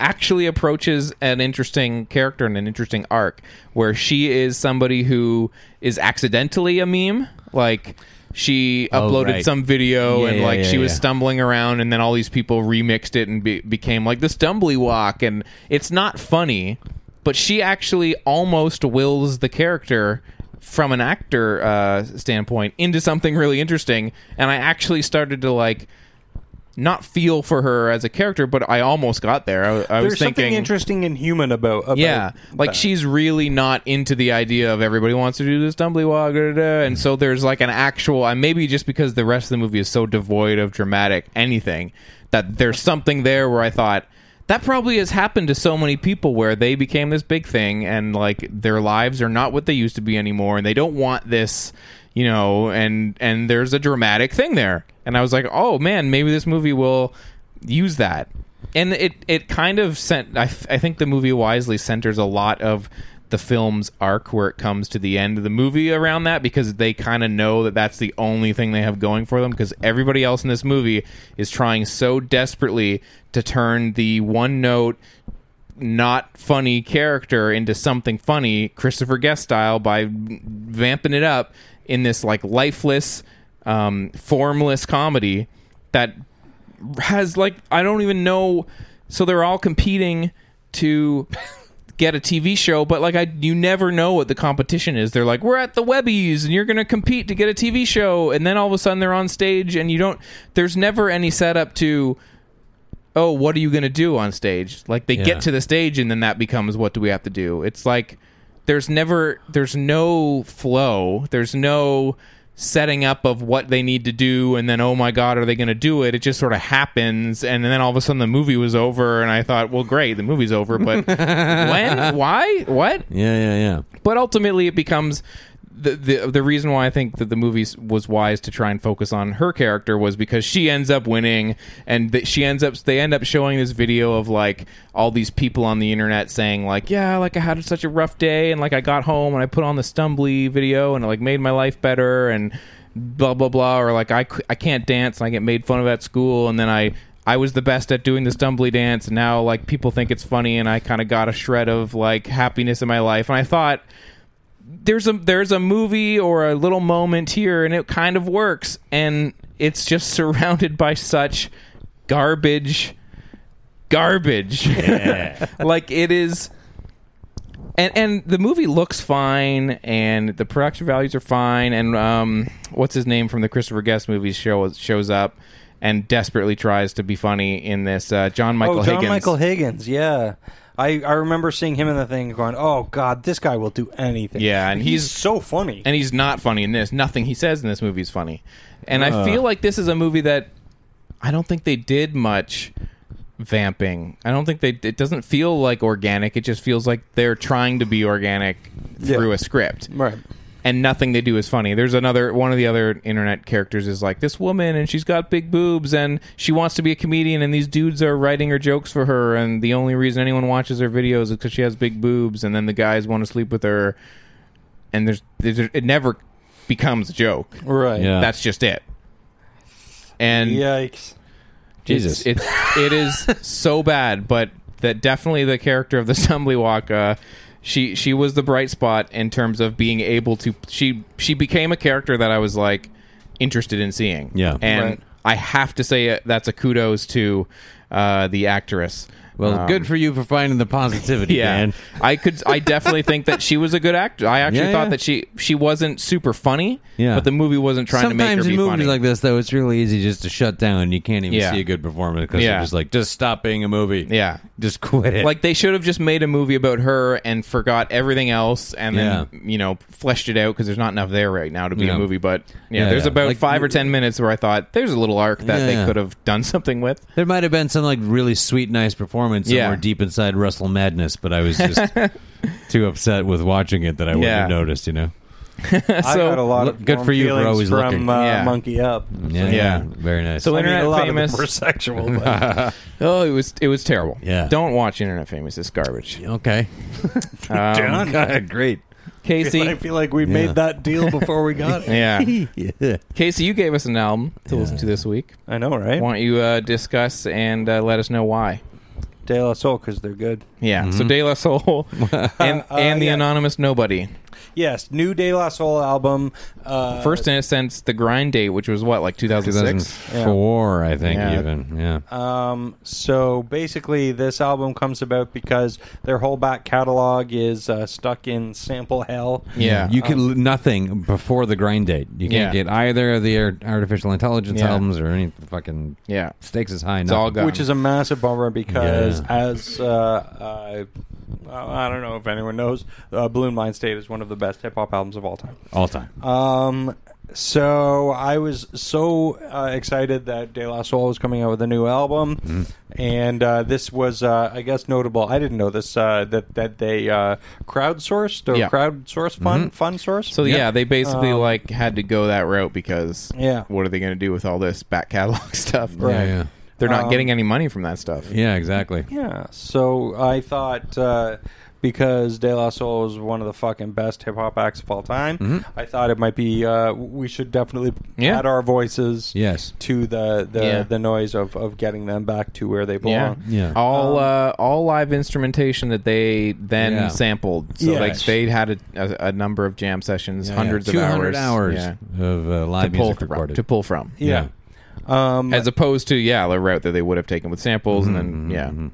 Speaker 2: actually approaches an interesting character and an interesting arc where she is somebody who is accidentally a meme, like. She uploaded
Speaker 5: right.
Speaker 2: some video
Speaker 5: Yeah,
Speaker 2: and
Speaker 5: yeah,
Speaker 2: like
Speaker 5: yeah,
Speaker 2: she was
Speaker 5: yeah.
Speaker 2: stumbling around and then all these people remixed it and be- became like the stumbly walk and it's not funny but she actually almost wills the character from an actor uh, standpoint into something really interesting and i actually started to like not feel for her as a character but i almost got there i, I
Speaker 3: There's
Speaker 2: was thinking
Speaker 3: something interesting and human about, about
Speaker 2: yeah, like
Speaker 3: that.
Speaker 2: she's really not into the idea of everybody wants to do this stumbly walk, da, da, da. and so there's like an actual. And maybe just because the rest of the movie is so devoid of dramatic anything, that there's something there where I thought that probably has happened to so many people where they became this big thing and like their lives are not what they used to be anymore, and they don't want this, you know. And and there's a dramatic thing there, and I was like, oh man, maybe this movie will use that and it it kind of sent I, f- I think the movie wisely centers a lot of the film's arc where it comes to the end of the movie around that because they kind of know that that's the only thing they have going for them because everybody else in this movie is trying so desperately to turn the one note not funny character into something funny christopher guest style by vamping it up in this like lifeless um, formless comedy that has like i don't even know so they're all competing to get a tv show but like i you never know what the competition is they're like we're at the webbies and you're gonna compete to get a tv show and then all of a sudden they're on stage and you don't there's never any setup to oh, what are you going to do on stage? Like they
Speaker 5: Yeah.
Speaker 2: get to the stage and then that becomes what do we have to do? It's like there's never there's no flow. There's no setting up of what they need to do and then oh my god are they going to do it it just sort of happens and then all of a sudden the movie was over and i thought well great the movie's over but when why what
Speaker 5: Yeah, yeah, yeah.
Speaker 2: but ultimately it becomes the, the the reason why I think that the movie s- was wise to try and focus on her character was because she ends up winning, and th- she ends up they end up showing this video of like all these people on the internet saying like yeah like I had such a rough day and like I got home and I put on the Stumbly video and it like made my life better and blah blah blah or like I c- I can't dance and I get made fun of at school and then I I was the best at doing the stumbly dance and now like people think it's funny and I kind of got a shred of like happiness in my life and I thought there's a there's a movie or a little moment here and it kind of works and it's just surrounded by such garbage garbage like it is and and the movie looks fine and the production values are fine and um what's his name from the Christopher Guest movies show shows up and desperately tries to be funny in this uh, John Michael
Speaker 3: oh, John
Speaker 2: Higgins
Speaker 3: Michael Higgins. Yeah, I I remember seeing him in the thing, going, "Oh God, this guy will do anything."
Speaker 2: Yeah, and he's-
Speaker 3: so funny.
Speaker 2: and he's not funny in this. Nothing he says in this movie is funny. And I feel like this is a movie that I don't think they did much vamping. I don't think they. It doesn't feel like organic. It just feels like they're trying to be organic through
Speaker 3: Yeah.
Speaker 2: a script
Speaker 3: right.
Speaker 2: and nothing they do is funny. There's another one of the other internet characters is like this woman and she's got big boobs and she wants to be a comedian and these dudes are writing her jokes for her and the only reason anyone watches her videos is because she has big boobs and then the guys want to sleep with her and there's, there's it never becomes a joke.
Speaker 3: Right.
Speaker 5: Yeah.
Speaker 2: That's just it. And
Speaker 3: Yikes.
Speaker 5: Jesus.
Speaker 2: it's, it's it is so bad, but that definitely the character of the Stumbly Walk. Uh, she she was the bright spot in terms of being able to. She she became a character that I was like interested in seeing.
Speaker 5: Yeah.
Speaker 2: and
Speaker 3: Right.
Speaker 2: I have to say uh, that's a kudos to uh, the actress.
Speaker 5: Well,
Speaker 2: Um,
Speaker 5: good for you for finding the positivity,
Speaker 2: yeah,
Speaker 5: man.
Speaker 2: I could. I definitely think that she was a good actor. I actually
Speaker 5: Yeah,
Speaker 2: thought
Speaker 5: yeah.
Speaker 2: that she she wasn't super funny.
Speaker 5: Yeah.
Speaker 2: but the movie wasn't trying to make her
Speaker 5: Sometimes
Speaker 2: be
Speaker 5: in movies
Speaker 2: funny.
Speaker 5: like this, though, it's really easy just to shut down. and You can't even
Speaker 2: Yeah.
Speaker 5: see a good performance because
Speaker 2: Yeah.
Speaker 5: they're just like, just stop being a movie.
Speaker 2: yeah,
Speaker 5: Just quit it.
Speaker 2: Like they should have just made a movie about her and forgot everything else, and
Speaker 5: Yeah.
Speaker 2: then you know fleshed it out because there's not enough there right now to be
Speaker 5: Yeah.
Speaker 2: a movie. But yeah,
Speaker 5: Yeah,
Speaker 2: there's
Speaker 5: yeah.
Speaker 2: about
Speaker 5: Like,
Speaker 2: five or
Speaker 5: w-
Speaker 2: ten minutes where I thought there's a little arc that
Speaker 5: Yeah,
Speaker 2: they
Speaker 5: yeah.
Speaker 2: could have done something with.
Speaker 5: there might have been some like really sweet, nice performance somewhere
Speaker 2: Yeah.
Speaker 5: deep inside Russell Madness, but I was just too upset with watching it that I wouldn't
Speaker 2: Yeah.
Speaker 5: have noticed. You know?
Speaker 3: I
Speaker 2: So-
Speaker 3: got a lot
Speaker 5: Look,
Speaker 3: of
Speaker 5: good
Speaker 3: warm
Speaker 5: for you for
Speaker 3: feelings
Speaker 5: always
Speaker 3: from
Speaker 5: looking.
Speaker 3: Uh,
Speaker 2: Yeah.
Speaker 3: Monkey Up.
Speaker 5: Yeah.
Speaker 2: Yeah.
Speaker 5: Very nice.
Speaker 2: So
Speaker 3: I mean,
Speaker 2: Internet
Speaker 3: a lot
Speaker 2: Famous.
Speaker 3: of them were sexual. But
Speaker 2: Oh, it was it was terrible.
Speaker 5: Yeah.
Speaker 2: don't watch Internet Famous. It's garbage. Um,
Speaker 5: okay.
Speaker 3: John,
Speaker 5: Um, Great.
Speaker 3: I
Speaker 2: Casey,
Speaker 3: feel like we
Speaker 5: Yeah.
Speaker 3: made that deal before we got it.
Speaker 2: yeah,
Speaker 5: Yeah.
Speaker 2: Casey, you gave us an album to listen to this week.
Speaker 3: I know, right?
Speaker 2: Why don't you uh, discuss and uh, let us know why?
Speaker 3: De La Soul, because they're good.
Speaker 2: Yeah. So
Speaker 5: Mm-hmm.
Speaker 2: De La Soul and and the
Speaker 3: Uh, yeah.
Speaker 2: anonymous nobody.
Speaker 3: Yes, new De La Soul album. Uh,
Speaker 2: First in a sense, the grind date, which was what like 2006?
Speaker 5: 2004, I think,
Speaker 2: Yeah.
Speaker 5: even. Yeah.
Speaker 3: Um, so basically, this album comes about because their whole back catalog is uh, stuck in sample hell.
Speaker 2: Yeah. Uh, um,
Speaker 5: You can nothing before the grind date. You can't
Speaker 2: Yeah.
Speaker 5: get either of the ar- artificial intelligence
Speaker 2: Yeah.
Speaker 5: albums or any fucking
Speaker 2: Yeah.
Speaker 5: stakes is high.
Speaker 2: It's all
Speaker 5: nothing.
Speaker 2: gone.
Speaker 3: Which is a massive bummer because,
Speaker 5: Yeah.
Speaker 3: as uh, uh, I don't know if anyone knows, uh, Balloon Mind State is one of the best hip hop albums of all time.
Speaker 5: all time.
Speaker 2: Uh,
Speaker 3: Um, so I was so uh, excited that De La Soul was coming out with a new album,
Speaker 2: Mm-hmm.
Speaker 3: and uh, this was, uh, I guess, notable. I didn't know this uh, that that they uh, crowdsourced or
Speaker 2: Yeah. Mm-hmm.
Speaker 3: crowdsource fund fund source.
Speaker 2: So yeah, they basically
Speaker 5: Um,
Speaker 2: like had to go that route because
Speaker 3: Yeah.
Speaker 2: what are they going to do with all this back catalog stuff?
Speaker 3: Right.
Speaker 5: Yeah, yeah.
Speaker 2: They're not getting any money from that stuff.
Speaker 5: Yeah, exactly.
Speaker 3: Yeah. So I thought uh, because De La Soul is one of the fucking best hip hop acts of all time, I thought it might be uh, we should definitely
Speaker 2: Mm-hmm. Yeah.
Speaker 3: add our voices
Speaker 5: Yes.
Speaker 3: to the the,
Speaker 2: Yeah.
Speaker 3: the noise of, of getting them back to where they belong.
Speaker 5: Yeah. Um,
Speaker 2: All uh, all live instrumentation that they then
Speaker 5: Yeah.
Speaker 2: sampled. So
Speaker 3: Yes.
Speaker 2: like they had a, a, a number of jam sessions, hundreds of hours,
Speaker 5: 200 hours,
Speaker 2: yeah,
Speaker 5: of uh, live
Speaker 2: to pull
Speaker 5: music
Speaker 2: from,
Speaker 5: recorded.
Speaker 2: to pull from.
Speaker 3: Yeah. Um,
Speaker 2: As opposed to yeah, the route that they would have taken with samples, and then yeah,
Speaker 5: Mm-hmm.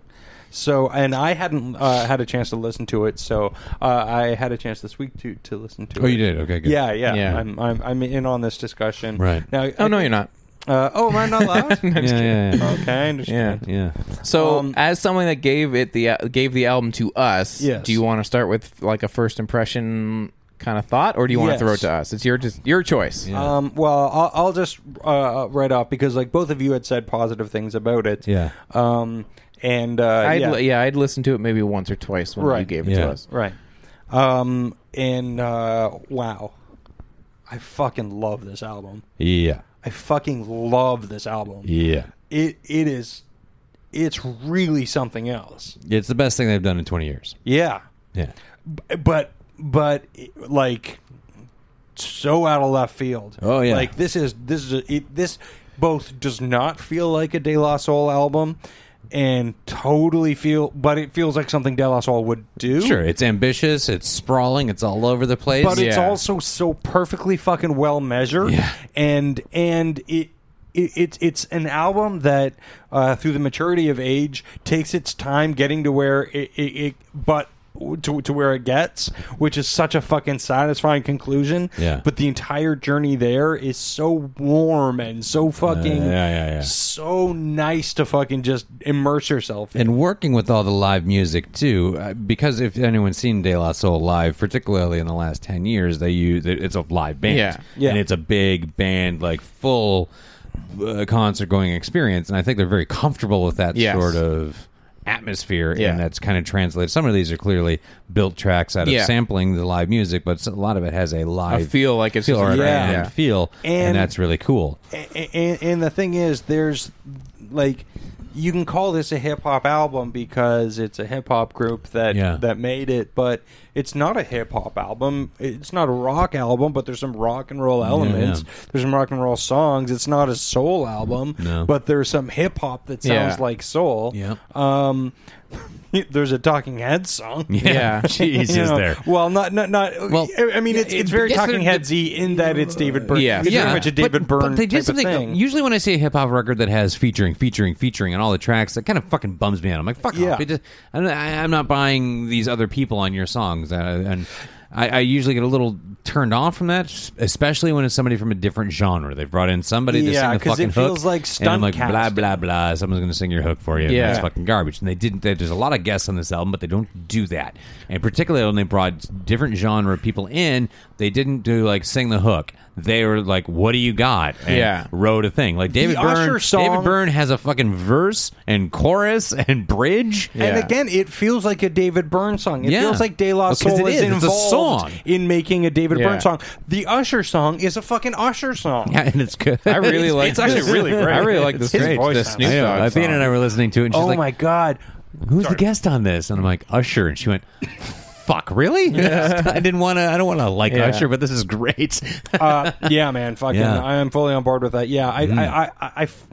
Speaker 3: So, and I hadn't uh, had a chance to listen to it, so uh, I had a chance this week to, to listen to it.
Speaker 5: Oh, you did? Okay, good.
Speaker 3: Yeah, yeah.
Speaker 2: Yeah.
Speaker 3: I'm, I'm I'm in on this discussion
Speaker 5: Right.
Speaker 3: now.
Speaker 2: oh no, you're not.
Speaker 3: Uh, oh, am I not allowed?
Speaker 5: Yeah, yeah, yeah.
Speaker 3: okay, I understand.
Speaker 5: yeah.
Speaker 2: So,
Speaker 3: Um,
Speaker 2: as someone that gave it the uh, gave the album to us,
Speaker 3: Yes.
Speaker 2: do you want to start with like a first impression kind of thought, or do you want
Speaker 3: Yes.
Speaker 2: to throw it to us? It's your just your choice.
Speaker 3: Um, well, I'll, I'll just uh, write off because like both of you had said positive things about it.
Speaker 5: Yeah.
Speaker 3: Um, and uh,
Speaker 2: I'd,
Speaker 3: yeah,
Speaker 2: yeah. I'd listened to it maybe once or twice when you
Speaker 3: Right.
Speaker 2: gave it
Speaker 5: Yeah.
Speaker 2: to us.
Speaker 3: right. Um, and uh, wow, I fucking love this album.
Speaker 5: Yeah.
Speaker 3: I fucking love this album.
Speaker 5: Yeah.
Speaker 3: It it is, it's really something else.
Speaker 5: It's the best thing they've done in 20 years.
Speaker 3: Yeah,
Speaker 5: Yeah.
Speaker 3: but but like so out of left field.
Speaker 5: Oh, yeah.
Speaker 3: like this is this is a, it, this both does not feel like a De La Soul album, and totally feel, but it feels like something De La Soul would do.
Speaker 5: Sure, it's ambitious, it's sprawling, it's all over the place.
Speaker 3: but it's
Speaker 2: Yeah.
Speaker 3: also so perfectly fucking well measured,
Speaker 5: Yeah.
Speaker 3: and and it. It, it's it's an album that uh, through the maturity of age takes its time getting to where it, it, it but to, to where it gets which is such a fucking satisfying conclusion
Speaker 5: Yeah.
Speaker 3: but the entire journey there is so warm and so fucking
Speaker 5: Yeah, yeah, yeah.
Speaker 3: so nice to fucking just immerse yourself in
Speaker 5: and working with all the live music too, uh, because if anyone's seen De La Soul live, particularly in the last ten years, they use it's a live band,
Speaker 2: Yeah.
Speaker 3: Yeah.
Speaker 5: and it's a big band, like full uh, concert going experience, and I think they're very comfortable with that
Speaker 2: Yes.
Speaker 5: sort of atmosphere,
Speaker 2: Yeah.
Speaker 5: and that's kind of translated. Some of these are clearly built tracks out of
Speaker 2: Yeah.
Speaker 5: sampling the live music, but a lot of it has a live
Speaker 2: I feel like it's
Speaker 5: feel
Speaker 2: just
Speaker 5: or
Speaker 2: a
Speaker 5: an
Speaker 3: Yeah.
Speaker 5: and feel, and
Speaker 3: And-
Speaker 5: that's really cool.
Speaker 3: and, and the thing is, there's like you can call this a hip hop album because it's a hip hop group that
Speaker 5: Yeah.
Speaker 3: that made it, but it's not a hip hop album. It's not a rock album, but there's some rock and roll elements. There's some rock and roll songs. It's not a soul album,
Speaker 5: No.
Speaker 3: but there's some hip hop that sounds
Speaker 2: Yeah.
Speaker 3: like soul.
Speaker 5: Yeah.
Speaker 3: Um, there's a Talking Heads song.
Speaker 2: Yeah.
Speaker 5: Jeez,
Speaker 3: You
Speaker 5: is
Speaker 3: know,
Speaker 5: there?
Speaker 3: Well, not not not.
Speaker 5: Well,
Speaker 3: I I mean, it's,
Speaker 5: it-
Speaker 3: it's very
Speaker 5: I guess
Speaker 3: Talking
Speaker 5: they're-
Speaker 3: Headsy in that it's David Byrne.
Speaker 2: Yeah.
Speaker 3: it's very much a
Speaker 5: but-
Speaker 3: David
Speaker 5: but,
Speaker 3: Byrne.
Speaker 5: they did
Speaker 3: type of
Speaker 5: something.
Speaker 3: thing.
Speaker 5: Usually, when I see a hip hop record that has featuring, featuring, featuring, and all the tracks, that kind of fucking bums me out. I'm like, fuck
Speaker 3: Yeah.
Speaker 5: off! It just, I don't, I, I'm not buying these other people on your songs, uh, and I, I usually get a little turned off from that, especially when it's somebody from a different genre. They've brought in somebody to
Speaker 3: Yeah,
Speaker 5: sing the
Speaker 3: 'cause
Speaker 5: fucking
Speaker 3: it feels
Speaker 5: hook,
Speaker 3: like
Speaker 5: and I'm
Speaker 3: stunt
Speaker 5: like, blah
Speaker 3: casting.
Speaker 5: blah blah. Someone's going to sing your hook for you. Yeah,
Speaker 2: Yeah.
Speaker 5: and that's fucking garbage. And they didn't. They, there's a lot of guests on this album, but they don't do that. And particularly when they brought different genre people in, they didn't do like sing the hook. They were like, "What do you got?" And
Speaker 2: Yeah.
Speaker 5: wrote a thing. Like David
Speaker 3: The Usher
Speaker 5: Byrne.
Speaker 3: song-
Speaker 5: David Byrne has a fucking verse and chorus and bridge.
Speaker 3: And
Speaker 2: Yeah.
Speaker 3: again, it feels like a David Byrne song. It
Speaker 5: Yeah.
Speaker 3: feels like De La
Speaker 5: Well, 'cause
Speaker 3: Soul
Speaker 5: it
Speaker 3: is,
Speaker 5: is. It's a
Speaker 3: involved
Speaker 5: song.
Speaker 3: in making a David
Speaker 2: Yeah.
Speaker 3: Byrne song. The Usher song is a fucking Usher song.
Speaker 5: Yeah, and it's good.
Speaker 2: I really like.
Speaker 3: it's actually
Speaker 2: this.
Speaker 3: really great.
Speaker 2: I really like this.
Speaker 3: His
Speaker 2: great-
Speaker 3: voice
Speaker 2: the
Speaker 3: sounds
Speaker 2: Snoop
Speaker 5: I know.
Speaker 2: Dogg
Speaker 5: Athena and I
Speaker 2: song.
Speaker 5: were listening to it, and she's
Speaker 3: oh
Speaker 5: like,
Speaker 3: my god!
Speaker 5: who's the guest on this? And I'm like, Usher. And she went, fuck, really? I didn't want to, I don't want to like
Speaker 2: Yeah.
Speaker 5: Usher, but this is great.
Speaker 3: Uh, yeah, man, fucking,
Speaker 5: Yeah. Mm-hmm.
Speaker 3: I am fully on board with that. Yeah, I, I, I, I, I f-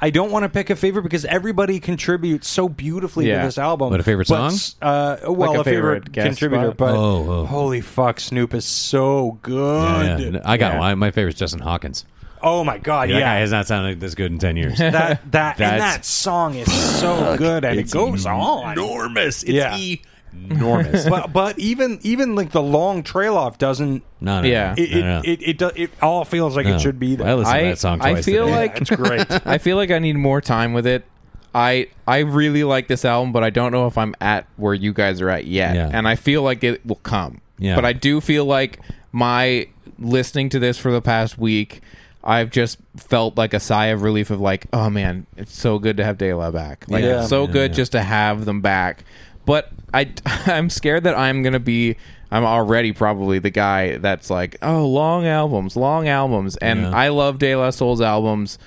Speaker 3: I don't want to pick a favorite because everybody contributes so beautifully
Speaker 2: Yeah.
Speaker 3: to this album.
Speaker 5: What, a favorite
Speaker 3: But,
Speaker 5: song?
Speaker 3: Uh, well,
Speaker 2: Like a
Speaker 3: a favorite,
Speaker 2: favorite guest
Speaker 3: contributor,
Speaker 2: spot?
Speaker 3: but
Speaker 5: Oh, oh.
Speaker 3: holy fuck, Snoop is so good.
Speaker 5: Yeah, I got
Speaker 2: Yeah.
Speaker 5: one. My favorite's Justin Hawkins.
Speaker 3: Oh my god,
Speaker 5: That guy
Speaker 3: yeah.
Speaker 5: has not sounded this good in 10 years.
Speaker 3: That that and
Speaker 5: That's-
Speaker 3: that song is so good, and it goes on.
Speaker 5: Enormous. It's
Speaker 3: Yeah.
Speaker 5: enormous.
Speaker 3: but but even even like the long trail off doesn't
Speaker 5: no, no, no,
Speaker 2: Yeah.
Speaker 5: no,
Speaker 3: it it,
Speaker 5: no, no.
Speaker 3: it, it, do, it all feels like
Speaker 5: No.
Speaker 3: it should be
Speaker 5: I
Speaker 3: there.
Speaker 5: listened to
Speaker 2: I-
Speaker 5: that song
Speaker 2: I
Speaker 5: twice.
Speaker 2: feel
Speaker 5: today.
Speaker 2: like-
Speaker 3: it's great.
Speaker 2: I feel like I need more time with it. I I really like this album, but I don't know if I'm at where you guys are at yet.
Speaker 5: Yeah.
Speaker 2: And I feel like it will come.
Speaker 5: Yeah.
Speaker 2: But I do feel like my listening to this for the past week, I've just felt like a sigh of relief of like, oh man, it's so good to have De La back. Like
Speaker 3: Yeah.
Speaker 2: it's so
Speaker 5: Yeah,
Speaker 2: good
Speaker 5: yeah.
Speaker 2: just to have them back. But I I'm scared that I'm gonna be I'm already probably the guy that's like, oh, long albums, long albums, and
Speaker 5: Yeah.
Speaker 2: I love De La Soul's albums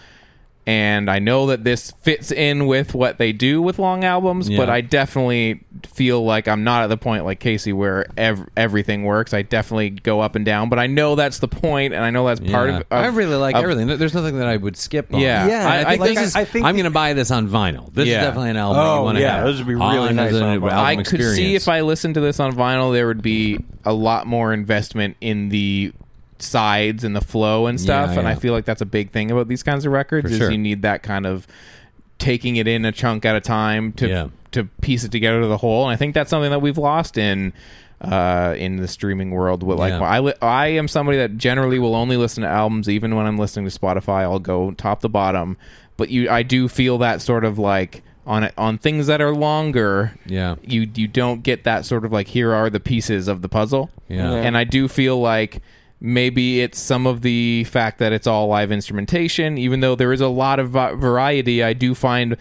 Speaker 2: and I know that this fits in with what they do with long albums, but
Speaker 5: Yeah.
Speaker 2: I definitely feel like I'm not at the point like Casey where ev- everything works. I definitely go up and down, but I know that's the point, and I know that's part
Speaker 5: Yeah.
Speaker 2: of. of-
Speaker 5: I really like
Speaker 2: of-
Speaker 5: everything. There- There's nothing that I would skip. On.
Speaker 2: Yeah. Yeah,
Speaker 5: I, I
Speaker 2: I
Speaker 5: think
Speaker 2: think-
Speaker 5: this is.
Speaker 3: I
Speaker 5: I
Speaker 3: think-
Speaker 5: am going to buy this on vinyl. This
Speaker 2: Yeah.
Speaker 5: is definitely an album.
Speaker 3: Oh,
Speaker 5: you wanna
Speaker 3: yeah,
Speaker 5: have
Speaker 3: this would be really
Speaker 5: on
Speaker 3: nice
Speaker 5: as an
Speaker 3: on vinyl.
Speaker 5: album
Speaker 2: I could see
Speaker 5: experience.
Speaker 2: if I listened to this on vinyl, there would be a lot more investment in the sides and the flow and stuff.
Speaker 5: Yeah,
Speaker 2: And I
Speaker 5: yeah.
Speaker 2: feel like that's a big thing about these kinds of records
Speaker 5: For
Speaker 2: is
Speaker 5: sure.
Speaker 2: you need that kind of taking it in a chunk at a time to
Speaker 5: Yeah.
Speaker 2: to piece it together to the whole. And I think that's something that we've lost in uh, in the streaming world. With like
Speaker 5: Yeah.
Speaker 2: I li- I am somebody that generally will only listen to albums, even when I'm listening to Spotify. I'll go top to bottom, but you I do feel that sort of like. On, it, on things that are longer,
Speaker 5: Yeah.
Speaker 2: you you don't get that sort of like here are the pieces of the puzzle.
Speaker 5: Yeah. Yeah.
Speaker 2: And I do feel like maybe it's some of the fact that it's all live instrumentation even though there is a lot of va- variety I do find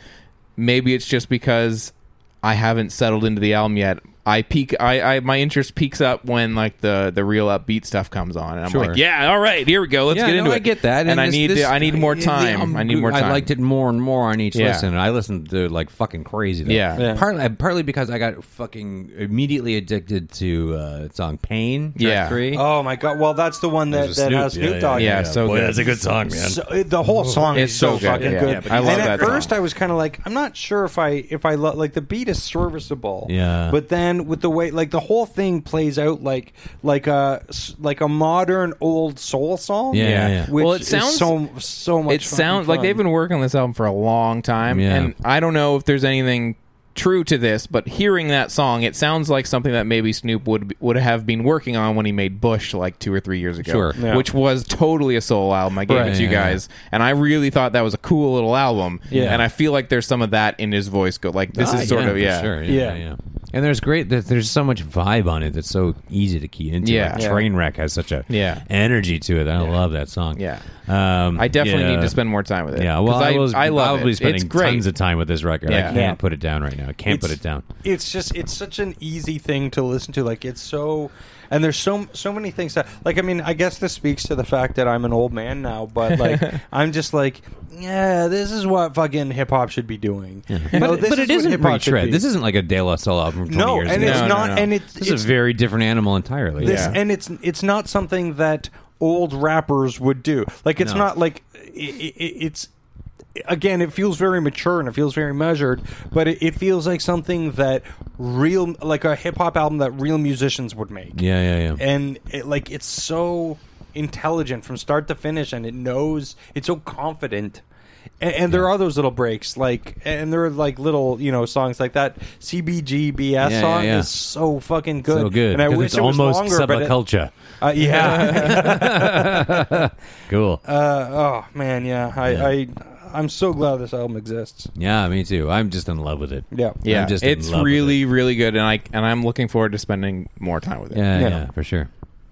Speaker 2: maybe it's just because I haven't settled into the album yet. I peak I, I my interest peaks up when like the the real upbeat stuff comes on and I'm
Speaker 5: Sure.
Speaker 2: like, yeah, all right, here we go. Let's
Speaker 5: yeah,
Speaker 2: get
Speaker 5: no,
Speaker 2: into it.
Speaker 5: I get that,
Speaker 2: And, I
Speaker 5: this-
Speaker 2: need
Speaker 5: this-
Speaker 2: I need more
Speaker 5: the
Speaker 2: time.
Speaker 5: album
Speaker 2: I need more
Speaker 5: grew-
Speaker 2: time.
Speaker 5: I liked it more and more on each
Speaker 2: Yeah.
Speaker 5: listen. And I listened to it like fucking crazy. Though.
Speaker 2: Yeah.
Speaker 3: Yeah.
Speaker 5: partly partly because I got fucking immediately addicted to uh, song "Pain." Track
Speaker 2: Yeah.
Speaker 5: three.
Speaker 3: Oh my god! Well, that's the one that,
Speaker 5: There's a
Speaker 3: that has
Speaker 5: Snoop, yeah,
Speaker 3: Snoop Dogg. in
Speaker 2: Yeah,
Speaker 3: it.
Speaker 2: so good.
Speaker 5: a good song, man.
Speaker 3: So, it- the whole song
Speaker 2: It's
Speaker 3: is so,
Speaker 2: so good,
Speaker 3: fucking
Speaker 2: yeah.
Speaker 3: good.
Speaker 2: Yeah, but I love
Speaker 3: and at
Speaker 2: that song.
Speaker 3: first, I was kind of like, I'm not sure if I if I love like the beat is serviceable.
Speaker 5: Yeah.
Speaker 3: But then with the way like the whole thing plays out like like a s- like a modern old soul song.
Speaker 5: Yeah, yeah, yeah.
Speaker 3: Which
Speaker 2: Well, it sounds-
Speaker 3: is so so much.
Speaker 2: it sounds like they've been working on this album for a long time
Speaker 5: Yeah.
Speaker 2: and i don't know if there's anything true to this but hearing that song it sounds like something that maybe snoop would would have been working on when he made bush like two or three years ago
Speaker 5: Sure.
Speaker 3: Yeah.
Speaker 2: which was totally a soul album i gave
Speaker 5: Right.
Speaker 2: it to you
Speaker 5: Yeah, yeah,
Speaker 2: guys and i really thought that was a cool little album
Speaker 3: Yeah.
Speaker 2: and i feel like there's some of that in his voice go like this
Speaker 5: Ah,
Speaker 2: is sort
Speaker 5: yeah,
Speaker 2: of
Speaker 5: for
Speaker 2: yeah
Speaker 5: sure.
Speaker 3: Yeah.
Speaker 5: yeah, yeah. And there's great. There's, there's so much vibe on it that's so easy to key into.
Speaker 2: Yeah.
Speaker 5: like
Speaker 2: Yeah.
Speaker 5: Trainwreck has such a
Speaker 2: Yeah.
Speaker 5: energy to it. I love that song.
Speaker 2: Yeah.
Speaker 5: um,
Speaker 2: i definitely
Speaker 5: yeah.
Speaker 2: need to spend more time with it
Speaker 5: Yeah, well,
Speaker 2: 'Cause
Speaker 5: I, was
Speaker 2: I love
Speaker 5: probably
Speaker 2: it.
Speaker 5: spending
Speaker 2: it's great
Speaker 5: tons of time with this record. I
Speaker 2: Yeah.
Speaker 5: can't
Speaker 3: Yeah.
Speaker 5: put it down right now. I can't put it down.
Speaker 3: It's just it's such an easy thing to listen to. Like it's so, and there's so so many things that like I mean I guess this speaks to the fact that I'm an old man now, but like I'm just like yeah, this is what fucking hip hop should be doing. You know,
Speaker 5: But,
Speaker 3: this
Speaker 5: but it
Speaker 3: what
Speaker 5: isn't
Speaker 3: hip-hop should
Speaker 5: retread.
Speaker 3: be.
Speaker 5: This isn't like a De La Soul album from 20
Speaker 3: no,
Speaker 5: years
Speaker 3: and
Speaker 5: ago.
Speaker 3: it's
Speaker 2: No, no,
Speaker 3: not,
Speaker 2: no.
Speaker 3: and it's
Speaker 5: This
Speaker 3: it's
Speaker 5: is a very different animal entirely.
Speaker 3: this,
Speaker 2: Yeah.
Speaker 3: and it's it's not something that old rappers would do. Like it's
Speaker 5: No.
Speaker 3: not like i i i- it's again it feels very mature and it feels very measured, but it, it feels like something that real like a hip hop album that real musicians would make.
Speaker 5: Yeah, yeah, yeah.
Speaker 3: And it, like it's so intelligent from start to finish and it knows it's so confident. And, and there are those little breaks, like, and there are like little, you know, songs like that. CBGBS
Speaker 5: yeah,
Speaker 3: song
Speaker 5: yeah.
Speaker 3: is so fucking good,
Speaker 5: So good.
Speaker 3: and I
Speaker 5: 'Cause
Speaker 3: wish
Speaker 5: it's
Speaker 3: it was
Speaker 5: almost
Speaker 3: longer. But it-
Speaker 5: subculture.
Speaker 3: uh, yeah.
Speaker 5: Cool.
Speaker 3: uh, oh man, yeah. I, I I'm so glad this album exists.
Speaker 5: yeah, me too. I'm just in love with it.
Speaker 3: Yeah.
Speaker 2: yeah
Speaker 5: I'm just in
Speaker 2: it's
Speaker 5: love with
Speaker 2: really really good and i and i'm looking forward to spending more time with it
Speaker 5: Yeah,
Speaker 3: Yeah.
Speaker 5: yeah, for sure.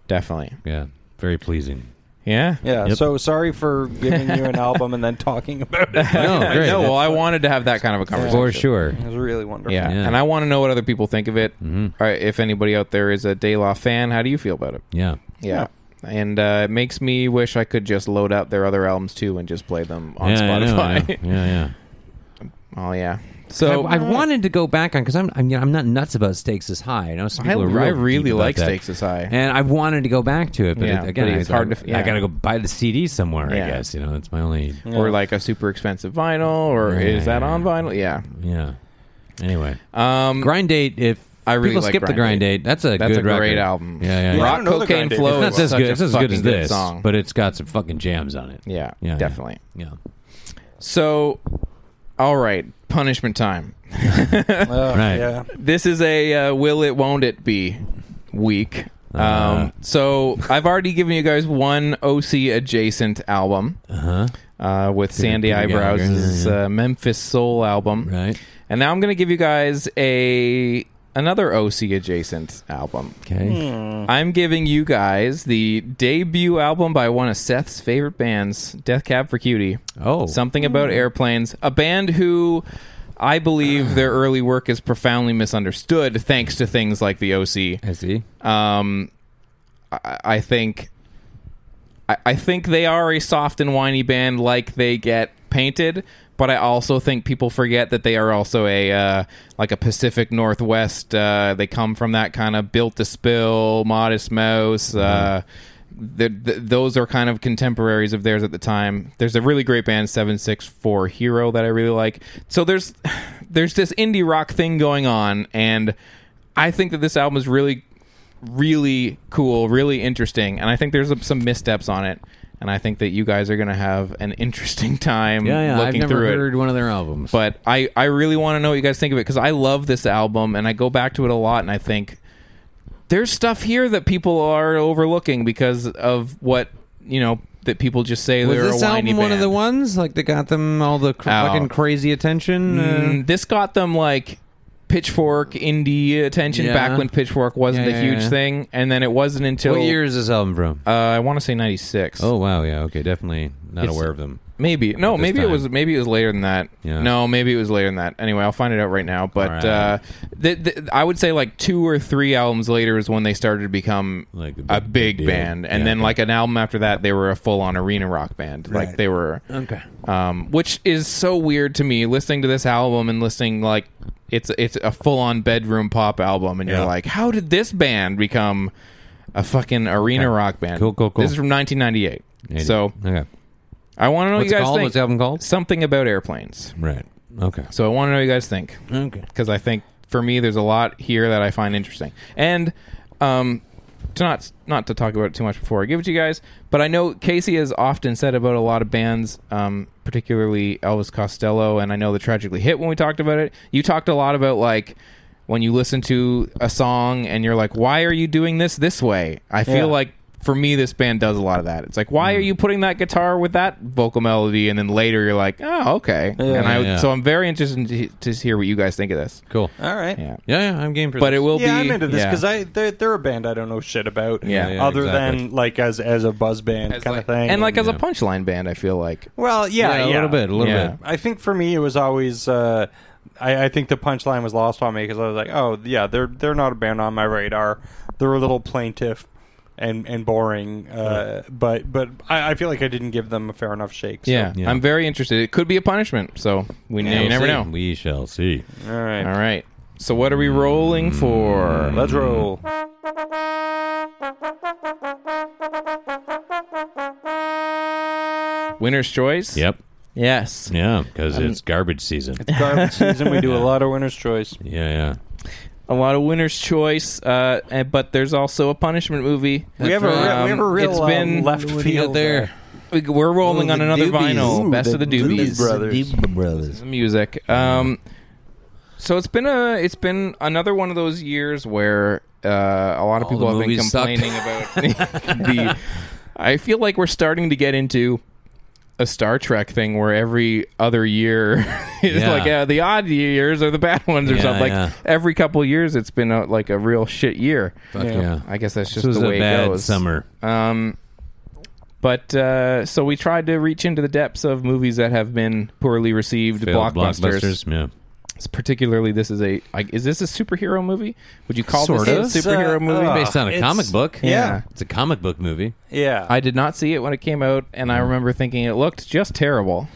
Speaker 2: definitely
Speaker 5: Yeah, very pleasing.
Speaker 2: yeah
Speaker 3: Yeah.
Speaker 5: Yep.
Speaker 3: So sorry for giving you an album and then talking about it.
Speaker 5: No,
Speaker 2: I
Speaker 5: oh, great.
Speaker 2: know. Well, I wanted to have that kind of a conversation.
Speaker 5: for sure.
Speaker 3: It was really wonderful.
Speaker 2: Yeah.
Speaker 5: Yeah. Mm-hmm.
Speaker 2: and I want to know what other people think of it. All right, if anybody out there is a De La fan, how do you feel about it?
Speaker 5: Yeah.
Speaker 2: Yeah, and uh, it makes me wish I could just load up their other albums too and just play them on
Speaker 5: yeah, I know, I know.
Speaker 2: Spotify.
Speaker 5: yeah, yeah.
Speaker 2: oh yeah. So
Speaker 5: I, I wanted to go back on because I'm I'm, you know, I'm not nuts about stakes as high. I know some
Speaker 2: I-
Speaker 5: people are real
Speaker 2: I really
Speaker 5: deep about
Speaker 2: like
Speaker 5: that.
Speaker 2: Stakes Is High.
Speaker 5: and I wanted to go back to it, but
Speaker 2: Yeah,
Speaker 5: it, again,
Speaker 2: but it's
Speaker 5: I,
Speaker 2: hard
Speaker 5: I,
Speaker 2: to- yeah.
Speaker 5: I got to go buy the CD somewhere.
Speaker 2: Yeah.
Speaker 5: I guess you know that's my only.
Speaker 2: or like a super expensive vinyl, or
Speaker 5: Yeah,
Speaker 2: is that
Speaker 5: yeah,
Speaker 2: on
Speaker 5: yeah.
Speaker 2: vinyl? Yeah.
Speaker 5: Yeah. Anyway,
Speaker 2: Um,
Speaker 5: grind date. If
Speaker 2: I really
Speaker 5: people
Speaker 2: like
Speaker 5: skip the
Speaker 2: Grind
Speaker 5: grind
Speaker 2: Date.
Speaker 5: date, that's a
Speaker 2: That's
Speaker 5: good
Speaker 2: a great
Speaker 5: record.
Speaker 2: album.
Speaker 5: Yeah, yeah.
Speaker 3: I
Speaker 5: yeah.
Speaker 2: Rock
Speaker 3: don't know the
Speaker 2: Cocaine
Speaker 3: Grind Date
Speaker 2: Flow is
Speaker 3: very
Speaker 5: It's not as
Speaker 2: such a
Speaker 5: good. It's as good
Speaker 2: fucking
Speaker 5: as this,
Speaker 2: song.
Speaker 5: but it's got some fucking jams on it.
Speaker 2: yeah,
Speaker 5: Yeah, yeah.
Speaker 2: definitely.
Speaker 5: Yeah.
Speaker 2: So, all right, punishment time.
Speaker 3: Uh,
Speaker 5: Right.
Speaker 3: Yeah.
Speaker 2: this is a uh, will it won't it be week. Um,
Speaker 5: Uh.
Speaker 2: so I've already given you guys one OC adjacent album
Speaker 5: Uh huh.
Speaker 2: uh, with Sandy
Speaker 5: Peter Gallagher,
Speaker 2: Eyebrows'
Speaker 5: yeah, yeah.
Speaker 2: uh, Memphis Soul album,
Speaker 5: Right.
Speaker 2: and now I'm going to give you guys a another OC adjacent album. Hmm.
Speaker 5: Okay.
Speaker 2: I'm giving you guys the debut album by one of Seth's favorite bands, Death Cab for Cutie.
Speaker 5: Oh.
Speaker 2: Something About Airplanes, a band who I believe their early work is profoundly misunderstood thanks to things like the OC.
Speaker 5: I see.
Speaker 2: Um, I, I think, I, I think they are a soft and whiny band, like they get painted, but I also think people forget that they are also a uh, like a Pacific Northwest. Uh, they come from that kind of built to spill, modest mouse. Uh, th th those are kind of contemporaries of theirs at the time. There's a really great band, Seven Six Four Hero, that I really like. So there's there's this indie rock thing going on, and I think that this album is really really cool, really interesting, and I think there's some missteps on it. And I think that you guys are going to have an interesting time
Speaker 5: Yeah, yeah. I've
Speaker 2: looking
Speaker 5: never
Speaker 2: through
Speaker 5: heard
Speaker 2: it.
Speaker 5: one of their albums.
Speaker 2: But I, I really want to know what you guys think of it because I love this album and I go back to it a lot and I think there's stuff here that people are overlooking because of what you know that people just say
Speaker 5: was
Speaker 2: they're
Speaker 5: this
Speaker 2: a whiny
Speaker 5: album one of
Speaker 2: band.
Speaker 5: the ones like that got them all the cr-
Speaker 2: Oh.
Speaker 5: fucking crazy attention? Uh,
Speaker 2: Mm, this got them like pitchfork indie attention
Speaker 5: Yeah.
Speaker 2: back when pitchfork wasn't
Speaker 5: Yeah, yeah,
Speaker 2: a huge
Speaker 5: yeah.
Speaker 2: thing and then it wasn't
Speaker 5: Uh,
Speaker 2: until
Speaker 5: what year is this album from?
Speaker 2: uh, i want to say 96
Speaker 5: oh wow, yeah, okay, definitely not
Speaker 2: It's-
Speaker 5: aware of them.
Speaker 2: Maybe no,
Speaker 5: this
Speaker 2: maybe it
Speaker 5: time.
Speaker 2: was maybe it was later than that.
Speaker 5: Yeah.
Speaker 2: No, maybe it was later than that. Anyway, I'll find it out right now. But
Speaker 5: Alright.
Speaker 2: uh, th- th- I would say like two or three albums later is when they started to become
Speaker 5: Like a
Speaker 2: a big
Speaker 5: big- big deal.
Speaker 2: band, and
Speaker 5: Yeah,
Speaker 2: then
Speaker 5: okay.
Speaker 2: like an album after that, they were a full on arena rock band. Like
Speaker 3: Right.
Speaker 2: they were
Speaker 5: Okay.
Speaker 2: um, which is so weird to me. Listening to this album and listening like it's it's a full on bedroom pop album, and
Speaker 5: Yeah.
Speaker 2: you're like, how did this band become a fucking arena
Speaker 5: Okay.
Speaker 2: rock band?
Speaker 5: Cool, cool, cool.
Speaker 2: This is from 1998. So
Speaker 5: okay,
Speaker 2: I want to know what
Speaker 5: What's
Speaker 2: you
Speaker 5: it
Speaker 2: guys
Speaker 5: called?
Speaker 2: think.
Speaker 5: What's the album called?
Speaker 2: Something about airplanes.
Speaker 5: Right. Okay.
Speaker 2: So I want to know what you guys think
Speaker 5: Okay.
Speaker 2: because I think for me there's a lot here that I find interesting. And um, to not not to talk about it too much before I give it to you guys, but I know Casey has often said about a lot of bands, um, particularly Elvis Costello, and I know the Tragically Hit when we talked about it. You talked a lot about like when you listen to a song and you're like, why are you doing this this way? I feel
Speaker 3: Yeah.
Speaker 2: like. For me, this band does a lot of that. It's like, why are you putting that guitar with that vocal melody? And then later, you're like, oh, okay. and I,
Speaker 5: Yeah.
Speaker 2: so I'm very interested to, to hear what you guys think of this.
Speaker 5: Cool.
Speaker 3: All right.
Speaker 2: Yeah.
Speaker 5: Yeah, yeah, I'm game for
Speaker 2: Uh, But
Speaker 5: this.
Speaker 2: it will
Speaker 3: yeah,
Speaker 2: be.
Speaker 3: I'm into this
Speaker 2: yeah.
Speaker 3: because I they're, they're a band I don't know shit about.
Speaker 2: Yeah,
Speaker 5: yeah,
Speaker 3: other
Speaker 5: exactly.
Speaker 3: than like as as a buzz band
Speaker 2: As
Speaker 3: kind
Speaker 2: like-
Speaker 3: of thing,
Speaker 2: And like as a
Speaker 5: yeah.
Speaker 2: punchline band, I feel like.
Speaker 3: well, yeah,
Speaker 5: yeah, a little bit, a little
Speaker 2: Yeah.
Speaker 5: bit.
Speaker 3: I think for me, it was always. Uh, I, I think the punchline was lost on me because I was like, "Oh, yeah, they're they're not a band on my radar. They're a little plaintiff and and boring." Uh, But but I, I feel like I didn't give them a fair enough shake. So.
Speaker 2: yeah.
Speaker 5: yeah.
Speaker 2: I'm very interested. It could be a punishment, so we
Speaker 5: We'll
Speaker 2: you never
Speaker 5: see.
Speaker 2: know.
Speaker 5: We shall see.
Speaker 3: All right.
Speaker 2: All right. So what are we
Speaker 5: Mm.
Speaker 2: rolling for?
Speaker 3: Let's roll.
Speaker 2: Mm-hmm. Winner's choice.
Speaker 5: Yep.
Speaker 2: Yes.
Speaker 5: Yeah, because
Speaker 2: Um,
Speaker 5: it's garbage season.
Speaker 3: Garbage season. We do a lot of winners' choice.
Speaker 5: Yeah, yeah.
Speaker 2: A lot of winner's choice, uh, and- but there's also a punishment movie.
Speaker 3: we have a
Speaker 5: right.
Speaker 3: re- we have a real
Speaker 2: Um, it's
Speaker 3: uh,
Speaker 2: been-
Speaker 3: left field
Speaker 5: there?
Speaker 2: We- We're rolling on another vinyl. Best of the Doobies.
Speaker 3: brothers.
Speaker 2: the music. Um, so it's been a it's been another one of those years where uh, a lot of
Speaker 5: All
Speaker 2: people
Speaker 5: the
Speaker 2: have been
Speaker 5: movies sucked.
Speaker 2: complaining about the. I feel like we're starting to get into a Star Trek thing where every other year is
Speaker 5: Yeah.
Speaker 2: like uh, the odd years or the bad ones or
Speaker 5: Yeah,
Speaker 2: something. Like
Speaker 5: yeah.
Speaker 2: every couple years, it's been a, like a real shit year.
Speaker 5: Fuck yeah.
Speaker 2: I guess that's
Speaker 5: This
Speaker 2: just
Speaker 5: was
Speaker 2: the
Speaker 5: a
Speaker 2: way
Speaker 5: bad
Speaker 2: it goes.
Speaker 5: summer.
Speaker 2: Um, but uh, so we tried to reach into the depths of movies that have been poorly received
Speaker 5: Failed
Speaker 2: blockbusters.
Speaker 5: Yeah.
Speaker 2: It's particularly, this is a like, is this a superhero movie? Would you call
Speaker 5: Sort
Speaker 2: this a
Speaker 3: of.
Speaker 2: superhero
Speaker 3: It's, uh,
Speaker 2: movie?
Speaker 3: uh,
Speaker 5: Based on a
Speaker 3: it's-
Speaker 5: comic book.
Speaker 3: yeah.
Speaker 5: It's a comic book movie.
Speaker 3: Yeah.
Speaker 2: I did not see it when it came out, and
Speaker 5: Mm.
Speaker 2: I remember thinking it looked just terrible.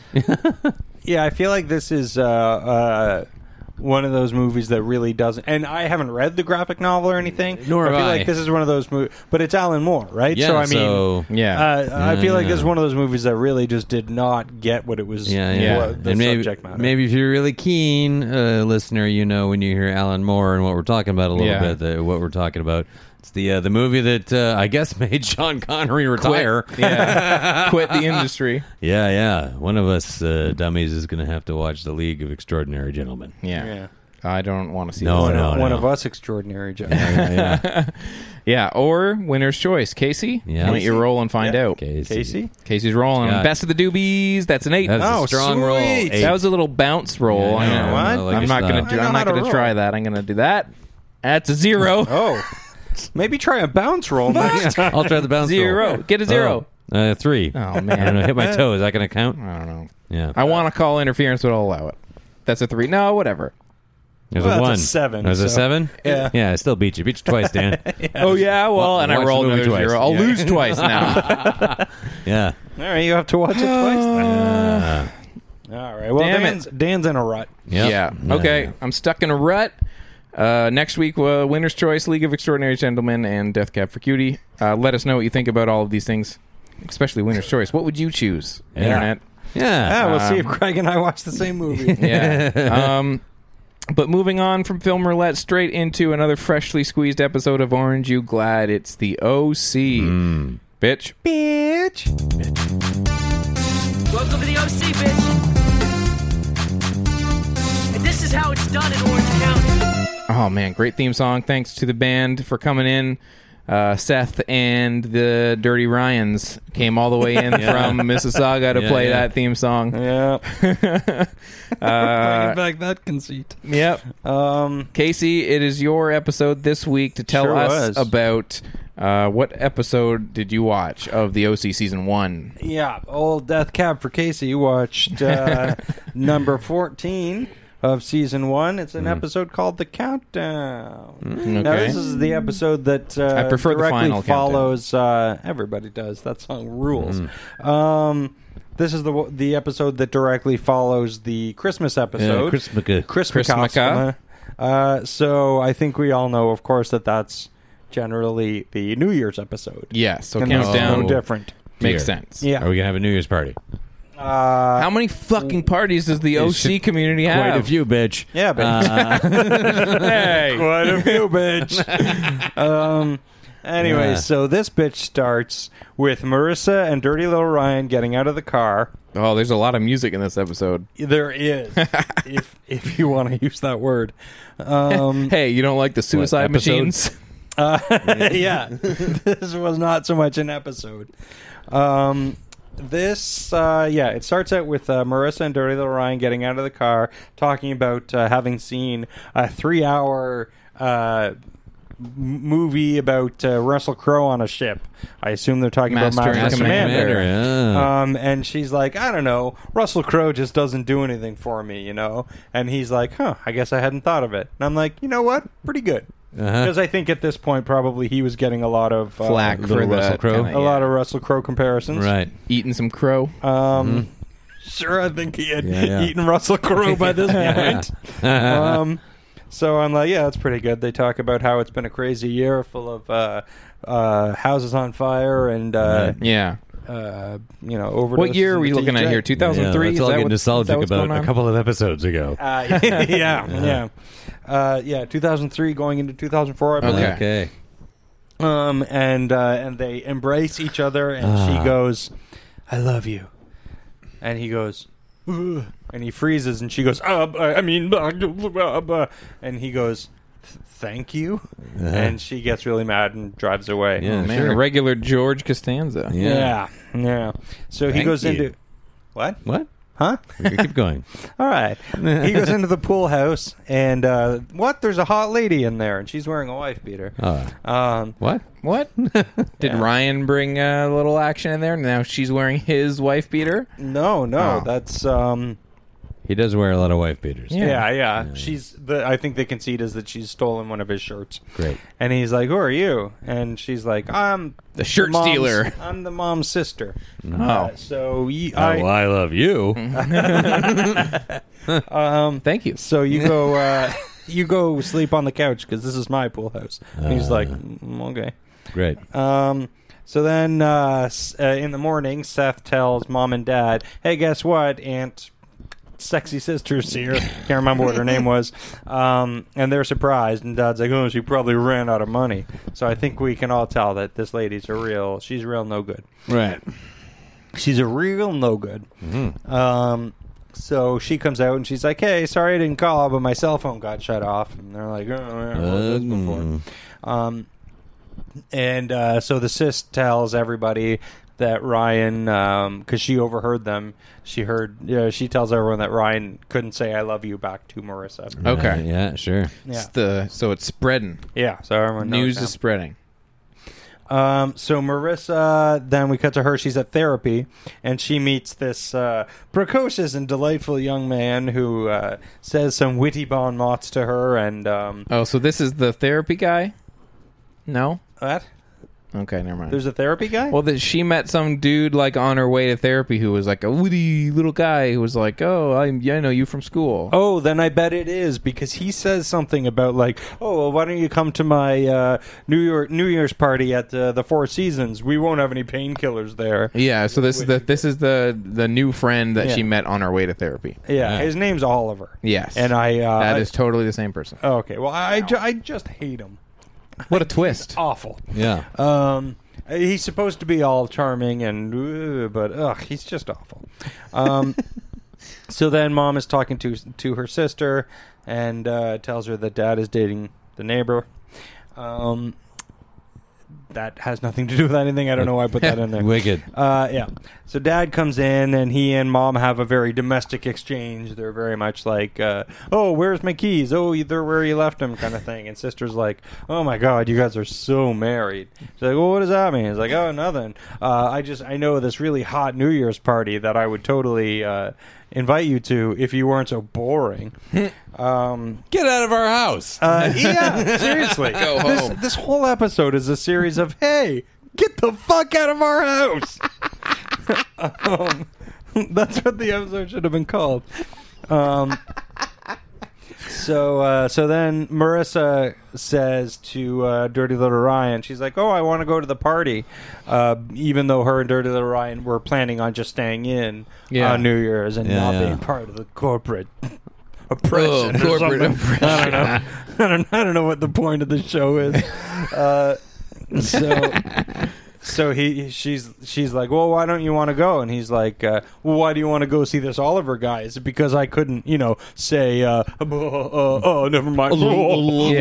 Speaker 3: Yeah, I feel like this is uh, uh, one of those movies that really doesn't. And I haven't read the graphic novel or anything. I
Speaker 5: Nor
Speaker 3: feel
Speaker 5: have I.
Speaker 3: like this is one of those movies, but it's Alan Moore, right?
Speaker 5: Yeah,
Speaker 3: so I mean,
Speaker 5: so-
Speaker 2: Yeah.
Speaker 3: uh, I feel like this is
Speaker 5: Yeah.
Speaker 3: one of those movies that really just did not get what it was.
Speaker 5: Yeah,
Speaker 2: Yeah.
Speaker 5: yeah.
Speaker 3: What the
Speaker 5: and maybe,
Speaker 3: subject matter.
Speaker 5: maybe if you're really keen, uh, listener, you know when you hear Alan Moore and what we're talking about a little
Speaker 2: Yeah.
Speaker 5: bit, that what we're talking about. It's the uh, the movie that uh, I guess made Sean Connery retire.
Speaker 2: Yeah, quit the industry.
Speaker 5: Yeah, yeah. One of us uh, dummies is going to have to watch The League of Extraordinary Gentlemen.
Speaker 2: Yeah,
Speaker 3: Yeah.
Speaker 2: I don't want to see.
Speaker 5: No,
Speaker 2: this.
Speaker 5: Oh, no,
Speaker 3: one
Speaker 5: no.
Speaker 3: of us extraordinary jokes.
Speaker 5: Yeah, yeah.
Speaker 2: Yeah, or winner's choice, Casey.
Speaker 5: Yeah.
Speaker 2: why don't you
Speaker 3: Casey?
Speaker 2: roll and find
Speaker 3: Yeah.
Speaker 2: out?
Speaker 5: Casey.
Speaker 3: Casey,
Speaker 2: Casey's rolling.
Speaker 5: Yeah.
Speaker 2: Best of the doobies. That's an eight.
Speaker 5: That's
Speaker 3: Oh,
Speaker 5: a strong roll.
Speaker 3: sweet.
Speaker 5: Eight.
Speaker 2: That was a little bounce roll.
Speaker 5: Yeah,
Speaker 2: I
Speaker 5: I
Speaker 2: know.
Speaker 5: know. I know, like
Speaker 2: I'm
Speaker 5: it's
Speaker 2: not gonna
Speaker 5: not-
Speaker 2: do.
Speaker 3: I know
Speaker 2: I'm
Speaker 3: how
Speaker 2: not
Speaker 3: to
Speaker 2: gonna
Speaker 3: roll.
Speaker 2: try that. I'm gonna do that. That's a zero.
Speaker 3: oh, maybe try a bounce roll next. time.
Speaker 5: I'll try the bounce
Speaker 2: Zero.
Speaker 5: roll.
Speaker 2: Get a zero.
Speaker 5: Oh, uh, three.
Speaker 2: Oh, man.
Speaker 5: I don't know. Hit my toe. Is that going to count?
Speaker 2: I don't know.
Speaker 5: Yeah.
Speaker 2: I want to call interference, but I'll allow it. That's a three. No, whatever.
Speaker 5: There's
Speaker 3: Well,
Speaker 5: a
Speaker 3: that's a
Speaker 5: one.
Speaker 3: seven,
Speaker 5: There's a
Speaker 3: so-
Speaker 5: seven.
Speaker 3: Yeah.
Speaker 5: Yeah. I still beat you. Beat you twice, Dan.
Speaker 2: Oh yeah, well, and I
Speaker 5: watch
Speaker 2: rolled
Speaker 5: the
Speaker 2: another
Speaker 5: movie twice.
Speaker 2: zero. I'll
Speaker 5: Yeah.
Speaker 2: lose twice now.
Speaker 5: yeah.
Speaker 3: All right, you have to watch it twice. then.
Speaker 5: Uh,
Speaker 3: All right. Well,
Speaker 2: Damn it.
Speaker 3: Dan's, Dan's in a rut.
Speaker 2: Yeah. Okay. I'm stuck in a rut. Uh, next week, uh, Winner's Choice, League of Extraordinary Gentlemen, and Death Cab for Cutie. Uh, let us know what you think about all of these things, especially Winner's Choice. What would you choose? Internet.
Speaker 7: Yeah.
Speaker 3: Yeah, Ah, we'll see if
Speaker 5: Um,
Speaker 3: Craig and I watch the same movie.
Speaker 2: Yeah. um, but moving on from Film Roulette straight into another freshly squeezed episode of Orange You Glad It's the OC. Bitch.
Speaker 3: Bitch.
Speaker 8: Welcome to the OC, bitch. And this is how it's done in Orange County.
Speaker 2: Oh man, great theme song. Thanks to the band for coming in. Uh, Seth and the Dirty Ryans came all the way in from Mississauga to
Speaker 7: Yeah,
Speaker 2: play
Speaker 7: yeah.
Speaker 2: that theme song.
Speaker 3: Yeah.
Speaker 2: Uh,
Speaker 3: Bringing back that conceit.
Speaker 2: yep.
Speaker 3: Um,
Speaker 2: Casey, it is your episode this week to tell
Speaker 3: Sure
Speaker 2: us
Speaker 3: was.
Speaker 2: about uh, what episode did you watch of the OC season one?
Speaker 3: yeah, old Death Cab for Casey watched uh, number 14 of season one. It's an episode called The Countdown. Now,
Speaker 2: Hmm. Okay.
Speaker 3: this is the episode that uh,
Speaker 2: I prefer the
Speaker 3: directly
Speaker 2: final countdown.
Speaker 3: follows. Uh, everybody does. That song rules.
Speaker 2: Hmm.
Speaker 3: Um, this is the the episode that directly follows the Christmas episode.
Speaker 2: uh,
Speaker 7: Christmas.
Speaker 3: Christmas.
Speaker 2: Christmas.
Speaker 3: Uh, so I think we all know, of course, that that's generally the New Year's episode.
Speaker 2: Yeah, so
Speaker 3: and this is
Speaker 2: countdown
Speaker 3: no different.
Speaker 2: makes sense.
Speaker 3: Yeah.
Speaker 7: Are we gonna have a New Year's party?
Speaker 2: How many fucking parties does the OC community have?
Speaker 7: Quite a few, bitch. Uh,
Speaker 3: Yeah, but
Speaker 2: Hey.
Speaker 3: quite a few, bitch. um, anyway,
Speaker 7: Yeah.
Speaker 3: so this bitch starts with Marissa and Dirty Little Ryan getting out of the car.
Speaker 2: Oh, there's a lot of music in this episode.
Speaker 3: There is, if if you want to use that word. Um,
Speaker 2: Hey, you don't like the suicide
Speaker 7: episode?
Speaker 2: machines?
Speaker 3: uh, yeah, this was not so much an episode. Um, this, uh, yeah, it starts out with uh, Marissa and Dirty Little Ryan getting out of the car, talking about uh, having seen a three-hour. Uh, m- movie about uh, Russell Crowe on a ship. I assume they're talking
Speaker 2: Master
Speaker 3: about
Speaker 2: and
Speaker 3: Master and
Speaker 2: Commander.
Speaker 3: Commander.
Speaker 2: Hmm.
Speaker 7: Yeah.
Speaker 3: Um, and she's like, I don't know. Russell Crowe just doesn't do anything for me, you know? And he's like, huh, I guess I hadn't thought of it. And I'm like, you know what? Pretty good. Because I think at this point, probably he was getting a lot of uh,
Speaker 2: Uh-huh. Flack
Speaker 7: Little
Speaker 2: for the
Speaker 7: Russell Crowe.
Speaker 2: kinda,
Speaker 3: A
Speaker 2: yeah.
Speaker 3: lot of Russell Crowe comparisons.
Speaker 7: right.
Speaker 2: eating some crow. Mm-hmm.
Speaker 3: Um, Sure, I think he had
Speaker 7: Yeah, yeah.
Speaker 3: eaten Russell Crowe by this point.
Speaker 2: Uh-huh.
Speaker 3: um, so I'm like, yeah, that's pretty good. They talk about how it's been a crazy year full of uh, uh, houses on fire and, uh,
Speaker 2: yeah.
Speaker 3: uh, you know, over
Speaker 2: What year are we looking at here? 2003.
Speaker 7: Yeah,
Speaker 2: Is
Speaker 7: let's all
Speaker 2: that
Speaker 7: get
Speaker 2: what- is that
Speaker 7: nostalgic
Speaker 2: what's
Speaker 7: about
Speaker 2: going
Speaker 7: a
Speaker 2: on?
Speaker 7: couple of episodes ago.
Speaker 3: Uh, yeah, yeah, uh, yeah. 2003 going into 2004, I believe.
Speaker 2: Okay.
Speaker 3: Um, and uh, and they embrace each other, and
Speaker 7: Ah.
Speaker 3: she goes, "I love you," and he goes, "Ugh," and he freezes, and she goes, uh, b- "I mean," uh, uh, uh," and he goes, "Th- "Thank you," and she gets really mad and drives away.
Speaker 7: Yeah,
Speaker 2: Man,
Speaker 7: sure.
Speaker 2: a regular George Costanza.
Speaker 3: yeah, yeah. So he
Speaker 7: Thank
Speaker 3: goes
Speaker 7: you.
Speaker 3: into what?
Speaker 7: What?
Speaker 3: Huh?
Speaker 7: Keep going.
Speaker 3: All right. he goes into the pool house, and uh, what? There's a hot lady in there, and she's wearing a wife beater.
Speaker 7: Uh,
Speaker 3: Um,
Speaker 7: what?
Speaker 2: What? Did Ryan bring a little action in there? Now she's wearing his wife beater.
Speaker 3: no, no,
Speaker 2: Oh.
Speaker 3: that's um,
Speaker 7: He does wear a lot of wife beaters.
Speaker 2: Yeah.
Speaker 3: yeah, yeah. She's the. I think the conceit is that she's stolen one of his shirts.
Speaker 7: Great.
Speaker 3: And he's like, "Who are you?" And she's like, "I'm
Speaker 2: The shirt
Speaker 3: mom's-
Speaker 2: stealer."
Speaker 3: I'm the mom's sister." Uh,
Speaker 2: Oh,
Speaker 3: So ye-
Speaker 7: Oh,
Speaker 3: I,
Speaker 7: well, I love you.
Speaker 2: thank you.
Speaker 3: so you go, uh, you go sleep on the couch because this is my pool house. And he's like, "Mm, "Okay."
Speaker 7: Great. Uh,
Speaker 3: Um, so then uh, s- uh, in the morning, Seth tells mom and dad, "Hey, guess what, Aunt." Sexy sister's here. Can't remember what her name was. Um, and they're surprised. And Dad's like, "Oh, she probably ran out of money." So I think we can all tell that this lady's a real. She's real no good.
Speaker 7: right.
Speaker 3: She's a real no good.
Speaker 2: Mm-hmm.
Speaker 3: Um, so she comes out and she's like, "Hey, sorry I didn't call, but my cell phone got shut off." And they're like, "Oh, yeah, well, that's
Speaker 2: Mm.
Speaker 3: before." Um, and uh, so the sis tells everybody that Ryan, because she overheard them, she heard, yeah, she tells everyone that Ryan couldn't say "I love you" back to Marissa.
Speaker 7: Uh,
Speaker 2: Okay.
Speaker 7: yeah, sure.
Speaker 3: Yeah,
Speaker 2: It's the so it's spreading.
Speaker 3: yeah. So everyone knows
Speaker 2: News
Speaker 3: now.
Speaker 2: is spreading.
Speaker 3: Um, so Marissa, then we cut to her. She's at therapy, and she meets this uh, precocious and delightful young man who uh, says some witty bon mots to her. And um,
Speaker 2: Oh, so this is the therapy guy? No.
Speaker 3: what?
Speaker 2: Okay, never mind.
Speaker 3: There's a therapy guy.
Speaker 2: Well, that she met some dude like on her way to therapy who was like a woody little guy who was like, "Oh, I'm, yeah, I know you from school."
Speaker 3: Oh, then I bet it is because he says something about like, oh, well, why don't you come to my uh, New York New Year's party at uh, the Four Seasons? We won't have any painkillers there.
Speaker 2: Yeah, so this is the this is the the new friend that she
Speaker 3: Yeah.
Speaker 2: met on her way to therapy.
Speaker 3: Yeah, his name's Oliver.
Speaker 2: Yes,
Speaker 3: and I uh,
Speaker 2: that
Speaker 3: I- Oh,
Speaker 2: is totally the same person.
Speaker 3: okay. Well, I ju- I just hate him.
Speaker 2: What a twist!
Speaker 3: Awful.
Speaker 7: Yeah.
Speaker 3: Um, he's supposed to be all charming and, uh, but ugh, he's just awful. Um, so then mom is talking to to her sister and uh, tells her that dad is dating the neighbor. Um, that has nothing to do with anything. I don't know why I put that in there.
Speaker 7: Wicked.
Speaker 3: Uh, yeah. So dad comes in and he and mom have a very domestic exchange. They're very much like, uh, oh, where's my keys? Oh, they're where you left them, kind of thing. And sister's like, oh my God, you guys are so married. She's like, well, what does that mean? He's like, oh, nothing. Uh, I just, I know this really hot New Year's party that I would totally uh, invite you to if you weren't so boring. um,
Speaker 5: Get out of our house.
Speaker 2: Oh,
Speaker 3: uh, yeah, seriously. this,
Speaker 2: home.
Speaker 3: this whole episode is a series of hey, get the fuck out of our house. um, that's what the episode should have been called. Um, so uh, so then Marissa says to uh, Dirty Little Ryan, she's like, "Oh, I want to go to the party," uh, even though her and Dirty Little Ryan were planning on just staying in
Speaker 2: Yeah. Oh,
Speaker 3: on New Year's and
Speaker 7: Yeah,
Speaker 3: not
Speaker 7: yeah.
Speaker 3: being part of the corporate oppression. or
Speaker 2: corporate
Speaker 3: something. I don't know. I don't, I don't know what the point of the show is. Uh, so so he she's she's like, well, why don't you want to go? And he's like, uh, well, why do you want to go see this Oliver guy? Is it because I couldn't, you know, say, uh, uh, uh, oh, never mind.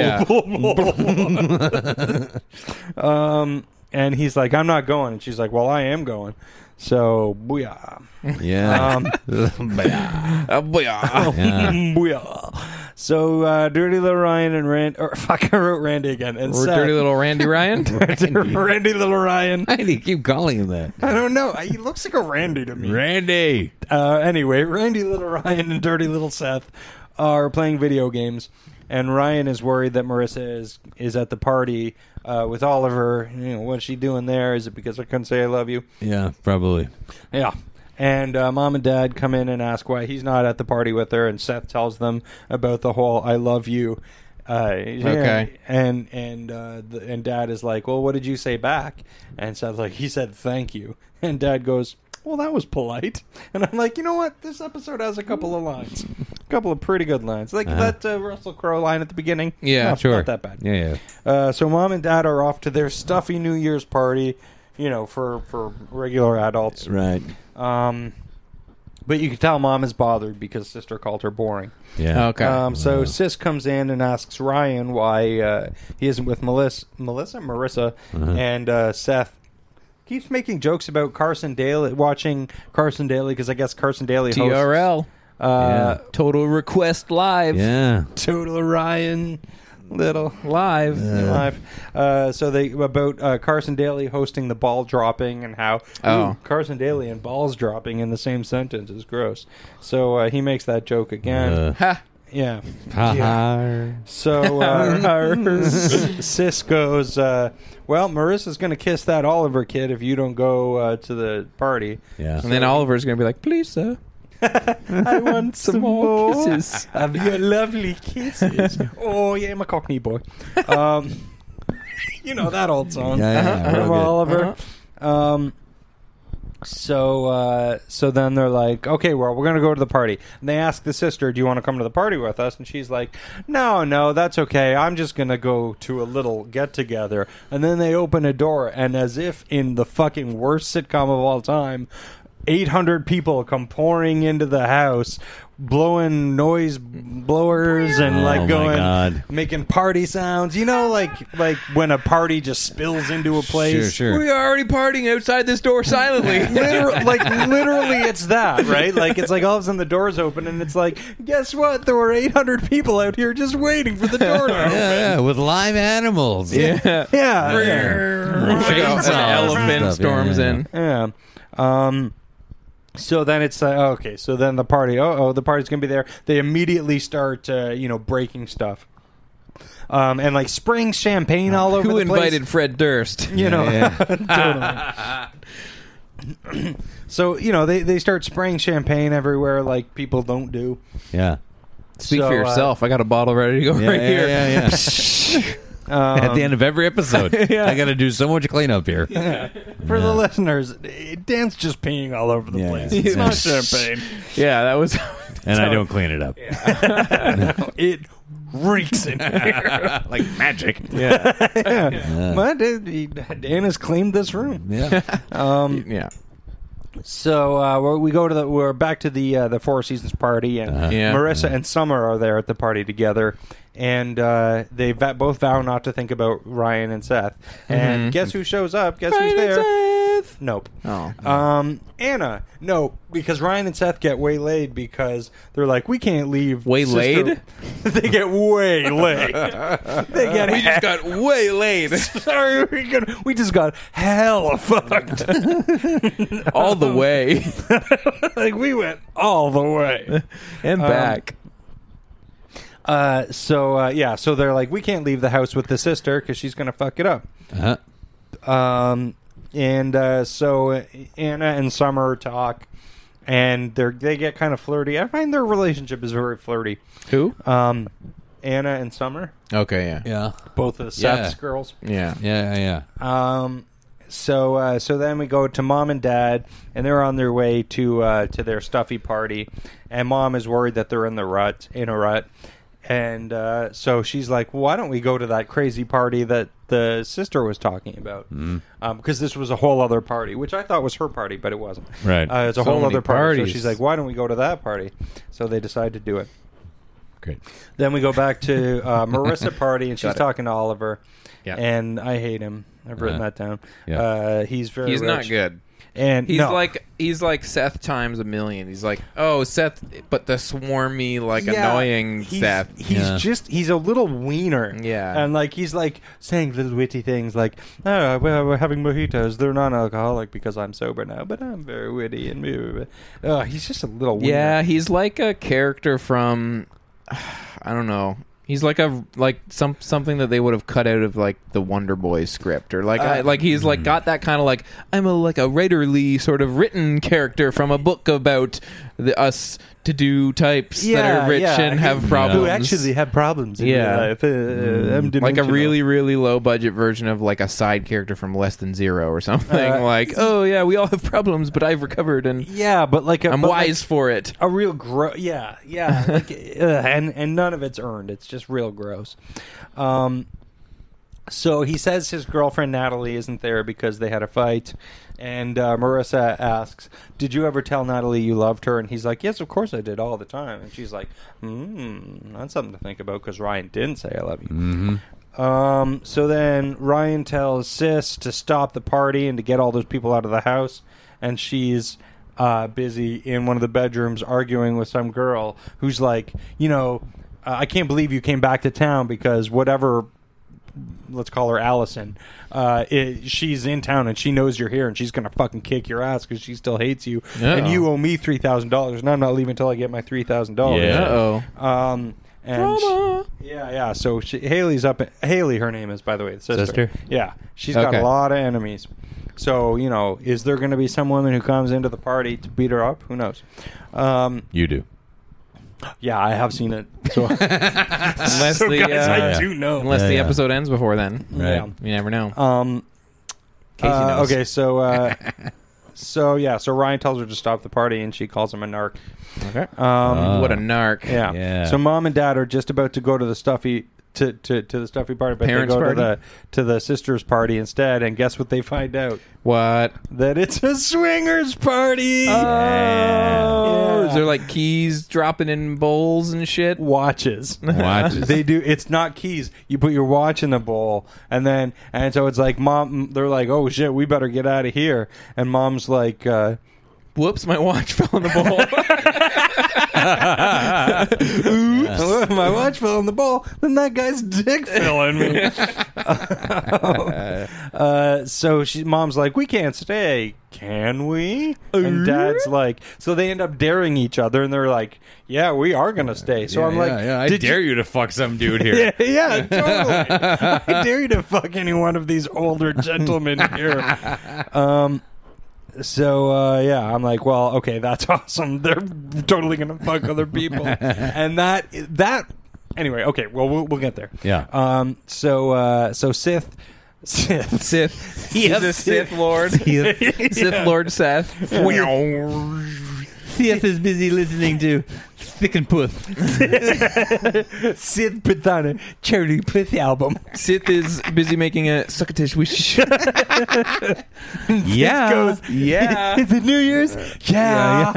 Speaker 2: Yeah.
Speaker 3: um, and he's like, I'm not going. And she's like, well, I am going. So booyah.
Speaker 7: Yeah.
Speaker 3: Um,
Speaker 2: Oh, boy, ah.
Speaker 7: yeah.
Speaker 3: booyah. So uh, Dirty Little Ryan and Rand, or fuck, I wrote Randy again. And
Speaker 2: Or
Speaker 3: Seth-
Speaker 2: dirty little Randy Ryan.
Speaker 3: Randy Little Ryan.
Speaker 5: Why do you keep calling him that?
Speaker 3: I don't know. He looks like a Randy to me.
Speaker 5: Randy.
Speaker 3: Uh, anyway, Randy Little Ryan and Dirty Little Seth are playing video games, and Ryan is worried that Marissa is is at the party uh, with Oliver. You know, what's she doing there? Is it because I couldn't say I love you?
Speaker 7: Yeah, probably.
Speaker 3: Yeah. And uh, mom and dad come in and ask why he's not at the party with her, and Seth tells them about the whole "I love you." Uh, yeah.
Speaker 2: Okay.
Speaker 3: And and uh, the, and dad is like, "Well, what did you say back?" And Seth's like, "He said thank you." And dad goes, "Well, that was polite." And I'm like, "You know what? This episode has a couple of lines, a couple of pretty good lines, like that uh, Russell Crowe line at the beginning.
Speaker 2: Uh-huh. Yeah,
Speaker 3: Not-
Speaker 2: sure.
Speaker 3: not that bad.
Speaker 7: Yeah, yeah.
Speaker 3: Uh, so mom and dad are off to their stuffy New Year's party, you know, for for regular adults.
Speaker 7: Right.
Speaker 3: Um, but you can tell mom is bothered because sister called her boring.
Speaker 7: Yeah.
Speaker 2: Okay.
Speaker 3: Um, so sis comes in and asks Ryan why uh, he isn't with Melissa, Melissa, Marissa,
Speaker 7: Mm-hmm.
Speaker 3: and uh, Seth. Keeps making jokes about Carson Daly watching Carson Daly because I guess Carson Daly hosts,
Speaker 2: TRL.
Speaker 3: uh,
Speaker 2: Total Request Live.
Speaker 7: Yeah.
Speaker 3: Total Ryan Little
Speaker 2: Live.
Speaker 3: live. Uh, so they about uh, Carson Daly hosting the ball dropping and how
Speaker 2: Oh.
Speaker 3: ooh, Carson Daly and balls dropping in the same sentence is gross. So uh, he makes that joke again.
Speaker 2: Ha.
Speaker 3: yeah.
Speaker 7: Uh, Ha-ha.
Speaker 3: So uh, Sis goes, uh, well, Marissa's going to kiss that Oliver kid if you don't go uh, to the party.
Speaker 7: Yeah.
Speaker 2: And then Oliver's gonna be like, "Please, sir,
Speaker 3: I want some, more
Speaker 2: kisses."
Speaker 3: of your lovely kisses. oh yeah, I'm a Cockney boy. Um, you know that old song.
Speaker 7: Yeah, yeah, yeah, real
Speaker 3: From
Speaker 7: good. Uh-huh.
Speaker 3: Oliver. Um, so uh, so then they're like, okay, well, we're gonna go to the party. And they ask the sister, do you want to come to the party with us? And she's like, no, no, that's okay. I'm just gonna go to a little get together. And then they open a door, and as if in the fucking worst sitcom of all time. 800 people come pouring into the house blowing noise blowers and like
Speaker 7: Oh, my
Speaker 3: going
Speaker 7: God.
Speaker 3: making party sounds. You know, like like when a party just spills into a place.
Speaker 7: Sure, sure.
Speaker 2: we are already partying outside this door silently."
Speaker 3: Liter- like literally, it's that right. Like it's like all of a sudden the doors open and it's like, guess what? There were 800 people out here just waiting for the door to open.
Speaker 7: Yeah, with live animals.
Speaker 2: yeah.
Speaker 3: Yeah, yeah.
Speaker 7: Chainsaws
Speaker 2: an elephant
Speaker 7: and stuff. Yeah,
Speaker 2: storms
Speaker 7: yeah, yeah.
Speaker 2: in.
Speaker 3: Yeah. Um, so then it's like okay, so then the uh, party. Oh, oh, the party's gonna be there. They immediately start, uh, you know, breaking stuff. um, and like spraying champagne all over
Speaker 2: Who
Speaker 3: the place.
Speaker 2: invited Fred Durst?
Speaker 3: You know,
Speaker 9: totally.
Speaker 3: so you know they, they start spraying champagne everywhere like people don't do.
Speaker 7: Yeah.
Speaker 2: Speak
Speaker 3: So,
Speaker 2: for
Speaker 3: uh,
Speaker 2: yourself. I got a bottle ready to go
Speaker 7: Yeah,
Speaker 2: right
Speaker 7: yeah,
Speaker 2: here.
Speaker 7: yeah,
Speaker 3: um,
Speaker 7: At the end of every episode, I got to do so much cleanup here.
Speaker 3: For the listeners, Dan's just peeing all over the
Speaker 7: Yeah,
Speaker 3: place.
Speaker 7: yeah,
Speaker 3: It's
Speaker 7: yeah.
Speaker 3: not champagne.
Speaker 2: Yeah, that was.
Speaker 7: And I don't clean it up
Speaker 3: It reeks in here.
Speaker 7: like magic.
Speaker 3: But it- he- Dan has claimed this room. Um,
Speaker 7: Yeah.
Speaker 2: yeah.
Speaker 3: So uh, we're- we go to the we're back to the uh, the Four Seasons party, and
Speaker 2: Yeah.
Speaker 3: Marissa and Summer are there at the party together, and uh, they va- both vow not to think about Ryan and Seth. And guess who shows up? Guess who's there? Nope.
Speaker 2: Oh.
Speaker 3: Um, Anna. No, because Ryan and Seth get waylaid because they're like, we can't leave.
Speaker 2: Waylaid?
Speaker 3: sister-" they get waylaid. they get. We just
Speaker 2: got way late.
Speaker 3: Sorry, we, got, we just got hella fucked.
Speaker 2: All the way
Speaker 3: like we went all the way.
Speaker 2: and back.
Speaker 3: Uh, so uh, yeah, so they're like, we can't leave the house with the sister because she's gonna fuck it up.
Speaker 7: Uh-huh.
Speaker 3: Um, and uh, so Anna and Summer talk, and they are they get kind of flirty. I find their relationship is very flirty.
Speaker 2: Who?
Speaker 3: Um, Anna and Summer,
Speaker 2: Okay, yeah.
Speaker 7: Yeah.
Speaker 3: both of Seth's girls.
Speaker 2: Yeah.
Speaker 7: Yeah. Yeah.
Speaker 3: Um, so uh, so then we go to mom and dad, and they're on their way to uh, to their stuffy party, and mom is worried that they're in the rut in a rut, and uh, so she's like, "Why don't we go to that crazy party that the sister was talking about?" Because
Speaker 2: Hmm.
Speaker 3: this was a whole other party, which I thought was her party, but it wasn't.
Speaker 7: Right.
Speaker 3: uh, it's a
Speaker 2: So
Speaker 3: whole
Speaker 2: many
Speaker 3: other party.
Speaker 2: parties.
Speaker 3: So she's like, "Why don't we go to that party?" So they decide to do it.
Speaker 7: Great.
Speaker 3: Then we go back to uh, Marissa party, and she's talking to Oliver.
Speaker 2: Yeah.
Speaker 3: And I hate him. I've written
Speaker 7: Uh-huh.
Speaker 3: that down.
Speaker 7: Yeah.
Speaker 3: Uh, he's very.
Speaker 2: He's not
Speaker 3: rich.
Speaker 2: good.
Speaker 3: And
Speaker 2: He's
Speaker 3: no.
Speaker 2: like he's like Seth times a million. He's like, oh Seth, but the swarmy, like
Speaker 3: Yeah,
Speaker 2: annoying
Speaker 3: he's,
Speaker 2: Seth.
Speaker 3: He's
Speaker 7: Yeah.
Speaker 3: just he's a little wiener.
Speaker 2: Yeah.
Speaker 3: And like he's like saying little witty things like, "Oh, we're, we're having mojitos. They're non-alcoholic because I'm sober now, but I'm very witty and." blah, blah, blah." Oh, he's just a little. Wiener.
Speaker 2: Yeah, he's like a character from I don't know. He's like a like some something that they would have cut out of like the Wonder Boys script or like
Speaker 3: Uh,
Speaker 2: I, like he's like got that kind of like I'm a like a writerly sort of written character from a book about the us to do types that are rich and have problems.
Speaker 3: Who actually have problems? In
Speaker 2: Yeah.
Speaker 3: yeah, life. Uh, I'm
Speaker 2: Mm. like a
Speaker 3: dimensional.
Speaker 2: really really low budget version of like a side character from Less Than Zero or something.
Speaker 3: Uh,
Speaker 2: like oh yeah, we all have problems, but I've recovered and
Speaker 3: Yeah, but like a,
Speaker 2: I'm
Speaker 3: but like-
Speaker 2: wise for it.
Speaker 3: a real gross. Yeah, yeah, like, ugh, and and none of it's earned. It's just real gross. Um, so he says his girlfriend Natalie isn't there because they had a fight, and uh, Marissa asks, "Did you ever tell Natalie you loved her?" And he's like, "Yes, of course I did, all the time." And she's like, "Hmm, that's something to think about because Ryan didn't say I love you." Um, so then Ryan tells Sis to stop the party and to get all those people out of the house, and she's uh, busy in one of the bedrooms arguing with some girl who's like, you know, uh, I can't believe you came back to town because whatever. Let's call her Allison. Uh, it, she's in town and she knows you're here and she's gonna fucking kick your ass because she still hates you and you owe me three thousand dollars and I'm not leaving until I get my three thousand
Speaker 7: Yeah.
Speaker 3: dollars.
Speaker 2: Oh.
Speaker 3: Um, and she- yeah, yeah. So she, Haley's up. Haley, her name is by the way, the sister.
Speaker 7: Sister?
Speaker 3: Yeah, she's got
Speaker 2: Okay.
Speaker 3: a lot of enemies. So you know, is there going to be some woman who comes into the party to beat her up? Who knows? Um,
Speaker 7: You do.
Speaker 3: yeah, I have seen it. So
Speaker 2: Unless the
Speaker 3: guys,
Speaker 2: uh,
Speaker 3: I do know.
Speaker 2: Unless
Speaker 7: Yeah,
Speaker 2: the
Speaker 7: yeah.
Speaker 2: episode ends before then.
Speaker 3: Yeah.
Speaker 2: You never know.
Speaker 3: Um,
Speaker 2: Casey
Speaker 3: uh,
Speaker 2: knows.
Speaker 3: okay, so uh, so yeah, so Ryan tells her to stop the party, and she calls him a narc.
Speaker 2: Okay.
Speaker 3: Um,
Speaker 7: Ah.
Speaker 2: what a narc.
Speaker 3: Yeah.
Speaker 7: Yeah.
Speaker 3: So mom and dad are just about to go to the stuffy to, to, to the stuffy party, but
Speaker 2: Parents'
Speaker 3: they go
Speaker 2: party?
Speaker 3: to the to the sisters party instead. And guess what they find out?
Speaker 2: What?
Speaker 3: That it's a swingers party.
Speaker 2: Oh,
Speaker 3: Yeah.
Speaker 2: is there like keys dropping in bowls and shit?
Speaker 3: watches.
Speaker 7: Watches.
Speaker 3: they do. It's not keys. You put your watch in the bowl, and then and so it's like mom. They're like, oh shit, we better get out of here. And mom's like. Uh,
Speaker 2: Whoops, my watch fell in the bowl.
Speaker 3: my watch fell in the bowl, then that guy's dick fell in me. uh, so she, mom's like, "We can't stay, can we?" And dad's like, "So they end up daring each other, and they're like, yeah, we are gonna stay." So I'm like,
Speaker 5: yeah, yeah, I
Speaker 3: "Did
Speaker 5: dare
Speaker 3: you?"
Speaker 5: you? to fuck some dude here.
Speaker 3: Yeah, yeah, totally. I dare you to fuck any one of these older gentlemen here. Um, so uh, yeah, I'm like, well, okay, that's awesome. They're totally gonna fuck other people, and that that anyway. Okay, well, we'll, we'll get there.
Speaker 5: Yeah.
Speaker 3: Um. So uh. So Sith. Sith.
Speaker 2: Sith. He's a Sith Lord. Sith, Lord Seth.
Speaker 4: Seth is busy listening to Thick and Puth.
Speaker 3: Sith put on a Charity Puth album.
Speaker 2: Sith is busy making a succotash wish.
Speaker 5: yeah.
Speaker 3: goes,
Speaker 2: yeah.
Speaker 3: Is it New Year's? Yeah.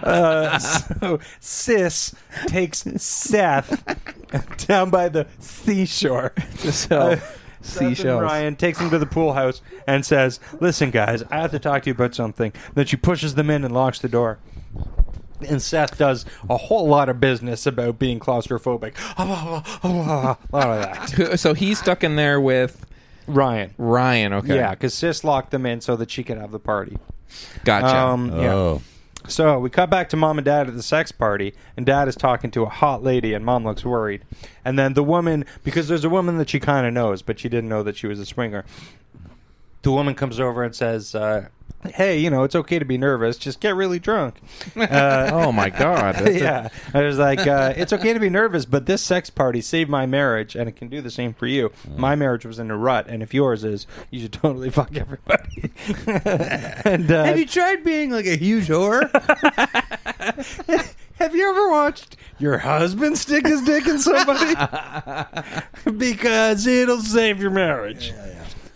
Speaker 3: uh, so Sis takes Seth down by the seashore. Uh,
Speaker 2: So,
Speaker 3: Seth and
Speaker 2: Oh, seashells.
Speaker 3: Ryan takes him to the pool house and says, "Listen, guys, I have to talk to you about something." Then she pushes them in and locks the door. And Seth does a whole lot of business about being claustrophobic. A lot of that.
Speaker 2: So he's stuck in there with
Speaker 3: Ryan.
Speaker 2: Ryan. Okay.
Speaker 3: Yeah, because Sis locked them in so that she could have the party.
Speaker 2: Gotcha.
Speaker 3: Um, yeah.
Speaker 5: Oh.
Speaker 3: So we cut back to mom and dad at the sex party, and dad is talking to a hot lady, and mom looks worried. And then the woman, because there's a woman that she kind of knows, but she didn't know that she was a swinger. The woman comes over and says, uh, "Hey, you know, it's okay to be nervous. Just get really drunk." Uh,
Speaker 2: oh my god. That's a-
Speaker 3: yeah. I was like, uh, it's okay to be nervous, but this sex party saved my marriage, and it can do the same for you.
Speaker 4: Mm.
Speaker 3: My marriage was in a rut, and if yours is, you should totally fuck everybody. and uh,
Speaker 4: Have you tried being like a huge whore?
Speaker 3: Have you ever watched your husband stick his dick in somebody? because it'll save your marriage.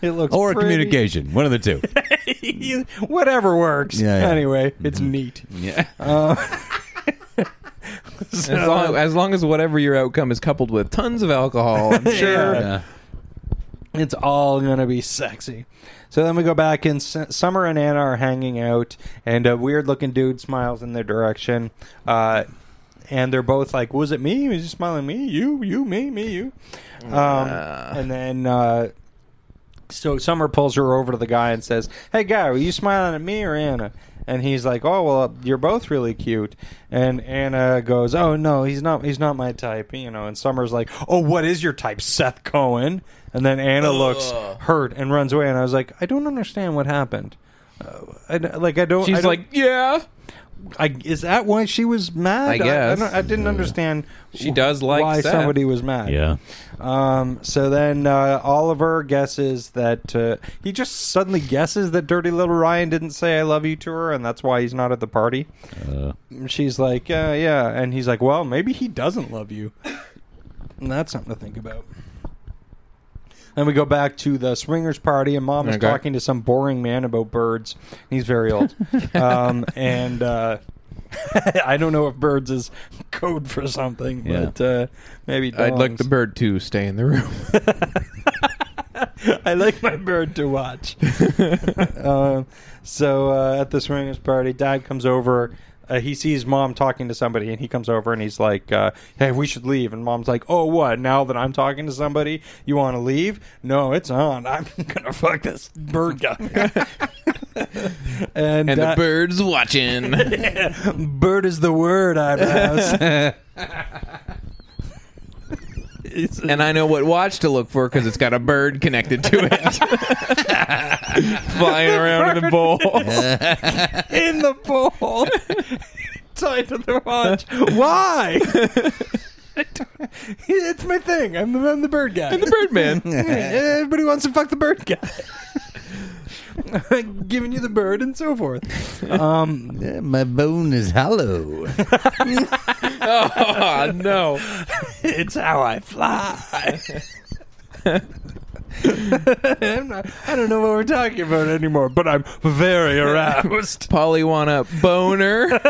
Speaker 3: It looks
Speaker 5: Or
Speaker 3: pretty-
Speaker 5: communication. One of the two.
Speaker 3: whatever works.
Speaker 5: Yeah, Mm-hmm. yeah.
Speaker 3: Anyway, it's neat.
Speaker 5: yeah.
Speaker 2: As long, as long as whatever your outcome is coupled with tons of alcohol, I'm sure.
Speaker 5: Yeah.
Speaker 3: It's all gonna be sexy. So then we go back, and S- Summer and Anna are hanging out, and a weird looking dude smiles in their direction. Uh, and they're both like, "Was it me? Was you smiling at me? You, you, me, me, you?" Um, and then, uh, so Summer pulls her over to the guy and says, "Hey, guy, were you smiling at me or Anna?" And he's like, "Oh, well, you're both really cute." And Anna goes, "Oh no, he's not. He's not my type, you know." And Summer's like, "Oh, what is your type, Seth Cohen?" And then Anna looks hurt and runs away. And I was like, "I don't understand what happened." Uh, I, d- like I don't. I
Speaker 2: She's
Speaker 3: don't-
Speaker 2: like, yeah.
Speaker 3: I, is that why she was mad?
Speaker 2: I guess.
Speaker 3: I, don't- I didn't understand.
Speaker 2: She does like
Speaker 3: why
Speaker 2: Seth.
Speaker 3: somebody was mad.
Speaker 5: Yeah.
Speaker 3: Um. So then uh, Oliver guesses that uh, he just suddenly guesses that Dirty Little Ryan didn't say "I love you" to her, and that's why he's not at the party.
Speaker 7: Uh,
Speaker 3: She's like, "Yeah, yeah," and he's like, "Well, maybe he doesn't love you." And that's something to think about. Then we go back to the swingers party, and mom is
Speaker 2: Okay.
Speaker 3: talking to some boring man about birds. He's very old, um, and uh, I don't know if birds is code for something,
Speaker 5: Yeah.
Speaker 3: but uh, maybe
Speaker 2: I'd like
Speaker 3: dogs.
Speaker 2: the bird to stay in the room.
Speaker 3: I like my bird to watch. um, so uh, at the swingers party, dad comes over. Uh, he sees mom talking to somebody, and he comes over and he's like, uh, "Hey, we should leave." And mom's like, "Oh, what? Now that I'm talking to somebody, you want to leave? No, it's on. I'm gonna fuck this bird guy."
Speaker 2: And
Speaker 3: and uh,
Speaker 2: the bird's watching.
Speaker 3: bird is the word. Eyebrows. It's-
Speaker 2: and I know what watch to look for because it's got a bird connected to it. Flying around in the bowl.
Speaker 3: in the bowl tied to the watch. Why? I don't- it's my thing. I'm the, I'm the bird guy.
Speaker 2: the Birdman.
Speaker 3: Everybody wants to fuck the bird guy. Giving you the bird and so forth. Um,
Speaker 5: My bone is hollow.
Speaker 2: Oh, no.
Speaker 3: it's how I fly. I'm not, I don't know what we're talking about anymore, but I'm very aroused.
Speaker 2: Polly wanna boner.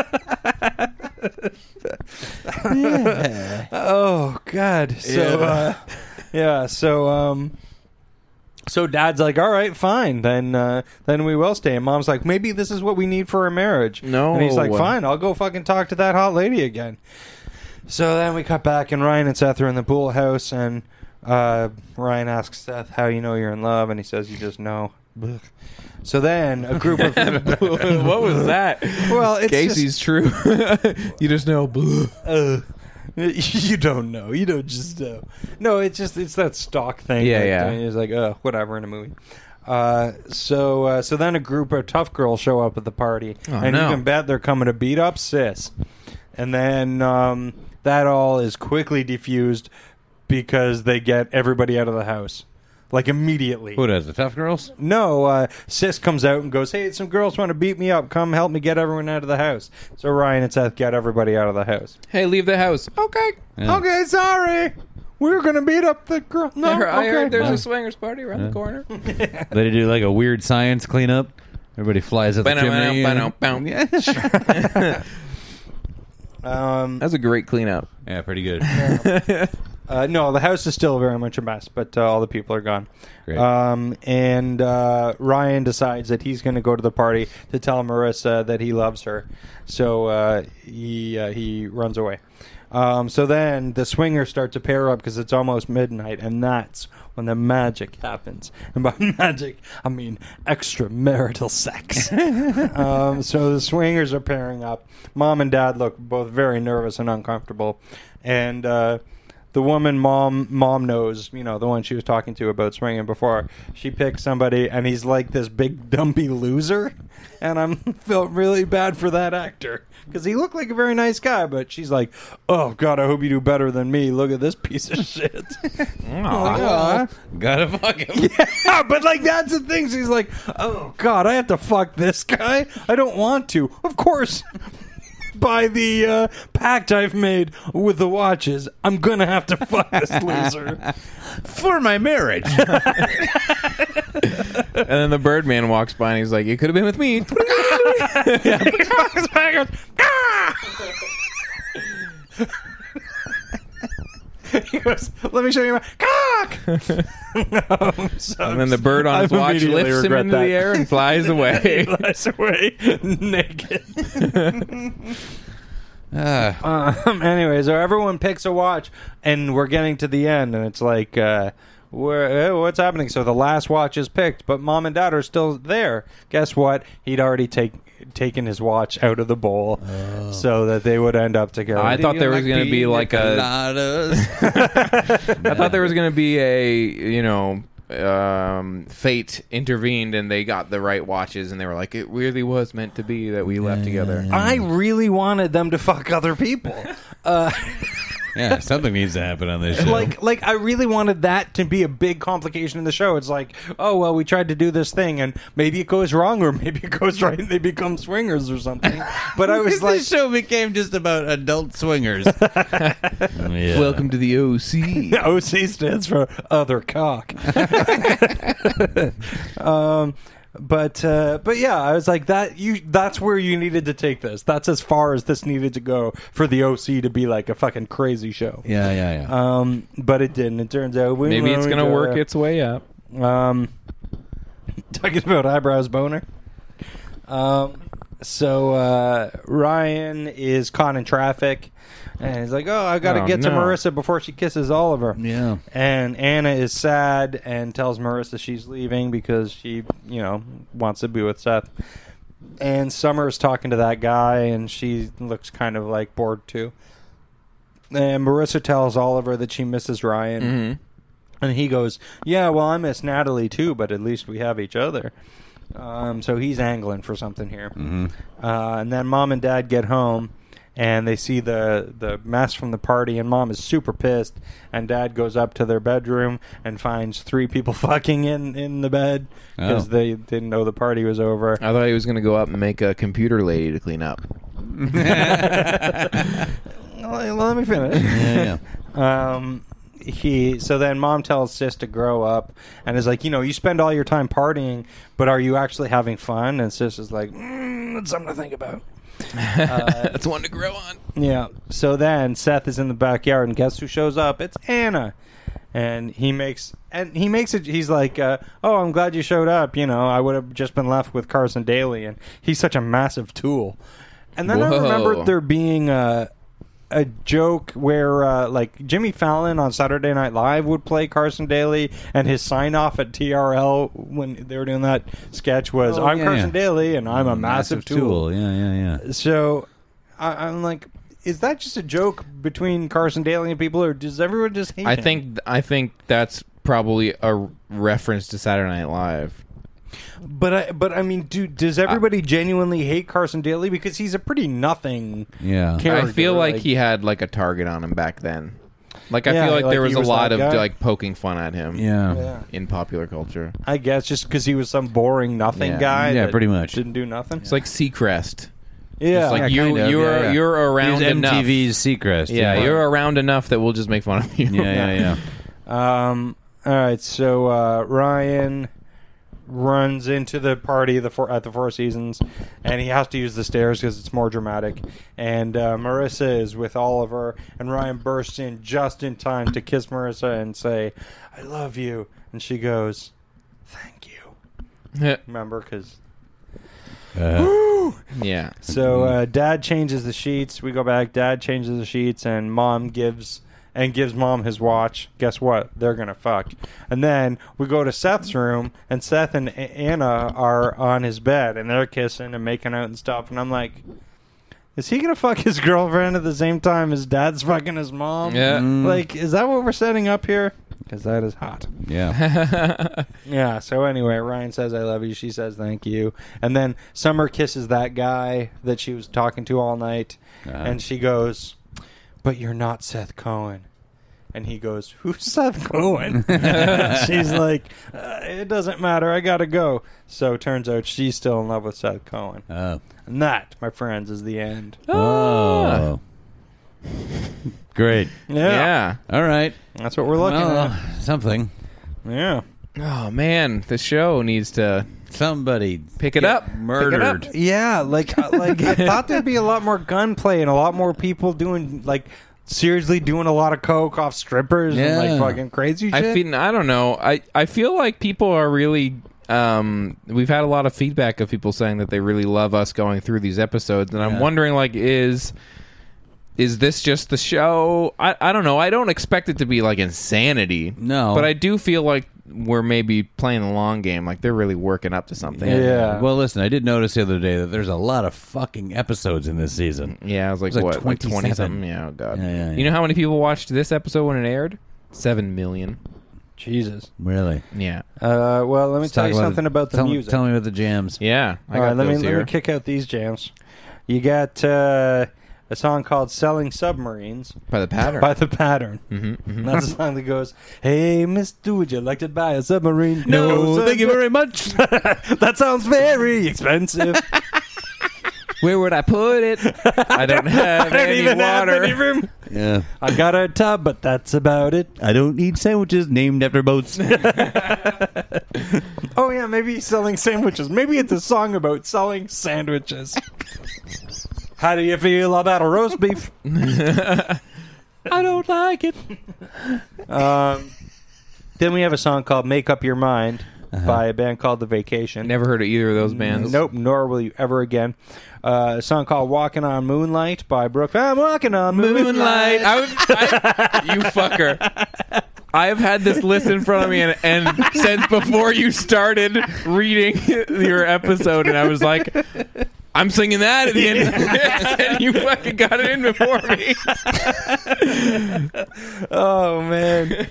Speaker 3: Oh God. So yeah. Uh, yeah. So um, So dad's like, "All right, fine, then uh, then we will stay." And mom's like, "Maybe this is what we need for our marriage."
Speaker 2: No.
Speaker 3: and he's like, "Fine, I'll go fucking talk to that hot lady again." So then we cut back, and Ryan and Seth are in the pool house, and uh, Ryan asks Seth, "How you know you're in love?" And he says, "You just know." Blech. So then a group of
Speaker 2: what was that?
Speaker 3: Well, it's
Speaker 2: Casey's true. you just know. bleh.
Speaker 3: uh, you don't know. You don't just know. No, it's just it's that stock thing.
Speaker 2: Yeah,
Speaker 3: that,
Speaker 2: yeah.
Speaker 3: uh, It's like, uh, whatever in a movie. Uh, so uh, so then a group of tough girls show up at the party, and
Speaker 2: Oh, no.
Speaker 3: you can bet they're coming to beat up sis. And then um, that all is quickly diffused because they get everybody out of the house. Like immediately.
Speaker 5: Who does the tough girls?
Speaker 3: No, uh, Sis comes out and goes, "Hey, some girls want to beat me up. Come help me get everyone out of the house." So Ryan and Seth get everybody out of the house.
Speaker 2: Hey, leave the house.
Speaker 3: Okay. Okay, sorry. We were gonna beat up the girl. No,
Speaker 2: I
Speaker 3: okay.
Speaker 2: heard there's a swingers party around the corner.
Speaker 5: They do like a weird science cleanup. Everybody flies up the chimney. and-
Speaker 3: um,
Speaker 2: That's a great cleanup.
Speaker 5: Yeah, pretty good.
Speaker 3: uh, no, the house is still very much a mess, but uh, all the people are gone.
Speaker 5: Great.
Speaker 3: Um, and uh, Ryan decides that he's going to go to the party to tell Marissa that he loves her. So uh, he uh, he runs away. Um, so then the swingers start to pair up because it's almost midnight, and that's when the magic happens. And by magic, I mean extramarital sex. um, so the swingers are pairing up. Mom and dad look both very nervous and uncomfortable, and. Uh, the woman mom mom knows, you know, the one she was talking to about swinging before. She picks somebody, and he's like this big dumpy loser, and I'm felt really bad for that actor because he looked like a very nice guy, but she's like, "Oh God, I hope you do better than me. Look at this piece of shit." I'm like, "Aw."
Speaker 5: Gotta fuck him.
Speaker 3: Yeah, but like that's the thing. She's like, "Oh God, I have to fuck this guy. I don't want to." Of course, by the uh, pact I've made with the watches, I'm gonna have to fuck this loser.
Speaker 5: For my marriage.
Speaker 2: And then the Birdman walks by and he's like, "You could have been with me." Ah!
Speaker 3: he goes, "Let me show you my cock."
Speaker 2: And then the bird on his
Speaker 3: I've
Speaker 2: watch
Speaker 3: immediately
Speaker 2: lifts him
Speaker 3: regret
Speaker 2: into
Speaker 3: that.
Speaker 2: the air and flies away.
Speaker 3: flies away naked.
Speaker 5: Ah.
Speaker 3: Um, anyway, so everyone picks a watch, and we're getting to the end, and it's like, uh, where, uh, what's happening? So the last watch is picked, but mom and dad are still there. Guess what? He'd already take, taken his watch out of the bowl so that they would end up together.
Speaker 2: Oh. I thought there was going to be like a. I thought there was going to be a you know um fate intervened and they got the right watches and they were like it really was meant to be that we left together
Speaker 3: I really wanted them to fuck other people. Uh,
Speaker 5: yeah, something needs to happen on this show.
Speaker 3: like like I really wanted that to be a big complication in the show. It's like, oh well, we tried to do this thing and maybe it goes wrong or maybe it goes right and they become swingers or something. But I was like
Speaker 5: this show became just about adult swingers. Yeah.
Speaker 2: welcome to the oc
Speaker 3: OC stands for other cock. um but uh, but yeah, I was like that. You that's where you needed to take this. That's as far as this needed to go for the OC to be like a fucking crazy show.
Speaker 5: Yeah, yeah, yeah.
Speaker 3: Um, but it didn't. It turns out we
Speaker 2: maybe it's gonna work its way up
Speaker 3: Um, talking about eyebrows boner. Um, so uh, Ryan is caught in traffic, and he's like, "Oh, I got to
Speaker 2: Oh,
Speaker 3: get to
Speaker 2: no.
Speaker 3: Marissa before she kisses Oliver."
Speaker 5: Yeah.
Speaker 3: And Anna is sad and tells Marissa she's leaving because she, you know, wants to be with Seth. And Summer's talking to that guy, and she looks kind of like bored too. And Marissa tells Oliver that she misses Ryan. And he goes, Yeah, well, I miss Natalie too, but at least we have each other. Um, so he's angling for something here. Uh, and then mom and dad get home and they see the, the mess from the party, and mom is super pissed. And dad goes up to their bedroom and finds three people fucking in, in the bed because
Speaker 5: Oh.
Speaker 3: they didn't know the party was over.
Speaker 2: i thought he was gonna go up and make a computer lady to clean up
Speaker 3: Let Oh, let me finish.
Speaker 5: yeah,
Speaker 3: um, he so then mom tells sis to grow up and is like you know you spend all your time partying but are you actually having fun and sis is like mm, that's something to think about
Speaker 2: that's one to grow on
Speaker 3: yeah so then seth is in the backyard and guess who shows up it's anna and he makes and he makes it. He's like, uh, "Oh, I'm glad you showed up. You know, I would have just been left with Carson Daly, and he's such a massive tool." And then I
Speaker 2: Whoa.
Speaker 3: remembered there being a a joke where uh, like Jimmy Fallon on Saturday Night Live would play Carson Daly, and his sign off at TRL when they were doing that sketch was,
Speaker 5: Oh,
Speaker 3: "I'm
Speaker 5: yeah, Mm,
Speaker 3: Carson
Speaker 5: yeah.
Speaker 3: Daly, and I'm a massive, tool.
Speaker 5: Yeah, yeah, yeah.
Speaker 3: So I, I'm like, is that just a joke between Carson Daly and people, or does everyone just hate
Speaker 2: I
Speaker 3: him?
Speaker 2: think I think that's probably a reference to Saturday Night Live.
Speaker 3: But I, but I mean, dude, does everybody genuinely hate Carson Daly because he's a pretty nothing?
Speaker 5: Yeah.
Speaker 3: character.
Speaker 2: I feel like, he had like a target on him back then. Like I
Speaker 3: Yeah,
Speaker 2: feel like,
Speaker 3: like
Speaker 2: there
Speaker 3: he
Speaker 2: was a
Speaker 3: was
Speaker 2: lot
Speaker 3: that
Speaker 2: of
Speaker 3: guy.
Speaker 2: like poking fun at him.
Speaker 5: Yeah.
Speaker 2: In popular culture,
Speaker 3: I guess just because he was some boring nothing
Speaker 2: Yeah.
Speaker 3: guy.
Speaker 5: Yeah,
Speaker 3: that
Speaker 5: pretty much.
Speaker 3: Didn't do nothing.
Speaker 2: it's like Seacrest.
Speaker 3: yeah,
Speaker 2: It's like
Speaker 5: Yeah,
Speaker 2: you
Speaker 5: kind of,
Speaker 2: you're
Speaker 5: yeah, yeah.
Speaker 2: you're around
Speaker 5: He's
Speaker 2: enough.
Speaker 5: MTV's Seacrest.
Speaker 2: yeah, you're around enough that we'll just make fun of you.
Speaker 5: Yeah, yeah, yeah.
Speaker 3: Um, all right, so uh, Ryan runs into the party the four, at the Four Seasons, and he has to use the stairs because it's more dramatic. And uh, Marissa is with Oliver, and Ryan bursts in just in time to kiss Marissa and say, "I love you," and she goes, "Thank you." Remember, because
Speaker 2: yeah.
Speaker 3: so uh, dad changes the sheets. We go back. Dad changes the sheets, and mom gives and gives mom his watch. Guess what? They're gonna fuck. And then we go to Seth's room, and Seth and A- Anna are on his bed, and they're kissing and making out and stuff. And I'm like, is he gonna fuck his girlfriend at the same time as dad's fucking his mom?
Speaker 2: Yeah.
Speaker 3: Like, is that what we're setting up here? Because that is hot.
Speaker 5: Yeah.
Speaker 3: Yeah. So anyway, Ryan says I love you. She says thank you, and then Summer kisses that guy that she was talking to all night, and she goes, "But you're not Seth Cohen." And he goes, "Who's Seth Cohen?" She's like, uh, "It doesn't matter. I gotta go." So turns out she's still in love with Seth Cohen,
Speaker 5: Uh,
Speaker 3: and that, my friends, is the end.
Speaker 5: oh. Great.
Speaker 2: yeah.
Speaker 5: All right.
Speaker 3: that's what we're looking
Speaker 5: Well,
Speaker 3: at.
Speaker 5: something.
Speaker 3: Yeah.
Speaker 2: Oh man, the show needs to
Speaker 5: Somebody
Speaker 2: pick it
Speaker 5: get
Speaker 2: up. Pick it up.
Speaker 5: Murdered.
Speaker 3: Yeah, like uh, like I thought there'd be a lot more gunplay and a lot more people doing like seriously doing a lot of coke off strippers
Speaker 5: Yeah.
Speaker 3: and like fucking crazy shit.
Speaker 2: I feel, I don't know. I, I feel like people are really. Um, we've had a lot of feedback of people saying that they really love us going through these episodes, and I'm wondering like is is this just the show? I I don't know. I don't expect it to be like insanity.
Speaker 5: No.
Speaker 2: but I do feel like we're maybe playing the long game. Like they're really working up to something.
Speaker 3: Yeah.
Speaker 5: Well, listen, I did notice the other day that there's a lot of fucking episodes in this season.
Speaker 2: Yeah, I was like,
Speaker 5: It was
Speaker 2: what,
Speaker 5: like
Speaker 2: like
Speaker 5: 27.
Speaker 2: twenty something? Yeah, oh god.
Speaker 5: Yeah, yeah, yeah.
Speaker 2: You know how many people watched this episode when it aired? Seven million.
Speaker 3: Jesus.
Speaker 5: Really?
Speaker 2: Yeah,
Speaker 3: Uh, well, let me
Speaker 5: Let's
Speaker 3: tell
Speaker 5: talk
Speaker 3: you something about the
Speaker 5: tell,
Speaker 3: music.
Speaker 5: Tell me about the jams.
Speaker 2: yeah. I
Speaker 3: All right,
Speaker 2: got
Speaker 3: let me
Speaker 2: those
Speaker 3: let me
Speaker 2: here.
Speaker 3: kick out these jams. You got uh, a song called "Selling Submarines"
Speaker 2: by the pattern.
Speaker 3: by The Pattern. Mm-hmm, That's the song that goes, "Hey, Mister, would you like to buy a submarine?" sir.
Speaker 5: very much.
Speaker 3: that sounds very expensive.
Speaker 2: Where would I put it? I don't have
Speaker 3: I don't
Speaker 2: any
Speaker 3: even have
Speaker 2: water.
Speaker 3: any room.
Speaker 5: yeah.
Speaker 3: I got a tub, but that's about it.
Speaker 5: I don't need sandwiches named after boats.
Speaker 3: Oh yeah, maybe he's selling sandwiches. Maybe it's a song about selling sandwiches. How do you feel about a roast beef?
Speaker 2: I don't like it.
Speaker 3: Um, then we have a song called "Make Up Your Mind" by a band called The Vacation.
Speaker 2: Never heard of either of those bands.
Speaker 3: Nope, nor will you ever again. Uh, a song called "Walking on Moonlight" by Brooke. I'm walking on moonlight.
Speaker 2: Moonlight. I would, I, you fucker. I have had this list in front of me, and, and since before you started reading your episode, and I was like, I'm singing that at the end of this, and you fucking got it in before me.
Speaker 3: Oh man.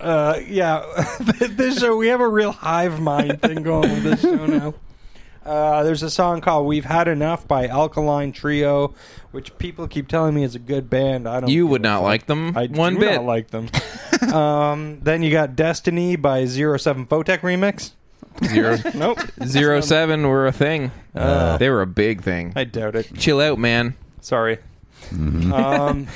Speaker 3: Uh, yeah, this show we have a real hive mind thing going with this show now. Uh, there's a song called "We've Had Enough" by Alkaline Trio, which people keep telling me is a good band. I don't.
Speaker 2: You
Speaker 3: give
Speaker 2: would
Speaker 3: a
Speaker 2: not
Speaker 3: fuck.
Speaker 2: like them
Speaker 3: I
Speaker 2: one
Speaker 3: do
Speaker 2: bit.
Speaker 3: Not like them. um, then you got "Destiny" by Zero Seven Photech remix.
Speaker 2: Zero,
Speaker 3: Nope,
Speaker 2: zero seven were a thing. they were a big thing.
Speaker 3: Uh. I doubt it.
Speaker 2: Chill out, man.
Speaker 3: Sorry. Um,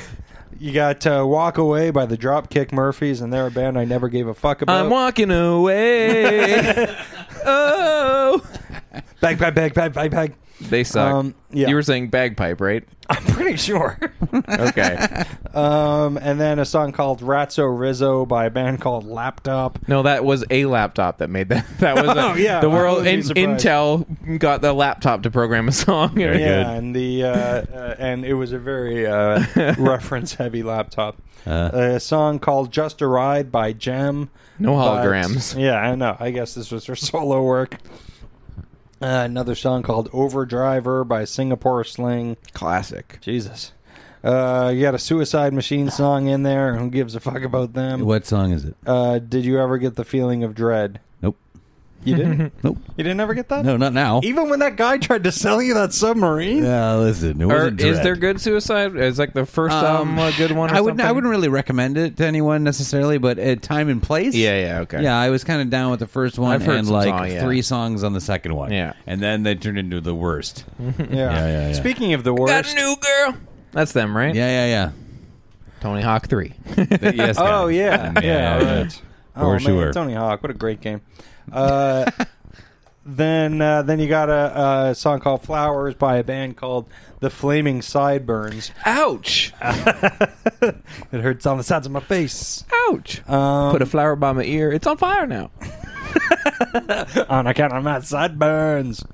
Speaker 3: you got uh, "Walk Away" by the Dropkick Murphys, and they're a band I never gave a fuck about.
Speaker 2: I'm walking away. oh.
Speaker 3: Bag, bag, bag, bag, bag, bag.
Speaker 2: They suck.
Speaker 3: Um, yeah.
Speaker 2: You were saying bagpipe, right?
Speaker 3: I'm pretty sure.
Speaker 2: Okay.
Speaker 3: um, and then a song called Ratso Rizzo by a band called Laptop.
Speaker 2: no, that was a laptop that made that. That was a,
Speaker 3: Oh, yeah,
Speaker 2: the
Speaker 3: I
Speaker 2: world. In,
Speaker 3: wouldn't be surprised.
Speaker 2: Intel got the laptop to program a song.
Speaker 7: Very
Speaker 3: yeah,
Speaker 7: good.
Speaker 3: and the uh, uh, and it was a very uh, reference-heavy laptop. a song called "Just a Ride" by Jam.
Speaker 2: No
Speaker 3: but-
Speaker 2: holograms.
Speaker 3: yeah, I know. I guess this was her solo work. Uh, another song called "Overdriver" by Singapore Sling.
Speaker 2: Classic.
Speaker 3: Jesus, uh, you got a Suicide Machine song in there. Who gives a fuck about them?
Speaker 5: What song is it?
Speaker 3: Uh, did you ever get the feeling of dread?
Speaker 5: Nope.
Speaker 3: You didn't.
Speaker 5: Nope.
Speaker 3: You didn't ever get that.
Speaker 5: No, not now.
Speaker 3: Even when that guy tried to sell you that submarine.
Speaker 5: Yeah, listen. It
Speaker 2: Or
Speaker 5: wasn't
Speaker 2: is
Speaker 5: Dread.
Speaker 2: there good suicide? Is like the first
Speaker 3: Um,
Speaker 2: album a good one? Or
Speaker 5: I wouldn't. I
Speaker 2: something?
Speaker 5: wouldn't really recommend it to anyone necessarily, but at time and place.
Speaker 2: Yeah, yeah, okay.
Speaker 5: Yeah, I was kind of down with the first one
Speaker 2: I've heard
Speaker 5: and
Speaker 2: some
Speaker 5: like
Speaker 2: song, yeah.
Speaker 5: three songs on the second one.
Speaker 2: Yeah.
Speaker 5: and then they turned into the worst. yeah,
Speaker 3: Yeah.
Speaker 5: yeah, yeah.
Speaker 3: Speaking of the
Speaker 2: Got a
Speaker 3: worst.
Speaker 2: new girl. That's them, right?
Speaker 5: yeah,
Speaker 2: Tony Hawk Three.
Speaker 5: yeah. yes.
Speaker 3: oh
Speaker 5: guy.
Speaker 3: yeah, yeah,
Speaker 5: yeah, yeah.
Speaker 3: right. Oh
Speaker 5: For
Speaker 3: man,
Speaker 5: sure.
Speaker 3: Tony Hawk, what a great game. Uh, then uh, then you got a, a song called "Flowers" by a band called the Flaming Sideburns.
Speaker 2: Ouch!
Speaker 3: It hurts on the sides of my face.
Speaker 2: Ouch!
Speaker 3: Um,
Speaker 2: Put a flower by my ear. It's on fire now.
Speaker 3: on account of my sideburns.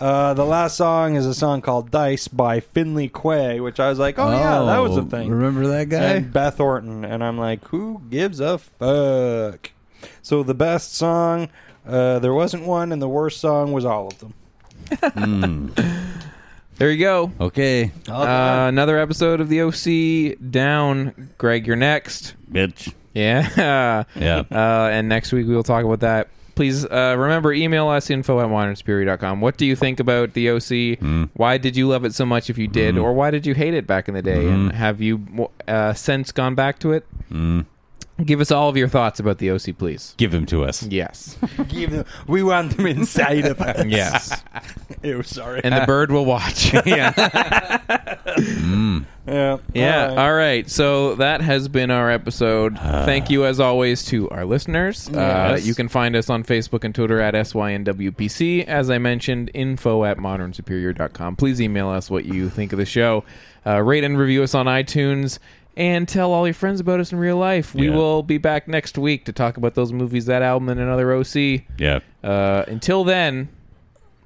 Speaker 3: Uh, the last song is a song called "Dice" by Finley Quay, which I was like, oh, yeah, that was a thing.
Speaker 5: Remember that guy?
Speaker 3: and Beth Orton, and I'm like, who gives a fuck? So the best song, uh, there wasn't one, and the worst song was all of them.
Speaker 2: There you go.
Speaker 5: okay,
Speaker 2: Uh, another episode of the OC down. Greg, you're next.
Speaker 5: bitch.
Speaker 2: Yeah.
Speaker 5: Yeah.
Speaker 2: Uh, and next week we'll talk about that. Please uh, remember email us info at modernspirit.com. What do you think about the OC? Why did you love it so much if you did, or why did you hate it back in the day? And have you uh, since gone back to it? Give us all of your thoughts about the OC, please.
Speaker 5: Give him to us.
Speaker 2: Yes.
Speaker 3: Give them, we want them inside of us.
Speaker 2: Yes.
Speaker 3: Ew, sorry.
Speaker 2: and the bird will watch. yeah. Yeah.
Speaker 3: yeah.
Speaker 2: All
Speaker 3: all right. Uh.
Speaker 2: right. So that has been our episode. Thank you, as always, to our listeners. Uh, you can find us on Facebook and Twitter at SYNWPC. As I mentioned, info at modernsuperior.com. Please email us what you think of the show. Uh, rate and review us on iTunes. And tell all your friends about us in real life. We
Speaker 5: Yeah.
Speaker 2: will be back next week to talk about those movies, that album, and another OC.
Speaker 5: Yeah.
Speaker 2: Uh, until then,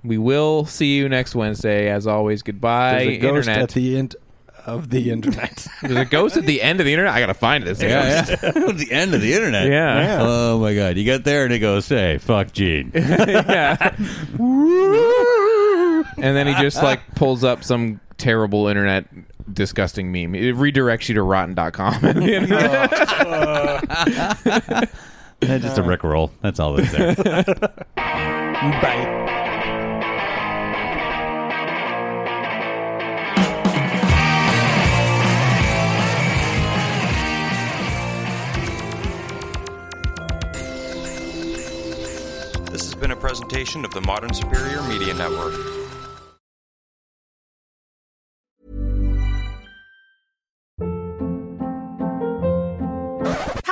Speaker 2: we will see you next Wednesday. As always, goodbye,
Speaker 3: There's a ghost
Speaker 2: internet.
Speaker 3: at the end of the internet.
Speaker 2: There's a ghost at the end of the internet. I gotta find this.
Speaker 5: Yeah, yeah. the end of the internet.
Speaker 2: Yeah.
Speaker 3: Yeah.
Speaker 5: Oh my god, you got there and it goes, "Hey, fuck Gene."
Speaker 2: yeah. and then he just like pulls up some terrible internet disgusting meme. It redirects you to rotten.com. yeah.
Speaker 5: Eh, Just a Rick roll. That's all that's there.
Speaker 3: Bye.
Speaker 9: This has been a presentation of the Modern Superior Media Network.